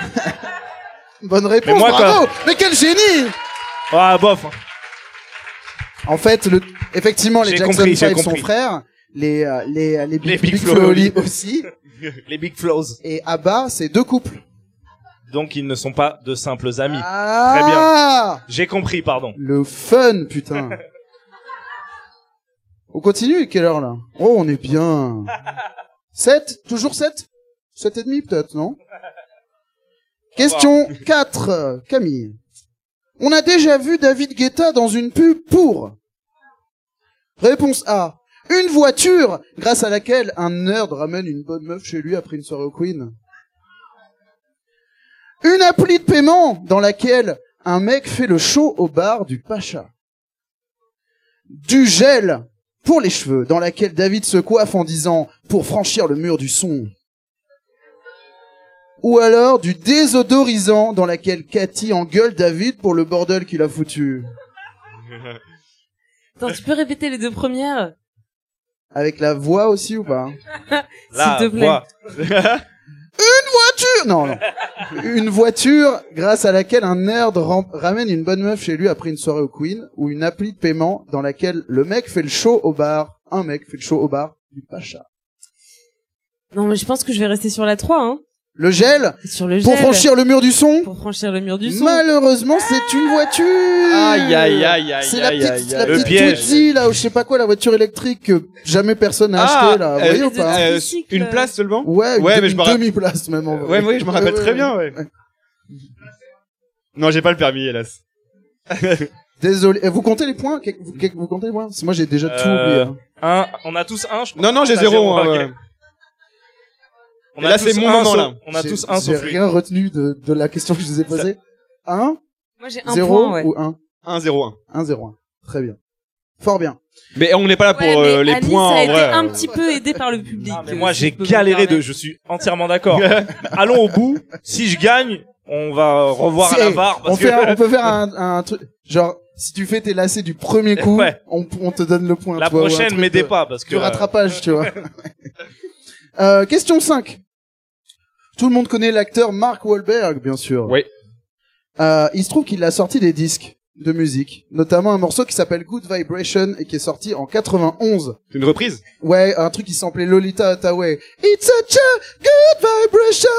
Speaker 1: Bonne réponse,
Speaker 3: moi,
Speaker 1: bravo Mais quel génie
Speaker 3: Ah, bof. hein.
Speaker 1: En fait, le, effectivement, les
Speaker 3: J'ai
Speaker 1: Jackson
Speaker 3: compris, j'ai
Speaker 1: 5 sont
Speaker 3: compris.
Speaker 1: frères, les, euh, les, les Big,
Speaker 3: Les Big
Speaker 1: Big
Speaker 3: Flo
Speaker 1: Flo
Speaker 3: Oli.
Speaker 1: Oli aussi,
Speaker 3: Les Big Flows.
Speaker 1: et Abba, c'est deux couples.
Speaker 3: Donc, ils ne sont pas de simples amis.
Speaker 1: Ah
Speaker 3: J'ai compris, pardon.
Speaker 1: Le fun, putain On continue, quelle heure là Oh, on est bien 7 Toujours 7 7 et demi peut-être, non Question 4, Camille. On a déjà vu David Guetta dans une pub pour Réponse A. Une voiture grâce à laquelle un nerd ramène une bonne meuf chez lui après une soirée au Queen. Une appli de paiement dans laquelle un mec fait le show au bar du Pacha. Du gel pour les cheveux dans laquelle David se coiffe en disant pour franchir le mur du son. Ou alors du désodorisant dans laquelle Cathy engueule David pour le bordel qu'il a foutu.
Speaker 5: Attends, tu peux répéter les deux premières
Speaker 1: Avec la voix aussi ou pas
Speaker 3: Là,
Speaker 5: S'il te plaît.
Speaker 3: moi.
Speaker 1: voiture Non, non. Une voiture grâce à laquelle un nerd ram- ramène une bonne meuf chez lui après une soirée au Queen ou une appli de paiement dans laquelle le mec fait le show au bar. Un mec fait le show au bar du Pacha.
Speaker 5: Non, mais je pense que je vais rester sur la 3, hein.
Speaker 1: Le gel
Speaker 5: Sur le gel.
Speaker 1: pour franchir le mur du son.
Speaker 5: Pour franchir le mur du son.
Speaker 1: Malheureusement, c'est une voiture.
Speaker 2: Aïe, aïe, aïe, aïe,
Speaker 1: C'est la
Speaker 2: aïe,
Speaker 1: petite,
Speaker 2: aïe,
Speaker 1: la
Speaker 2: aïe.
Speaker 3: Le
Speaker 1: petite
Speaker 3: piège.
Speaker 1: Tootie, là, ou je sais pas quoi, la voiture électrique que jamais personne n'a
Speaker 2: Ah,
Speaker 1: acheté, là. Vous
Speaker 2: euh,
Speaker 1: voyez ou
Speaker 5: les
Speaker 1: pas
Speaker 5: étoiles.
Speaker 2: Euh,
Speaker 5: Tricycle.
Speaker 2: une place seulement
Speaker 1: Ouais,
Speaker 2: Ouais,
Speaker 1: une
Speaker 2: mais je me rappelle-
Speaker 1: demi-place même, en vrai.
Speaker 2: Ouais, oui, je me rappelle
Speaker 1: Ouais,
Speaker 2: très
Speaker 1: ouais.
Speaker 2: bien, ouais. Non, j'ai pas le permis, hélas.
Speaker 1: Désolé. Et Vous comptez les points? Quel- Vous, quel- vous comptez les points? Parce que Moi, j'ai déjà tout
Speaker 3: Euh,
Speaker 1: oublié. hein.
Speaker 3: Un, on a tous un, je crois.
Speaker 2: Non, non, j'ai
Speaker 3: T'as
Speaker 2: zéro. hein,
Speaker 3: ok.
Speaker 2: ouais.
Speaker 3: On
Speaker 2: Et
Speaker 3: a
Speaker 2: là,
Speaker 3: tous
Speaker 2: c'est mon
Speaker 3: un
Speaker 2: moment,
Speaker 3: sauf-
Speaker 2: là.
Speaker 3: On a
Speaker 1: J'ai-
Speaker 3: tous un
Speaker 1: J'ai
Speaker 3: sauf lui.
Speaker 1: rien retenu de, de la question que je vous ai posée. 1,
Speaker 5: Moi, j'ai un
Speaker 1: 0
Speaker 5: point, ouais.
Speaker 1: ou 1?
Speaker 2: 1 0 1.
Speaker 1: 1, 0, 1. Très bien. Fort bien.
Speaker 2: Mais on n'est pas là pour
Speaker 5: Ouais, mais
Speaker 2: euh, les
Speaker 5: Alice
Speaker 2: points
Speaker 5: a
Speaker 2: en
Speaker 5: été
Speaker 2: vrai.
Speaker 5: un petit peu aidée par le public.
Speaker 3: Non, Ah, mais
Speaker 5: euh,
Speaker 3: moi,
Speaker 5: si
Speaker 3: j'ai
Speaker 5: je peux me
Speaker 3: galéré de,
Speaker 5: permettre.
Speaker 3: je suis entièrement d'accord. Allons au bout. Si je gagne, on va revoir à
Speaker 1: Si,
Speaker 3: la
Speaker 1: hey,
Speaker 3: barre.
Speaker 1: On,
Speaker 3: Parce
Speaker 1: fait
Speaker 3: que...
Speaker 1: un- on peut faire un, un truc. Genre, si tu fais tes lacets du premier coup,
Speaker 3: Ouais.
Speaker 1: on, on te donne le point.
Speaker 3: La
Speaker 1: tu vois, ou un
Speaker 3: prochaine,
Speaker 1: truc
Speaker 3: m'aidez
Speaker 1: de-
Speaker 3: pas parce que. euh,
Speaker 1: Du rattrapage, tu vois. Euh, question 5. Tout le monde connaît l'acteur Mark Wahlberg, bien sûr.
Speaker 2: Oui.
Speaker 1: Euh, il se trouve qu'il a sorti des disques de musique, notamment un morceau qui s'appelle Good Vibration et qui est sorti en 91.
Speaker 2: C'est une reprise
Speaker 1: Ouais, un truc qui s'appelait Lolita Hathaway. It's such a good vibration.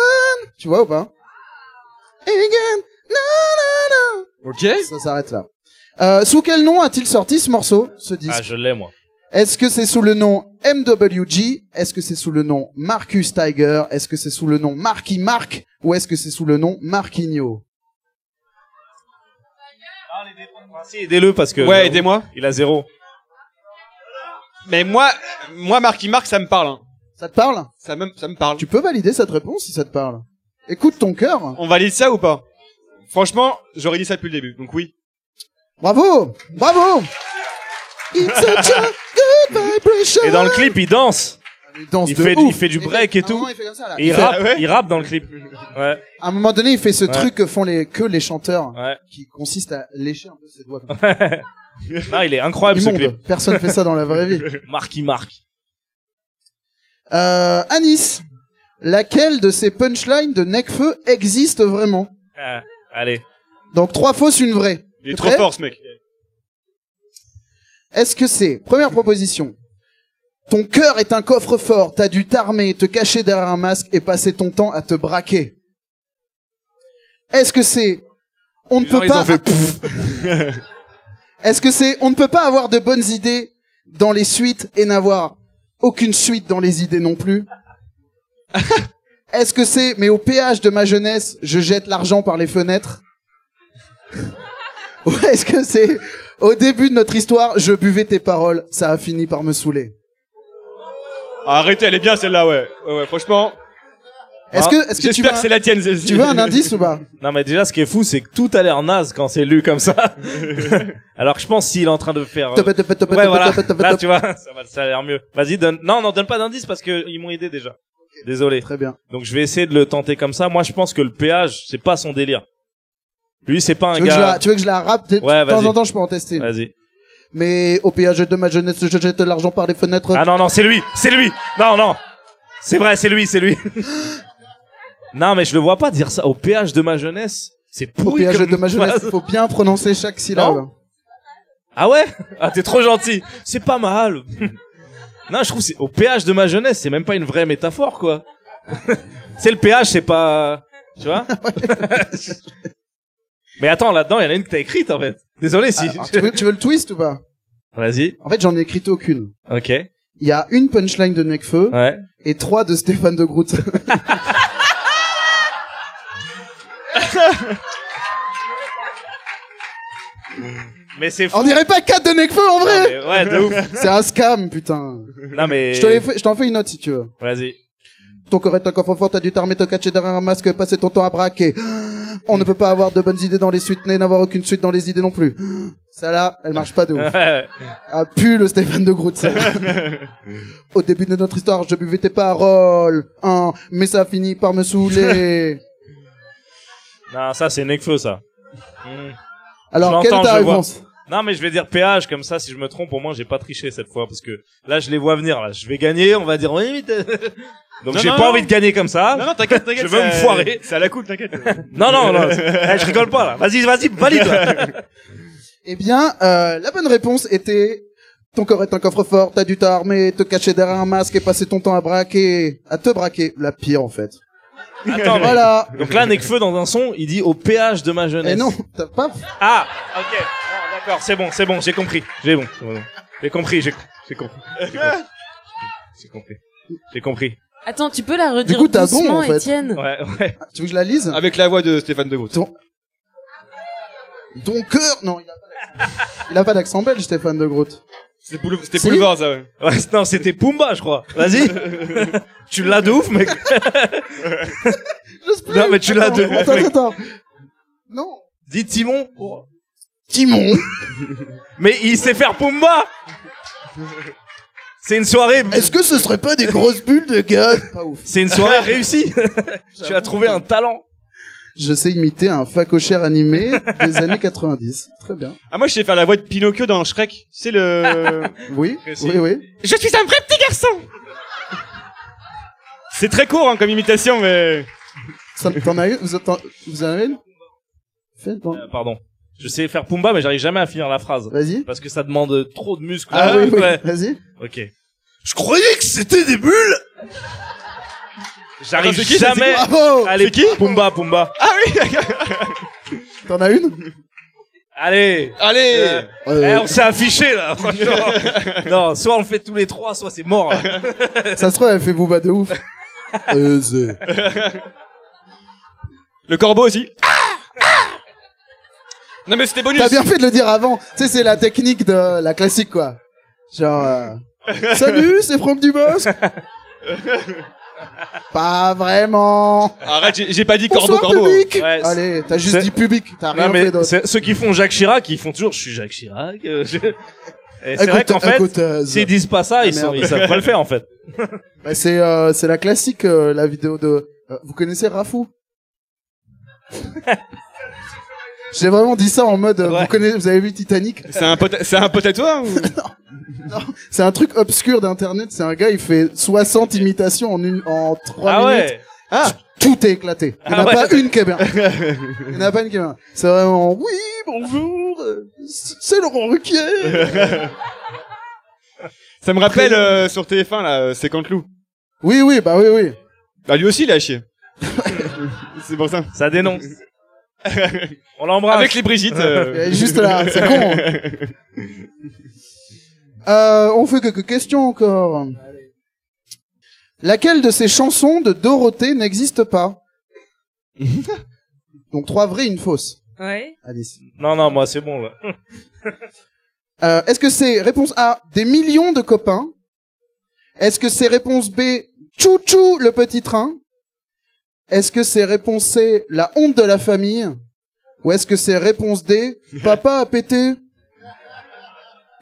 Speaker 1: Tu vois ou pas? Again, na, na,
Speaker 2: Ok.
Speaker 1: na. Ça s'arrête là. Euh, sous quel nom a-t-il sorti ce morceau, ce disque?
Speaker 3: Ah, je l'ai, moi.
Speaker 1: Est-ce que c'est sous le nom MWG Est-ce que c'est sous le nom Marcus Tiger Est-ce que c'est sous le nom Marky Mark Ou est-ce que c'est sous le nom Marquinho
Speaker 3: Si, aidez-le parce que. euh,
Speaker 2: Ouais, aidez-moi.
Speaker 3: Il a zéro.
Speaker 2: Mais moi, moi, Marky Mark, ça me parle. hein.
Speaker 1: Ça te parle
Speaker 2: Ça me, ça me parle.
Speaker 1: Tu peux valider cette réponse si ça te parle. Écoute ton cœur.
Speaker 2: On valide ça ou pas Franchement, j'aurais dit ça depuis le début, donc oui.
Speaker 1: Bravo Bravo It's such a good vibration
Speaker 3: Et dans le clip, il danse.
Speaker 1: Il danse
Speaker 3: il
Speaker 1: de
Speaker 3: fait du-
Speaker 1: ouf.
Speaker 3: il fait du break et
Speaker 1: à un
Speaker 3: tout.
Speaker 1: moment, il fait Ah comme ça, là.
Speaker 3: Et il
Speaker 2: fait-
Speaker 3: rappe,
Speaker 2: ouais.
Speaker 3: il rappe dans le clip. Ouais,
Speaker 1: À un moment donné, il fait ce
Speaker 3: Ouais.
Speaker 1: truc que font les que les chanteurs,
Speaker 3: ouais.
Speaker 1: qui consiste à lécher un peu ses doigts. comme ça.
Speaker 3: Ah, il est incroyable ce clip.
Speaker 1: Immonde. Personne fait ça dans la vraie vie.
Speaker 3: Marky Mark.
Speaker 1: Euh, Anis, laquelle de ces punchlines de Necfeu existe vraiment
Speaker 3: Ah, allez.
Speaker 1: Donc trois fausses, une vraie.
Speaker 2: Il est
Speaker 1: T'es
Speaker 2: trop
Speaker 1: prêt
Speaker 2: fort, ce mec.
Speaker 1: Est-ce que c'est Première proposition. Ton cœur est un coffre-fort, t'as dû t'armer, te cacher derrière un masque et passer ton temps à te braquer. Est-ce que c'est on ne
Speaker 2: Genre,
Speaker 1: peut
Speaker 2: ils ont
Speaker 1: pas
Speaker 2: fait
Speaker 1: Est-ce que c'est on ne peut pas avoir de bonnes idées dans les suites et n'avoir aucune suite dans les idées non plus Est-ce que c'est mais au péage de ma jeunesse, je jette l'argent par les fenêtres Ou est-ce que c'est au début de notre histoire, je buvais tes paroles, ça a fini par me saouler
Speaker 2: Ah, Arrêtez, elle est bien celle-là, ouais. Ouais, ouais, franchement.
Speaker 1: Est-ce
Speaker 2: Ah,
Speaker 1: que est-ce que tu veux
Speaker 2: J'espère que c'est la tienne,
Speaker 1: tu veux un indice ou pas
Speaker 3: Non, mais déjà, ce qui est fou, c'est que tout a l'air naze quand c'est lu comme ça. Alors, que je pense s'il est en train de faire. euh,
Speaker 1: Top, top, top, top,
Speaker 3: Ouais,
Speaker 1: top,
Speaker 3: voilà.
Speaker 1: top, top,
Speaker 3: Là,
Speaker 1: top.
Speaker 3: tu vois, ça, va, ça a l'air mieux. Vas-y, donne. Non, non, donne pas d'indice parce que ils m'ont aidé déjà. Désolé.
Speaker 1: Très bien.
Speaker 3: Donc je vais essayer de le tenter comme ça. Moi, je pense que le péage, c'est pas son délire. Lui, c'est pas un
Speaker 1: Tu veux, que je la,
Speaker 3: gars.
Speaker 1: tu veux que je la rappe peut-être
Speaker 3: Oh Ouais,
Speaker 1: De temps
Speaker 3: vas-y.
Speaker 1: en temps, je peux en tester. une.
Speaker 3: Vas-y.
Speaker 1: Mais au péage de ma jeunesse, je jette l'argent par les fenêtres.
Speaker 3: Ah non, non, c'est lui, c'est lui. Non, non. C'est vrai, c'est lui, c'est lui. non, mais je le vois pas dire ça. Au péage de ma jeunesse, c'est
Speaker 1: au
Speaker 3: pourri.
Speaker 1: péage
Speaker 3: comme
Speaker 1: de ma jeunesse,
Speaker 3: phrase.
Speaker 1: il faut bien prononcer chaque syllabe.
Speaker 3: Ah ouais Ah, t'es trop gentil. C'est pas mal. non, je trouve que c'est au péage de ma jeunesse, c'est même pas une vraie métaphore, quoi. c'est le péage, c'est pas... Tu vois Mais attends, là-dedans, il y en a une que t'as écrite, en fait. Désolé si...
Speaker 1: Alors, Ah, tu, veux, tu veux le twist ou pas
Speaker 3: Vas-y.
Speaker 1: En fait, j'en ai écrit aucune.
Speaker 3: Ok.
Speaker 1: Il y a une punchline de Necfeu
Speaker 3: Ouais.
Speaker 1: et trois de Stéphane de Groot.
Speaker 3: Mais c'est fou.
Speaker 1: On dirait pas quatre de Necfeu en
Speaker 3: Non,
Speaker 1: vrai
Speaker 3: mais Ouais, de ouf.
Speaker 1: C'est un scam, putain.
Speaker 3: Non, mais...
Speaker 1: Je te l'ai fait- je t'en fais une autre si tu veux.
Speaker 3: Vas-y.
Speaker 1: Ton corps est un coffre fort, t'as dû t'armer, te cacher derrière un masque, passer ton temps à braquer. On ne peut pas avoir de bonnes idées dans les suites, ni n'avoir aucune suite dans les idées non plus. Ça là, elle marche pas de ouf. Ah, pu le Stéphane de Groot, ça. Au début de notre histoire, je buvais tes paroles, hein, mais ça finit par me saouler.
Speaker 3: non, ça, c'est Necfeu, ça. Hmm.
Speaker 1: Alors, quelle
Speaker 3: l'entends,
Speaker 1: est ta
Speaker 3: je vois.
Speaker 1: réponse
Speaker 3: Non, mais je vais dire péage, comme ça, si je me trompe, au moins, j'ai pas triché cette fois, parce que là, je les vois venir, là. Je vais gagner, on va dire, oui, mais t'es- Donc,
Speaker 2: Non,
Speaker 3: j'ai
Speaker 2: non,
Speaker 3: pas
Speaker 2: non.
Speaker 3: envie de gagner comme ça.
Speaker 2: Non, non, t'inquiète, t'inquiète.
Speaker 3: Je veux me
Speaker 2: ça-
Speaker 3: foirer.
Speaker 2: C'est à la coupe, t'inquiète.
Speaker 3: Non, non, non. Eh, je rigole pas, là. Vas-y, vas-y, valide. là.
Speaker 1: Eh bien, euh, la bonne réponse était ton corps est un coffre-fort, t'as dû t'armer, te cacher derrière un masque et passer ton temps à braquer, à te braquer. La pire, en fait.
Speaker 3: Attends,
Speaker 1: Voilà.
Speaker 3: voilà. Eh Donc là, Necfeu, dans un son, il dit au péage de ma jeunesse.
Speaker 1: Et non, t'as pas.
Speaker 3: Ah, ok. Ah, D'accord, c'est bon, c'est bon, j'ai compris. J'ai bon. c'est bon. J'ai compris, j'ai j'ai compris. J'ai compris. J'ai compris. J'ai compris.
Speaker 5: Attends, tu peux la redire
Speaker 1: coup, t'as
Speaker 5: doucement,
Speaker 1: bon, en fait.
Speaker 5: Étienne
Speaker 3: Ouais, ouais.
Speaker 1: Tu veux que je la lise
Speaker 3: Ah,
Speaker 2: Avec la voix de Stéphane de Groot.
Speaker 1: Ton cœur. Non, il a pas d'accent. Il a pas d'accent belge, Stéphane de Groot.
Speaker 2: C'était boule- c'était
Speaker 1: Si.
Speaker 2: Boulevard, ça, ouais.
Speaker 3: Ouais, non, c'était Pumba, je crois. Vas-y. tu l'as de ouf, mec.
Speaker 1: J'ose plus.
Speaker 3: Non, mais tu l'as
Speaker 1: Attends,
Speaker 3: de-
Speaker 1: Attends, attends. Non.
Speaker 3: Dis Timon.
Speaker 1: Timon.
Speaker 3: Mais il sait faire Pumba. C'est une soirée.
Speaker 1: Est-ce que ce serait pas des grosses bulles de gaz Pas ouf.
Speaker 3: C'est une soirée réussie. tu as trouvé un talent.
Speaker 1: Je sais imiter un facochère animé des années 90. Très bien.
Speaker 2: Ah, moi, je sais faire la voix de Pinocchio dans Shrek. C'est le...
Speaker 1: Oui,
Speaker 3: Précis.
Speaker 1: oui, oui.
Speaker 2: Je suis un vrai petit garçon C'est très court, hein, comme imitation, mais...
Speaker 1: Ça, t'en as une Vous en, vous en avez une Faites, bon.
Speaker 3: Euh, pardon. Je sais faire Pumba, mais j'arrive jamais à finir la phrase.
Speaker 1: Vas-y.
Speaker 3: Parce que ça demande trop de muscles.
Speaker 1: Ah, oui, oui.
Speaker 3: Ouais.
Speaker 1: Vas-y.
Speaker 3: Ok. Je croyais que c'était des bulles. J'arrive
Speaker 2: Attends, c'est qui,
Speaker 3: jamais.
Speaker 1: Bravo
Speaker 3: Allez, qui Pumba, Pumba.
Speaker 2: Ah oui
Speaker 1: T'en as une
Speaker 3: Allez.
Speaker 2: Ah, Allez
Speaker 3: Euh, eh,
Speaker 1: Euh,
Speaker 3: on s'est affiché là, franchement. non, soit on le fait tous les trois, soit c'est mort. hein. là.
Speaker 1: Euh, Ça se trouve, elle fait booba de ouf. Euh, c'est-
Speaker 2: Le corbeau aussi. non mais c'était bonus.
Speaker 1: T'as bien fait de le dire avant. Tu sais, c'est la technique de la classique, quoi. Genre, euh, salut, c'est Franck Dubosc. Pas vraiment.
Speaker 2: Arrête, j'ai j'ai pas dit corbeau
Speaker 1: Bonsoir,
Speaker 2: corbeau.
Speaker 1: public.
Speaker 3: Ouais,
Speaker 1: Allez, t'as juste
Speaker 3: c'est-
Speaker 1: dit public. T'as rien
Speaker 3: Non,
Speaker 1: fait
Speaker 3: mais
Speaker 1: d'autre.
Speaker 3: c'est- ceux qui font Jacques Chirac, ils font toujours je suis Jacques Chirac. euh, je- Et C'est vrai
Speaker 1: Écoute-
Speaker 3: qu'en fait,
Speaker 1: écouteuse.
Speaker 3: s'ils disent pas ça,
Speaker 1: Ah,
Speaker 3: ils, sont,
Speaker 1: merde.
Speaker 3: ils savent pas le faire en fait.
Speaker 1: Bah, c'est euh, c'est la classique, euh, la vidéo de. euh, vous connaissez Rafou J'ai vraiment dit ça en mode. euh,
Speaker 3: Ouais.
Speaker 1: Vous connaissez, vous avez vu Titanic
Speaker 2: C'est un pote, c'est un pote à toi ou
Speaker 1: C'est un truc obscur d'internet. C'est un gars, il fait 60 imitations en une, en 3
Speaker 3: Ah
Speaker 1: minutes.
Speaker 3: ouais.
Speaker 2: Ah
Speaker 1: Tout est éclaté. Il n'y en a
Speaker 3: Ah ouais.
Speaker 1: pas une qui est bien. Il n'y en a pas une qui est bien. C'est vraiment. Oui, bonjour. euh, C'est Laurent Ruquier.
Speaker 2: Ça me rappelle euh, sur TF1 là, euh, c'est Canteloup.
Speaker 1: Oui, oui, bah oui, oui.
Speaker 2: Bah lui aussi il a chier. c'est pour ça.
Speaker 3: Ça dénonce. On l'embrasse.
Speaker 2: Avec les Brigitte. euh,
Speaker 1: Elle est juste là. C'est con. hein. Euh, on fait quelques questions encore. Laquelle de ces chansons de Dorothée n'existe pas Donc trois vraies, une fausse,
Speaker 5: Ouais.
Speaker 1: Alice.
Speaker 3: Non, non, moi c'est bon là.
Speaker 1: Euh, Est-ce que c'est réponse A, des millions de copains Est-ce que c'est réponse B, chou-chou le petit train Est-ce que c'est réponse C, la honte de la famille Ou est-ce que c'est réponse D, papa a pété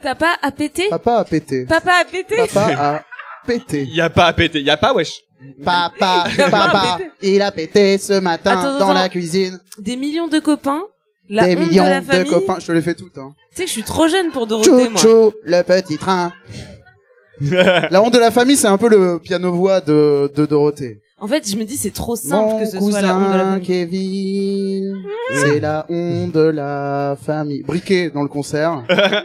Speaker 5: Papa a pété
Speaker 1: Papa a pété.
Speaker 5: Papa a pété
Speaker 1: Papa a pété.
Speaker 2: Y a pas à péter, y a pas wesh.
Speaker 1: Papa,
Speaker 5: a
Speaker 1: papa,
Speaker 5: pété.
Speaker 1: il a pété ce matin
Speaker 5: Attends,
Speaker 1: dans
Speaker 5: attends.
Speaker 1: la cuisine.
Speaker 5: Des millions de copains, la
Speaker 1: des
Speaker 5: honte
Speaker 1: millions
Speaker 5: de la famille.
Speaker 1: copains, je te les fais toutes. Hein.
Speaker 5: Tu sais que je suis trop jeune pour Dorothée, moi.
Speaker 1: Chouchou, le petit train. la honte de la famille, c'est un peu le piano-voix de, de Dorothée.
Speaker 5: En fait, je me dis c'est trop simple
Speaker 1: Mon
Speaker 5: que ce soit la honte de la
Speaker 1: cousin
Speaker 5: famille. Mmh.
Speaker 1: Kevin, c'est la honte de la famille. Briquet dans le concert,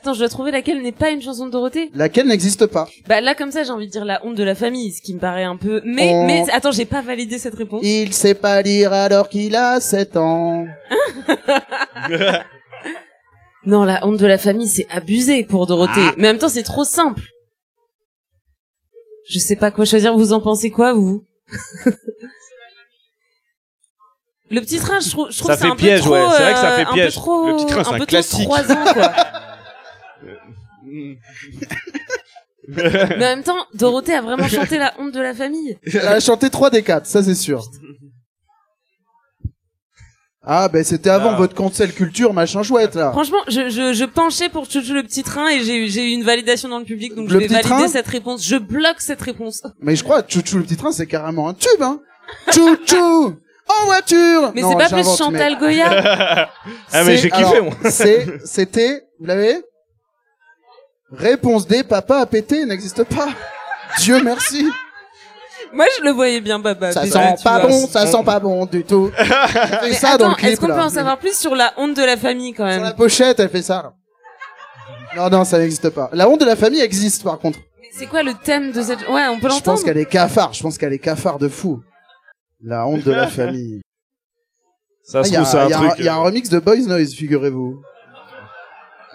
Speaker 5: Attends, je dois trouver laquelle n'est pas une chanson de Dorothée.
Speaker 1: laquelle n'existe pas.
Speaker 5: Bah là, comme ça, j'ai envie de dire la honte de la famille, ce qui me paraît un peu. Mais
Speaker 1: On-
Speaker 5: mais attends, j'ai pas validé cette réponse.
Speaker 1: Il sait pas lire alors qu'il a 7 ans.
Speaker 5: Non, la honte de la famille, c'est abusé pour Dorothée.
Speaker 3: Ah.
Speaker 5: Mais en même temps, c'est trop simple. Je sais pas quoi choisir. Vous en pensez quoi, vous Le petit train, je trouve, je trouve
Speaker 3: Ça
Speaker 5: que c'est
Speaker 3: fait
Speaker 5: un
Speaker 3: piège,
Speaker 5: peu trop,
Speaker 3: ouais. C'est vrai que ça
Speaker 5: euh,
Speaker 3: fait
Speaker 5: un peu
Speaker 3: piège.
Speaker 5: trop-
Speaker 2: Le petit train, c'est un
Speaker 5: un peu trop
Speaker 2: classique.
Speaker 5: trois ans, quoi.
Speaker 2: Mm.
Speaker 5: Mais en même temps, Dorothée a vraiment chanté la honte de la famille.
Speaker 1: Elle a chanté 3 des 4, ça c'est sûr. Ah ben c'était avant
Speaker 3: Ah.
Speaker 1: votre cancel culture machin chouette là.
Speaker 5: Franchement, je, je, je penchais pour Chouchou le petit train et j'ai eu- j'ai eu une validation dans le public, donc
Speaker 1: Le
Speaker 5: je vais
Speaker 1: petit
Speaker 5: valider
Speaker 1: train
Speaker 5: cette réponse. Je bloque cette réponse.
Speaker 1: Mais je crois Chouchou le petit train c'est carrément un tube hein. Chouchou en voiture.
Speaker 5: Mais
Speaker 1: Non,
Speaker 5: c'est pas plus
Speaker 1: j'invente, mais
Speaker 5: Chantal
Speaker 3: Ah,
Speaker 5: Goya.
Speaker 3: mais
Speaker 1: c'est-
Speaker 3: j'ai kiffé,
Speaker 1: alors,
Speaker 3: moi.
Speaker 1: C'est c'était vous l'avez Réponse D papa a pété n'existe pas. Dieu merci.
Speaker 5: Moi, je le voyais bien, Baba.
Speaker 1: Ça
Speaker 5: mais
Speaker 1: sent
Speaker 5: tu
Speaker 1: pas
Speaker 5: vois.
Speaker 1: bon, ça sent pas bon du tout. Elle fait
Speaker 5: Mais
Speaker 1: ça
Speaker 5: attends,
Speaker 1: dans le clip
Speaker 5: est-ce qu'on peut
Speaker 1: là.
Speaker 5: en savoir plus sur la honte de la famille quand
Speaker 1: Sur
Speaker 5: même
Speaker 1: la pochette, elle fait ça. là. Non, non, ça n'existe pas. La honte de la famille existe, par contre.
Speaker 5: Mais C'est quoi le thème de cette Ouais, on peut
Speaker 1: Je pense
Speaker 5: l'entendre.
Speaker 1: qu'elle est cafard. Je pense qu'elle est cafard de fou. La honte de la famille.
Speaker 3: Ça
Speaker 1: Ah,
Speaker 3: se
Speaker 1: Il y, a-
Speaker 3: trouve, c'est un
Speaker 1: il y a
Speaker 3: truc. euh,
Speaker 1: un- il y a un remix de Boys Noise, figurez-vous.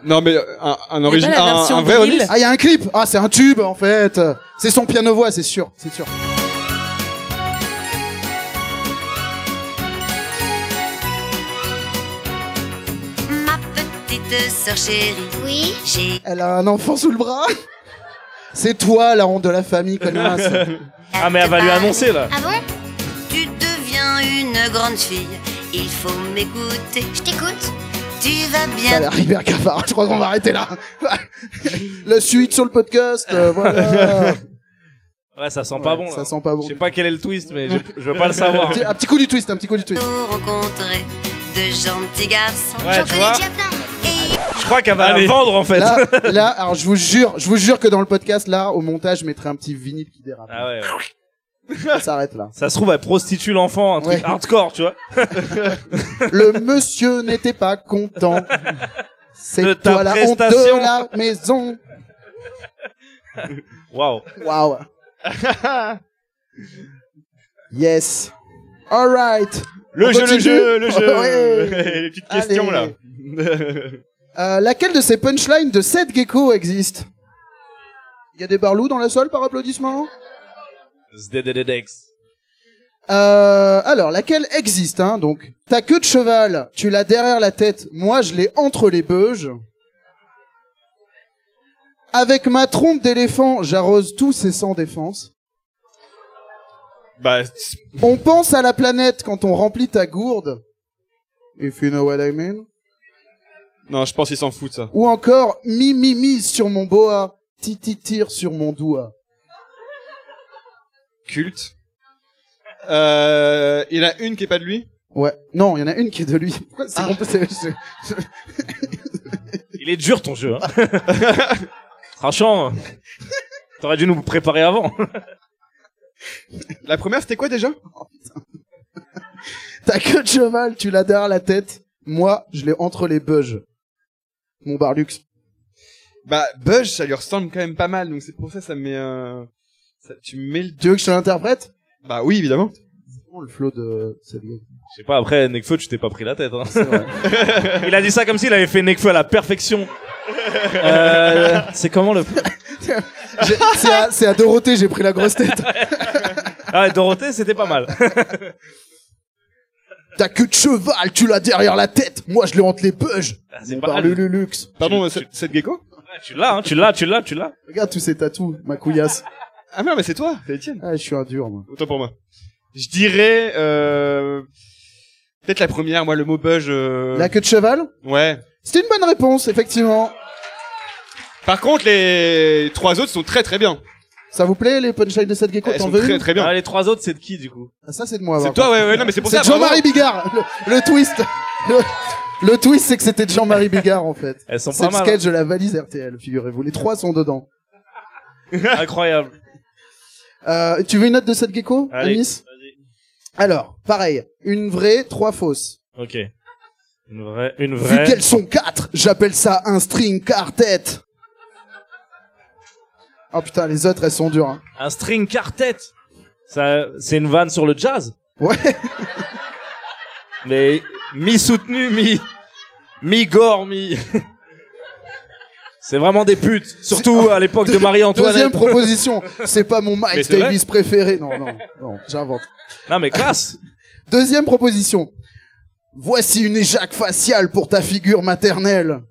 Speaker 2: Non, mais euh, un, un,
Speaker 5: Il y a
Speaker 2: origi-
Speaker 5: pas la
Speaker 2: un,
Speaker 5: version
Speaker 2: un vrai
Speaker 5: drill
Speaker 2: remix.
Speaker 1: Ah, il y a un clip. Ah, c'est un tube, en fait. C'est son piano-voix, c'est sûr. C'est sûr.
Speaker 6: Ma petite sœur chérie, oui, j'ai
Speaker 1: Elle a un enfant sous le bras. C'est toi, la honte de la famille, connasse.
Speaker 3: Ah, mais elle va lui annoncer, là.
Speaker 7: Ah bon
Speaker 6: Tu deviens une grande fille, il faut m'écouter.
Speaker 7: Je t'écoute.
Speaker 6: Tu vas
Speaker 1: Ça va
Speaker 6: bien.
Speaker 1: arriver à cafard. Je crois qu'on va arrêter là. la suite sur le podcast. euh, voilà.
Speaker 3: Ouais, ça sent pas
Speaker 1: Ouais,
Speaker 3: bon, là.
Speaker 1: Ça sent pas
Speaker 3: Je
Speaker 1: bon.
Speaker 3: sais pas quel est le twist, mais je, je veux pas le savoir.
Speaker 1: Petit- Un petit coup du twist, un petit coup du twist.
Speaker 6: Nous rencontrer de gentils garçons.
Speaker 3: Ouais,
Speaker 7: J'en
Speaker 3: tu vois.
Speaker 7: connais déjà plein.
Speaker 3: Je crois qu'elle va
Speaker 2: Allez.
Speaker 3: la vendre, en fait.
Speaker 1: Là, là, alors je vous jure, je vous jure que dans le podcast, là, au montage, je mettrai un petit vinyle qui dérape.
Speaker 3: Ah ouais, ouais.
Speaker 1: Ça s'arrête là.
Speaker 3: Ça se trouve, elle prostitue l'enfant, un truc
Speaker 1: Ouais.
Speaker 3: hardcore, tu vois.
Speaker 1: Le monsieur n'était pas content.
Speaker 3: De
Speaker 1: C'est
Speaker 3: ta
Speaker 1: toi la honte
Speaker 3: prestation.
Speaker 1: de la maison.
Speaker 3: Waouh.
Speaker 1: Waouh. Yes. Alright.
Speaker 2: Le
Speaker 1: On
Speaker 2: jeu, le
Speaker 1: continue
Speaker 2: jeu, le jeu.
Speaker 1: Ouais.
Speaker 2: Les petites questions,
Speaker 1: Allez.
Speaker 2: là.
Speaker 1: Euh, laquelle de ces punchlines de Seth Gecko existe Il y a des barlous dans la salle par applaudissement
Speaker 3: Zdedededex.
Speaker 1: Euh, alors, laquelle existe, hein, donc. Ta queue de cheval, tu l'as derrière la tête, moi je l'ai entre les beuges. Avec ma trompe d'éléphant, j'arrose tous ces sans défense.
Speaker 2: Bah, c'est-
Speaker 1: On pense à la planète quand on remplit ta gourde. If you know what I mean.
Speaker 2: non, je pense qu'ils s'en foutent, ça.
Speaker 1: Ou encore, mi mi mise sur mon boa, ti ti tire sur mon doigt.
Speaker 2: Culte. Euh, il y en a une qui est pas de lui.
Speaker 1: Ouais. Non, il y en a une qui est de lui. Pourquoi
Speaker 2: Ah.
Speaker 1: c'est compl- c'est- c'est-
Speaker 3: Il est dur, ton jeu, hein. Franchement, t'aurais dû nous préparer avant.
Speaker 2: La première, c'était quoi, déjà?
Speaker 1: Ta queue de cheval, tu l'as derrière la tête. Moi, je l'ai entre les beuges. Mon Barlux.
Speaker 2: Bah, Buzz, ça lui ressemble quand même pas mal, donc c'est pour ça, ça me met un... ça- tu me mets le...
Speaker 1: Tu veux que je te l'interprète
Speaker 2: Bah oui, évidemment.
Speaker 1: Oh, Le flow de cette gueule.
Speaker 3: Je sais pas, après, Nekfeu, tu t'es pas pris la tête, hein. Il a dit ça comme s'il avait fait Nekfeu à la perfection. Euh, c'est comment le...
Speaker 1: J'ai- C'est à, c'est à Dorothée, j'ai pris la grosse tête.
Speaker 3: Ah, ouais, Dorothée, c'était pas mal.
Speaker 1: Ta queue de cheval, tu l'as derrière la tête. Moi, je l'ai entre les beuges.
Speaker 3: Ah, C'est
Speaker 1: Mon
Speaker 3: pas mal.
Speaker 1: Barlululux.
Speaker 2: Pardon,
Speaker 3: Tu-
Speaker 2: c'est- cette gecko?
Speaker 3: Ouais, Tu l'as, hein, tu l'as, tu l'as, tu l'as.
Speaker 1: Regarde tous ces tatous, ma couillasse.
Speaker 2: Ah merde, mais c'est toi, c'est Étienne.
Speaker 1: Ah, je suis un dur, moi.
Speaker 2: Autant pour moi. Je dirais, euh... peut-être la première, moi, le mot Buzz, euh...
Speaker 1: La queue de cheval
Speaker 2: ouais.
Speaker 1: C'était une bonne réponse, effectivement.
Speaker 2: Par contre, les trois autres sont très très bien.
Speaker 1: Ça vous plaît, les punchlines de cette gecko
Speaker 2: Elles
Speaker 1: T'en
Speaker 2: sont
Speaker 1: veux
Speaker 2: très
Speaker 1: une
Speaker 2: très bien.
Speaker 3: Ah, les trois autres, c'est de qui, du coup
Speaker 1: Ah, Ça, c'est de moi.
Speaker 2: C'est
Speaker 1: par
Speaker 2: toi,
Speaker 1: contre.
Speaker 2: ouais, ouais, non, mais c'est pour ça.
Speaker 1: C'est Jean-Marie Bigard. Le, le twist. Le, le twist, c'est que c'était Jean-Marie Bigard, en fait.
Speaker 3: Elles sont
Speaker 1: C'est
Speaker 3: pas
Speaker 1: le
Speaker 3: mal.
Speaker 2: hein.
Speaker 1: sketch de la valise RTL, figurez-vous. Les trois sont dedans.
Speaker 3: hein. Incroyable.
Speaker 1: Euh, tu veux une note de cette gecko,
Speaker 3: Allez.
Speaker 1: Anis Alors, pareil. Une vraie, trois fausses.
Speaker 3: Ok. Une vraie, une
Speaker 1: Vu
Speaker 3: vraie.
Speaker 1: qu'elles sont quatre, j'appelle ça un string quartet. Oh putain, les autres, elles sont dures. hein.
Speaker 3: Un string quartet. Ça, c'est une vanne sur le jazz.
Speaker 1: Ouais.
Speaker 3: Mais mi soutenu, mi mi gore, mi. C'est vraiment des putes, surtout à l'époque de
Speaker 1: Deuxième
Speaker 3: Marie-Antoinette.
Speaker 1: proposition, c'est pas mon
Speaker 2: Mais
Speaker 1: Miles
Speaker 2: c'est vrai.
Speaker 1: Davis préféré. Non, non, non, j'invente.
Speaker 3: Non mais classe.
Speaker 1: Deuxième proposition. Voici une éjac faciale pour ta figure maternelle.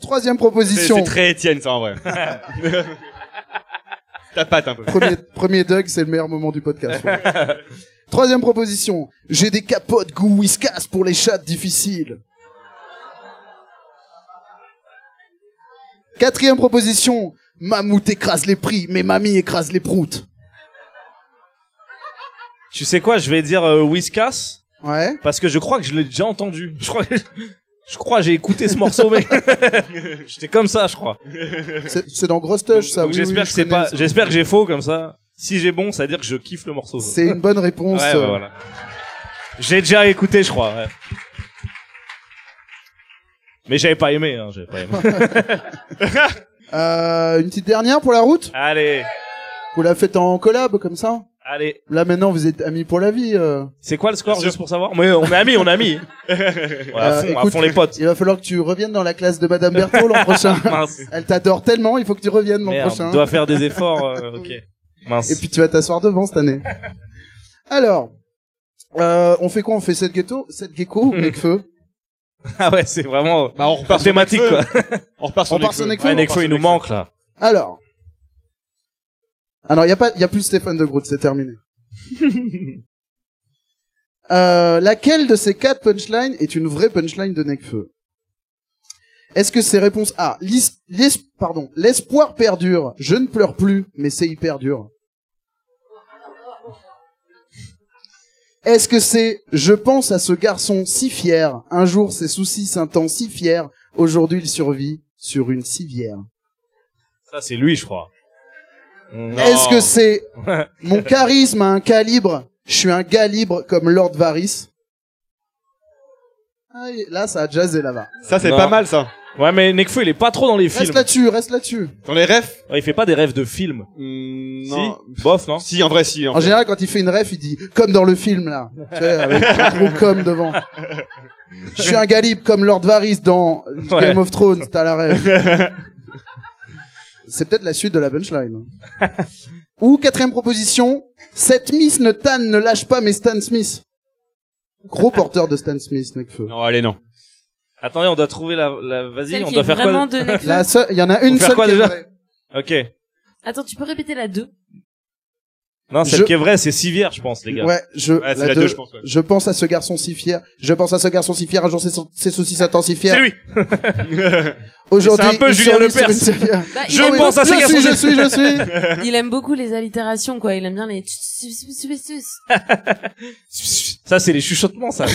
Speaker 1: Troisième
Speaker 2: C'est c'est
Speaker 1: proposition.
Speaker 2: très Étienne, ça, en vrai. Ta patte, un peu.
Speaker 1: Premier, premier Doug, c'est le meilleur moment du podcast. ouais. Troisième proposition. J'ai des capotes goût whiskas pour les chats difficiles. Quatrième proposition. Mammouth écrase les prix, mais mamie écrase les proutes.
Speaker 3: Tu sais quoi, je vais dire euh, Whiskas
Speaker 1: Ouais.
Speaker 3: parce que je crois que je l'ai déjà entendu. Je crois, que- je crois que j'ai écouté ce morceau mais j'étais comme ça, je crois.
Speaker 1: C'est c'est dans Grosse Touche, ça.
Speaker 3: Donc
Speaker 1: oui,
Speaker 3: j'espère
Speaker 1: oui,
Speaker 3: que
Speaker 1: je
Speaker 3: c'est
Speaker 1: connais
Speaker 3: pas,
Speaker 1: ça.
Speaker 3: j'espère que j'ai faux comme ça. Si j'ai bon, ça veut dire que je kiffe le morceau.
Speaker 1: C'est une bonne réponse.
Speaker 3: Ouais, ouais,
Speaker 1: euh,
Speaker 3: voilà. J'ai déjà écouté, je crois. ouais. Mais j'avais pas aimé. Hein, j'avais pas aimé.
Speaker 1: Euh, une petite dernière pour la route
Speaker 3: allez,
Speaker 1: Vous la faites en collab comme ça
Speaker 3: allez.
Speaker 1: Là maintenant vous êtes amis pour la vie. euh.
Speaker 3: C'est quoi le score
Speaker 2: Bien
Speaker 3: juste pour savoir Mais on est amis, on est amis. Ouais, à,
Speaker 1: Euh,
Speaker 3: fond, à
Speaker 1: écoute-
Speaker 3: fond les potes.
Speaker 1: Il va falloir que tu reviennes dans la classe de Madame Berthaud l'an prochain.
Speaker 3: Mince.
Speaker 1: Elle t'adore tellement, il faut que tu reviennes l'an
Speaker 3: Merde,
Speaker 1: prochain.
Speaker 3: doit faire des efforts. euh, ok. Mince.
Speaker 1: Et puis tu vas t'asseoir devant cette année. Alors, euh, on fait quoi On fait 7 ghetto 7 gecko
Speaker 3: Hmm.
Speaker 1: avec feu
Speaker 3: ah ouais, c'est vraiment
Speaker 2: Bah, on repart sur
Speaker 3: thématique
Speaker 2: Nekfeu.
Speaker 3: quoi.
Speaker 2: On repart sur
Speaker 1: On part sur Nekfeu.
Speaker 2: Nekfeu.
Speaker 3: Ouais,
Speaker 1: on
Speaker 2: Ouais,
Speaker 3: Nekfeu, il nous manque là.
Speaker 1: Alors. Alors, il n'y a, pas- y a plus Stéphane de Groot, c'est terminé. Euh, laquelle de ces quatre punchlines est une vraie punchline de Necfeu Est-ce que c'est réponse A l'is- l'es- Pardon, l'espoir perdure, je ne pleure plus, mais c'est hyper dur. Est-ce que c'est je pense à ce garçon si fier, un jour ses soucis s'intensifièrent, aujourd'hui il survit sur une civière
Speaker 3: Ça c'est lui, je crois. Mm. Non.
Speaker 1: Est-ce que c'est mon charisme a un calibre Je suis un gars libre comme Lord Varys. Ah, et Là, ça a jazzé là-bas.
Speaker 2: Ça, c'est
Speaker 3: Non.
Speaker 2: pas mal, ça.
Speaker 3: Ouais, mais Nekfeu, il est pas trop dans les films.
Speaker 1: Reste là-dessus, reste là-dessus.
Speaker 2: Dans les refs
Speaker 3: Ouais, il fait pas des rêves de films.
Speaker 2: Non.
Speaker 3: Si Bof, non
Speaker 2: Si, en vrai, si. hein. en
Speaker 1: En général, quand il fait une ref, il dit comme dans le film là, tu sais, avec un gros comme devant. Je suis un gars libre comme Lord Varys dans Game of Thrones. T'as la ref. C'est peut-être la suite de la punchline. Ou quatrième proposition, cette Miss ne tan ne lâche pas mes Stan Smith. Gros porteur de Stan Smith, Nekfeu.
Speaker 2: Non, allez, non.
Speaker 3: Attendez, on doit trouver la. la... Vas-y,
Speaker 5: Celle
Speaker 3: on
Speaker 5: qui
Speaker 3: doit
Speaker 5: est
Speaker 3: faire quoi
Speaker 5: vraiment de Nekfeu.
Speaker 1: La seule, il y en a une
Speaker 3: Faut faire
Speaker 1: seule
Speaker 3: quoi
Speaker 1: qui est
Speaker 3: déjà
Speaker 1: vraie.
Speaker 3: Ok.
Speaker 5: Attends, tu peux répéter la 2
Speaker 3: Non, celle
Speaker 1: Je-
Speaker 3: qui est vraie, c'est Sivière, je pense, les gars.
Speaker 1: Ouais, je,
Speaker 2: Ouais, c'est la
Speaker 1: deux.
Speaker 2: 2, je pense. ouais.
Speaker 1: Je pense à ce garçon si fier. Je pense à ce garçon si fier. Un jour, ses, sou- ses soucis s'attendent si
Speaker 3: C'est
Speaker 1: fier.
Speaker 3: lui.
Speaker 1: Aujourd'hui,
Speaker 3: C'est un peu
Speaker 1: il
Speaker 3: Julien
Speaker 1: survit
Speaker 3: Lepers.
Speaker 1: sur une civière.
Speaker 5: Bah,
Speaker 3: Je
Speaker 5: il, aime,
Speaker 3: pense à ce
Speaker 1: je
Speaker 3: garçon
Speaker 1: suis,
Speaker 3: si-
Speaker 1: je suis, je suis.
Speaker 5: il aime beaucoup les allitérations, quoi. Il aime bien les... tch- tch- tch- tch- tch- tch.
Speaker 3: Ça, c'est les chuchotements, ça.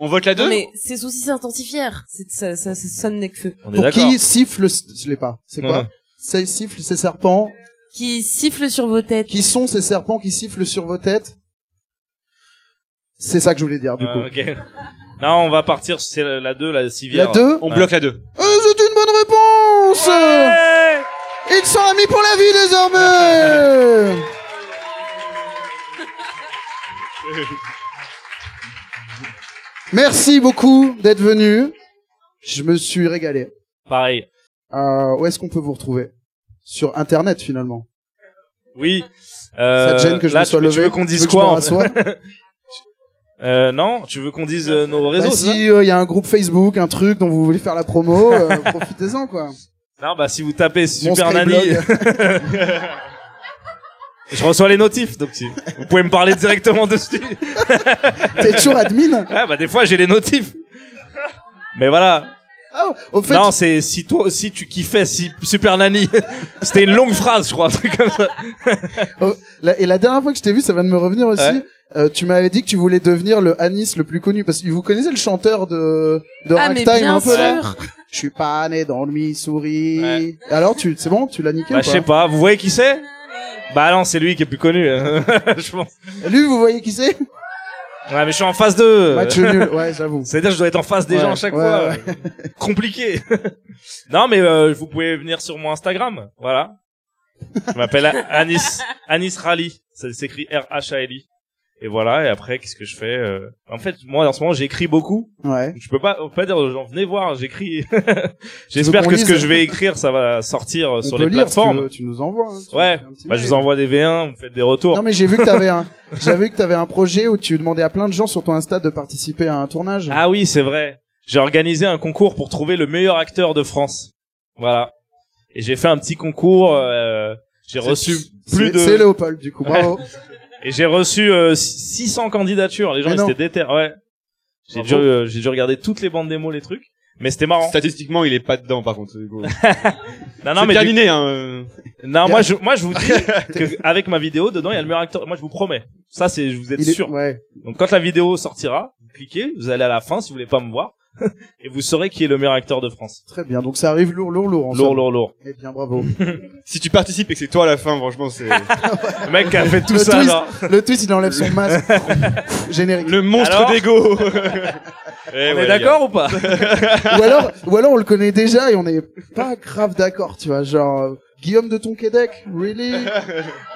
Speaker 2: On vote la 2
Speaker 5: Non, mais ses soucis s'intensifièrent. C'est- Ça, ça, ça sonne Nekfeu.
Speaker 3: On est
Speaker 1: Pour
Speaker 3: d'accord.
Speaker 1: qui siffle, je l'ai pas. C'est quoi?
Speaker 3: Ouais.
Speaker 1: C'est siffle ces serpents.
Speaker 5: Qui siffle sur vos têtes.
Speaker 1: Qui sont ces serpents qui sifflent sur vos têtes? C'est ça que je voulais dire, du coup.
Speaker 3: Euh, ok. Non, on va partir. C'est la- la 2, la
Speaker 1: La
Speaker 3: Sivière.
Speaker 1: deux.
Speaker 2: On bloque la 2.
Speaker 1: Euh, c'est une bonne réponse!
Speaker 3: Ouais
Speaker 1: Ils sont amis pour la vie désormais! Merci beaucoup d'être venu. Je me suis régalé.
Speaker 3: Pareil.
Speaker 1: Euh, où est-ce qu'on peut vous retrouver Sur Internet finalement.
Speaker 3: Oui. Euh,
Speaker 1: Ça te gêne que je
Speaker 3: là,
Speaker 1: me sois
Speaker 3: tu,
Speaker 1: levé
Speaker 3: tu veux qu'on dise
Speaker 1: Tu veux que je
Speaker 3: quoi
Speaker 1: me
Speaker 3: en fait
Speaker 1: rassoie
Speaker 3: euh, Non, tu veux qu'on dise euh, nos réseaux
Speaker 1: Bah,
Speaker 3: c'est ça
Speaker 1: Si il y a un groupe Facebook, un truc dont vous voulez faire la promo, euh, profitez-en quoi.
Speaker 3: Non, bah si vous tapez Super
Speaker 1: Mon
Speaker 3: Nanny,
Speaker 1: Skyblog.
Speaker 3: je reçois les notifs, donc si- vous pouvez me parler directement dessus. Ah,
Speaker 1: T'es toujours admin
Speaker 3: Ouais, bah des fois j'ai les notifs. Mais voilà.
Speaker 1: Ah, au fait,
Speaker 3: Non, c'est si toi, si tu kiffais si Super Nanny. C'était une longue phrase, je crois, un truc comme ça.
Speaker 1: la- et la dernière fois que je t'ai vu, ça va de me revenir aussi.
Speaker 3: Ouais.
Speaker 1: euh, tu m'avais dit que tu voulais devenir le Anis le plus connu parce que vous connaissez le chanteur de de
Speaker 5: Ah, mais
Speaker 1: Ragtime un
Speaker 5: bien
Speaker 1: peu là.
Speaker 5: sûr.
Speaker 1: Je suis pas né dans le Missouri. Alors tu, c'est bon, tu l'as niqué
Speaker 3: Bah,
Speaker 1: ou
Speaker 3: je sais
Speaker 1: pas
Speaker 3: pas. Vous voyez qui c'est Bah non, c'est lui qui est plus connu. hein. je pense.
Speaker 1: Lui, vous voyez qui c'est
Speaker 3: Ouais, mais je suis en face d'eux.
Speaker 1: Match nul. Ouais, j'avoue.
Speaker 3: C'est-à-dire, je dois être en face des
Speaker 1: Ouais,
Speaker 3: gens à chaque
Speaker 1: ouais,
Speaker 3: fois. Compliqué. non, mais euh, vous pouvez venir sur mon Instagram. Voilà. Je m'appelle Anis Anis Rally. Ça s'écrit R-H-A-L-I. Et voilà. Et après, qu'est-ce que je fais euh, En fait, moi, en ce moment, j'écris beaucoup.
Speaker 1: Ouais.
Speaker 3: Je peux pas, on peut pas dire aux gens, venez voir, j'écris.
Speaker 1: Tu veux
Speaker 3: J'espère
Speaker 1: qu'on
Speaker 3: que ce que
Speaker 1: lise
Speaker 3: je vais écrire, ça va sortir euh,
Speaker 1: On
Speaker 3: sur
Speaker 1: peut
Speaker 3: les
Speaker 1: lire, Tu,
Speaker 3: plateformes.
Speaker 1: veux- tu nous envoies. hein, tu
Speaker 3: Ouais.
Speaker 1: fais un petit
Speaker 3: Bah, je
Speaker 1: mail.
Speaker 3: vous envoie des V1, vous faites des retours.
Speaker 1: Non mais j'ai vu que t'avais un, j'avais vu que t'avais un projet où tu demandais à plein de gens sur ton Insta de participer à un tournage.
Speaker 3: ah oui, c'est vrai. J'ai organisé un concours pour trouver le meilleur acteur de France. Voilà. Et j'ai fait un petit concours, euh, j'ai reçu plus
Speaker 1: c'est, c'est
Speaker 3: de,
Speaker 1: Léopold du coup. Bravo.
Speaker 3: et j'ai reçu euh, 600 candidatures. Les gens,
Speaker 1: Mais
Speaker 3: ils
Speaker 1: non.
Speaker 3: étaient déter, ouais. J'ai dû,
Speaker 2: Bravo.
Speaker 3: euh, j'ai dû regarder toutes les bandes démo, les trucs. Mais c'était marrant.
Speaker 2: Statistiquement, il est pas dedans, par contre. Hugo.
Speaker 3: Non,
Speaker 2: C'est
Speaker 3: non, mais du-
Speaker 2: terminé, hein. euh.
Speaker 3: Non, moi je, moi je vous dis que avec ma vidéo dedans il y a le meilleur acteur. Moi je vous promets. Ça c'est, je vous êtes
Speaker 1: Il est-
Speaker 3: sûr.
Speaker 1: ouais.
Speaker 3: Donc quand la vidéo sortira, vous cliquez, vous allez à la fin si vous voulez pas me voir et vous saurez qui est le meilleur acteur de France.
Speaker 1: Très bien. Donc ça arrive lourd, lourd, lourd. en
Speaker 3: Lourd,
Speaker 1: somme.
Speaker 3: lourd, lourd.
Speaker 1: Eh bien, bravo.
Speaker 2: Si tu participes et que c'est toi à la fin, franchement, c'est
Speaker 3: Le mec qui a fait tout
Speaker 1: Le
Speaker 3: ça.
Speaker 1: twist.
Speaker 3: genre.
Speaker 1: Le twist, il enlève son masque. Générique.
Speaker 2: le monstre
Speaker 3: Alors
Speaker 2: d'ego. Eh
Speaker 3: On
Speaker 2: ouais,
Speaker 3: est d'accord ou pas
Speaker 1: Ou alors, ou alors on le connaît déjà et on n'est pas grave d'accord, tu vois. Genre euh, Guillaume de Tonquédec, really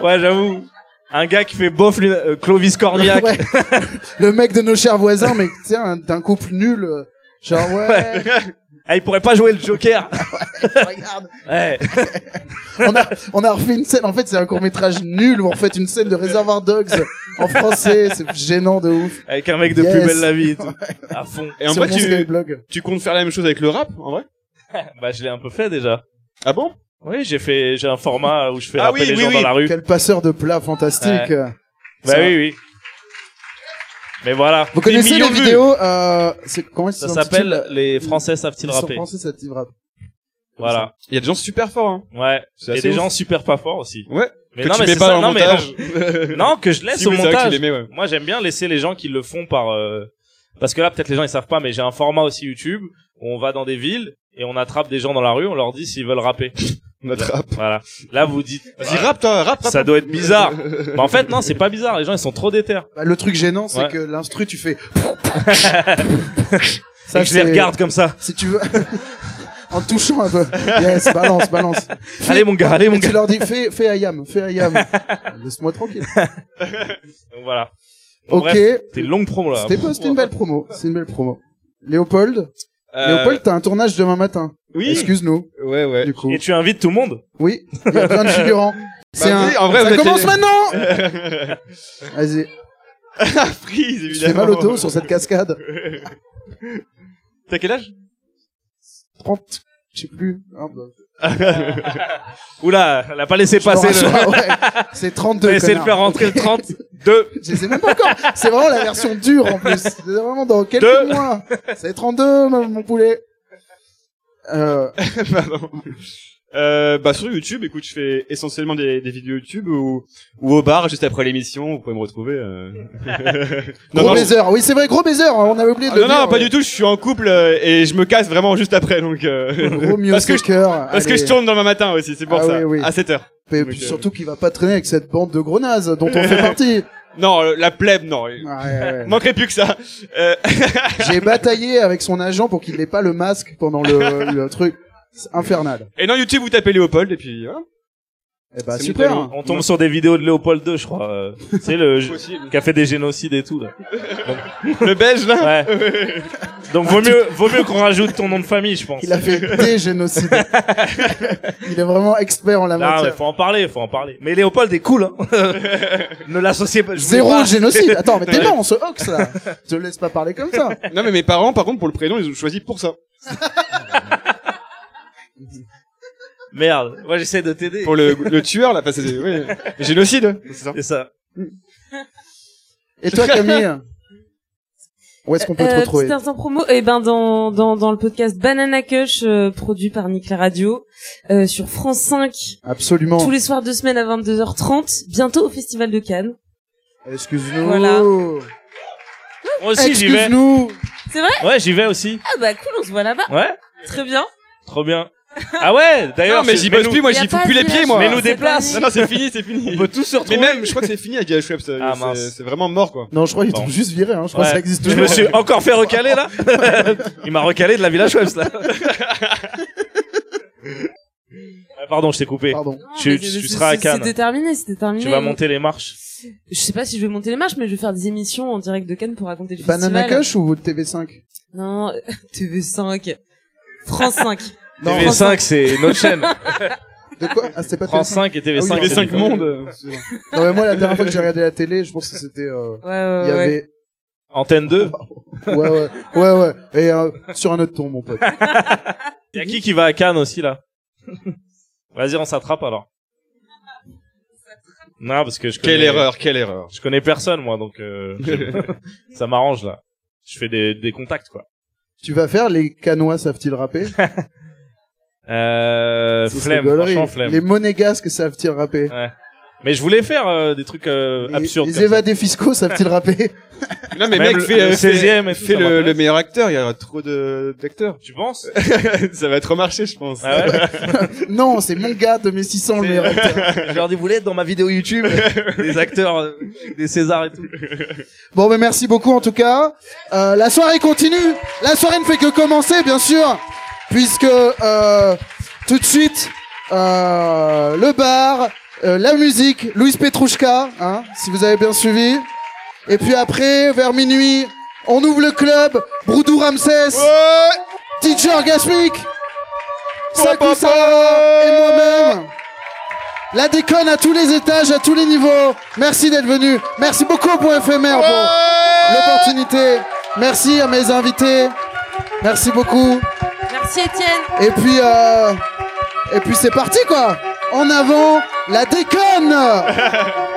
Speaker 3: Ouais, j'avoue. Un gars qui fait bof lui- euh, Clovis Cornillac.
Speaker 1: Ouais. Le mec de nos chers voisins, mais tu sais, un- d'un couple nul. euh, Genre ouais,
Speaker 3: Ah, il pourrait pas jouer le Joker.
Speaker 1: regarde,
Speaker 3: Ouais.
Speaker 1: on a on a refait une scène. En fait, c'est un court métrage nul où on fait une scène de Reservoir Dogs en français. C'est gênant de ouf.
Speaker 3: Avec un mec de
Speaker 1: Yes.
Speaker 3: plus belle la vie. et tout. À fond.
Speaker 2: Et en
Speaker 1: Sur
Speaker 2: fait,
Speaker 1: mon
Speaker 2: tu,
Speaker 1: Skyblog.
Speaker 2: tu comptes faire la même chose avec le rap, en vrai
Speaker 3: Bah je l'ai un peu fait déjà.
Speaker 2: Ah bon
Speaker 3: Oui, j'ai fait, j'ai un format où je fais
Speaker 2: Ah
Speaker 3: rappeler
Speaker 2: oui,
Speaker 3: les
Speaker 2: oui,
Speaker 3: gens
Speaker 2: oui.
Speaker 3: dans la rue.
Speaker 1: quel passeur de plat fantastique.
Speaker 3: Bah
Speaker 1: Ça-
Speaker 3: oui, oui. Mais voilà.
Speaker 1: Vous
Speaker 2: Des
Speaker 1: connaissez les
Speaker 2: millions de vues.
Speaker 1: vidéos euh, c'est- Comment ils
Speaker 3: Ça
Speaker 1: s'intitulent
Speaker 3: s'appelle Les Français
Speaker 1: Ils
Speaker 3: savent-ils
Speaker 1: sont
Speaker 3: rapper
Speaker 1: français, ça s'intitule rap.
Speaker 3: Voilà.
Speaker 2: Il y a des gens super forts, hein.
Speaker 3: Ouais.
Speaker 2: C'est
Speaker 3: Il y a
Speaker 2: assez
Speaker 3: des
Speaker 2: ouf.
Speaker 3: gens super pas forts aussi.
Speaker 2: Ouais.
Speaker 3: Mais
Speaker 2: que
Speaker 3: non,
Speaker 2: tu
Speaker 3: mais
Speaker 2: mets
Speaker 3: c'est
Speaker 2: pas dans
Speaker 3: ça.
Speaker 2: le
Speaker 3: Non, mais non.
Speaker 2: montage.
Speaker 3: Non, que je laisse
Speaker 2: Si,
Speaker 3: au
Speaker 2: oui, c'est vrai que tu
Speaker 3: montage.
Speaker 2: les mets, ouais.
Speaker 3: Moi, j'aime bien laisser les gens qui le font par. euh, Parce que là, peut-être les gens ils savent pas, mais j'ai un format aussi YouTube où on va dans des villes et on attrape des gens dans la rue, on leur dit s'ils veulent rapper.
Speaker 2: On attrape.
Speaker 3: Voilà. Là, vous dites.
Speaker 2: Vas-y, rap, toi, rap, rap.
Speaker 3: Ça doit être bizarre. Mais en fait, non, c'est pas bizarre. Les gens ils sont trop déter.
Speaker 1: Bah, le truc gênant, c'est
Speaker 3: Ouais.
Speaker 1: que l'instru, tu fais.
Speaker 3: Ça, je les
Speaker 1: c'est-
Speaker 3: regarde comme ça.
Speaker 1: Si tu veux. en touchant un peu. Yes, balance, balance.
Speaker 3: Allez mon gars, allez mon
Speaker 1: Et tu
Speaker 3: gars.
Speaker 1: leur dis, fais, fais ayam, fais ayam. Laisse-moi tranquille.
Speaker 3: Donc, Voilà. Bon,
Speaker 1: Ok.
Speaker 3: Bref, c'était une longue promo là.
Speaker 1: C'était pas- c'était une belle promo. C'est une belle promo. Léopold,
Speaker 2: Euh,
Speaker 1: Léopold, t'as un tournage demain matin.
Speaker 2: Oui.
Speaker 1: Excuse-nous,
Speaker 2: Ouais, ouais.
Speaker 1: du coup.
Speaker 3: Et tu invites tout le monde.
Speaker 1: Oui, il y a plein de figurants. C'est
Speaker 2: Bah oui,
Speaker 1: un.
Speaker 2: en vrai, vous
Speaker 1: Ça
Speaker 2: êtes
Speaker 1: commence
Speaker 2: les-
Speaker 1: maintenant. Vas-y,
Speaker 2: Prise,
Speaker 1: tu
Speaker 2: évidemment.
Speaker 1: fais mal au dos sur cette cascade.
Speaker 2: T'as quel âge
Speaker 1: 30, je sais plus. Ah, bah,
Speaker 3: Oula, elle a pas laissé
Speaker 1: je
Speaker 3: passer
Speaker 1: me
Speaker 3: le.
Speaker 1: rassure, ouais. C'est 32.
Speaker 3: Laissez le
Speaker 1: connard.
Speaker 3: faire rentrer le 32.
Speaker 1: Je les ai même pas encore. C'est vraiment la version dure en plus. C'est vraiment dans quelques
Speaker 3: Deux.
Speaker 1: mois. C'est 32, mon mon poulet. Euh,
Speaker 2: Pardon. Euh, bah sur YouTube, écoute, je fais essentiellement des, des vidéos YouTube ou, ou au bar juste après l'émission, vous pouvez me retrouver. euh. non,
Speaker 1: gros
Speaker 2: non,
Speaker 1: baiser. Oui, c'est vrai, gros baiser. On avait oublié
Speaker 2: Ah,
Speaker 1: de le
Speaker 2: non, non,
Speaker 1: dire.
Speaker 2: pas du tout. Je suis en couple euh, et je me casse vraiment juste après, donc. euh,
Speaker 1: Gros mieux
Speaker 2: parce que je,
Speaker 1: cœur.
Speaker 2: parce que je tourne demain matin aussi, c'est pour
Speaker 1: Ah
Speaker 2: ça.
Speaker 1: oui, oui.
Speaker 2: À 7 heures.
Speaker 1: Et
Speaker 2: Donc,
Speaker 1: puis
Speaker 2: euh,
Speaker 1: surtout qu'il va pas traîner avec cette bande de gros nazes dont on fait partie.
Speaker 2: Non, euh, la plèbe, non.
Speaker 1: Ouais,
Speaker 2: il
Speaker 1: ouais, ouais.
Speaker 2: Manquerait plus que ça. Euh,
Speaker 1: J'ai bataillé avec son agent pour qu'il n'ait pas le masque pendant le, le truc. C'est infernal.
Speaker 2: et non, YouTube, vous tapez Léopold et puis. Hein,
Speaker 1: Eh bah,
Speaker 2: C'est
Speaker 1: super.
Speaker 2: mon
Speaker 3: On tombe sur des vidéos de Léopold II, je crois. euh, tu sais, le
Speaker 2: possible.
Speaker 3: qui a fait des génocides et tout. Là.
Speaker 2: Le belge là.
Speaker 3: Ouais. Donc vaut mieux, vaut mieux qu'on rajoute ton nom de famille, je pense.
Speaker 1: Il a fait des génocides. Il est vraiment expert en la
Speaker 3: Non, Ah, mais
Speaker 1: matière.
Speaker 3: faut en parler, faut en parler. Mais Léopold est cool. Hein. ne l'associez pas. je voulais
Speaker 1: Zéro
Speaker 3: pas.
Speaker 1: génocide. Attends, mais t'es bon, on se hoax là. Je te laisse pas parler comme ça.
Speaker 2: Non, mais mes parents, par contre, pour le prénom, ils ont choisi pour ça.
Speaker 3: Merde. Moi, j'essaie de t'aider.
Speaker 2: Pour le, le tueur là, parce que c'est oui. génocide. C'est ça.
Speaker 3: C'est ça.
Speaker 1: Et toi, Camille Où est-ce qu'on peut te
Speaker 5: Euh,
Speaker 1: retrouver
Speaker 5: Petit instant promo, et ben dans, dans, dans le podcast Banana Cush, euh, produit par Nick La Radio, euh, sur France 5,
Speaker 1: Absolument.
Speaker 5: tous les soirs de semaine à 22h30, bientôt au Festival de Cannes.
Speaker 1: Excuse-nous.
Speaker 5: Voilà.
Speaker 3: Moi aussi, j'y vais.
Speaker 1: Excuse-nous.
Speaker 3: Ouais, j'y vais aussi.
Speaker 5: Ah bah cool, on se voit là-bas.
Speaker 3: Ouais,
Speaker 5: Très bien.
Speaker 3: trop bien. Ah ouais, d'ailleurs,
Speaker 2: Non, mais
Speaker 3: c'est-
Speaker 2: j'y bosse plus,
Speaker 3: nous-
Speaker 2: moi,
Speaker 5: Y a
Speaker 2: j'y fous
Speaker 5: pas
Speaker 2: plus
Speaker 5: de
Speaker 2: les pieds,
Speaker 5: village,
Speaker 2: moi.
Speaker 3: Mais
Speaker 5: c'est
Speaker 3: nous
Speaker 5: pas
Speaker 3: déplace.
Speaker 5: mis.
Speaker 2: Non, non, c'est fini, c'est fini.
Speaker 3: On peut tous se
Speaker 2: Mais
Speaker 3: retrouver.
Speaker 2: même, je crois que c'est fini à Village Schweppes.
Speaker 3: Ah,
Speaker 2: C'est-
Speaker 3: mince.
Speaker 2: C'est vraiment mort, quoi.
Speaker 1: Non, je crois qu'ils
Speaker 3: Bon.
Speaker 1: t'ont juste viré. Hein. Je crois
Speaker 3: Ouais.
Speaker 1: que ça existe
Speaker 3: Je me
Speaker 1: toujours.
Speaker 3: suis encore fait recaler là. Il m'a recalé de la Villa Schweppes là. Ah, Pardon, je t'ai coupé.
Speaker 1: Pardon.
Speaker 3: Tu-
Speaker 5: mais
Speaker 3: tu-
Speaker 5: c'est-
Speaker 3: tu
Speaker 5: c'est-
Speaker 3: seras à
Speaker 5: c'est-
Speaker 3: Cannes.
Speaker 5: C'était terminé, c'était terminé.
Speaker 3: Tu vas monter les marches.
Speaker 5: Je sais pas si je vais monter les marches, mais je vais faire des émissions en direct de Cannes pour raconter le
Speaker 1: Banana
Speaker 5: festival.
Speaker 1: Cush ou TV5
Speaker 5: Non, TV5. France 5.
Speaker 1: Non,
Speaker 5: France
Speaker 3: TV5, c'est notre chaîne.
Speaker 1: de quoi Ah, c'était pas
Speaker 3: France
Speaker 1: TV5
Speaker 3: 5 et TV5.
Speaker 1: Ah oui,
Speaker 3: c'est
Speaker 1: TV5
Speaker 3: différent.
Speaker 1: Monde. Non, mais moi, la dernière fois que j'ai regardé la télé, je pense que c'était... euh,
Speaker 5: Ouais,
Speaker 1: Il y
Speaker 5: ouais, ouais.
Speaker 1: avait...
Speaker 3: Antenne 2.
Speaker 1: Ouais, ouais, ouais, ouais. Et euh, sur un autre ton, mon pote.
Speaker 3: Y a qui qui va à Cannes aussi là Vas-y, on s'attrape alors. Non, parce que je connais,
Speaker 2: Quelle erreur, quelle erreur.
Speaker 3: Je connais personne moi, donc euh, je- ça m'arrange là. Je fais des, des contacts quoi.
Speaker 1: Tu vas faire les canois savent-ils rapper
Speaker 3: Euh,
Speaker 1: C'est
Speaker 3: flemme,
Speaker 1: rigolerie.
Speaker 3: franchement flemme.
Speaker 1: Les monégasques savent-ils rapper
Speaker 3: Mais je voulais faire euh, des trucs euh,
Speaker 1: Les-
Speaker 3: absurdes.
Speaker 1: Les
Speaker 3: comme ça.
Speaker 1: évadés fiscaux savent-ils rapper
Speaker 2: Non, mais
Speaker 3: Même
Speaker 2: mec,
Speaker 3: le-
Speaker 2: fais,
Speaker 3: le
Speaker 2: euh,
Speaker 3: 16e et
Speaker 2: fais,
Speaker 3: tout,
Speaker 2: fais
Speaker 3: ça
Speaker 2: le,
Speaker 3: m'intéresse.
Speaker 2: le meilleur acteur, il y aura trop de- d'acteurs.
Speaker 3: Tu penses
Speaker 2: ça va trop marcher, je pense.
Speaker 3: ah ouais
Speaker 1: Non, c'est mon gars de mes 600 le meilleur acteur.
Speaker 3: Je leur dis, vous l'êtes dans ma vidéo YouTube Des acteurs, euh, des Césars et tout.
Speaker 1: Bon, ben merci beaucoup en tout cas. Euh, la soirée continue. La soirée ne fait que commencer, bien sûr, puisque euh, tout de suite euh, le bar, euh, la musique, Louis Petrouchka, hein, si vous avez bien suivi. Et puis après, vers minuit, on ouvre le club. Broudou Ramsès.
Speaker 2: Oh,
Speaker 1: DJ Orgasmic, Sakusa et moi-même. La déconne à tous les étages, à tous les niveaux. Merci d'être venu. Merci beaucoup au Point éphémère pour l'opportunité. Merci à mes invités. Merci beaucoup.
Speaker 5: Merci Étienne.
Speaker 1: Et puis, euh, et puis c'est parti quoi. En avant, la déconne.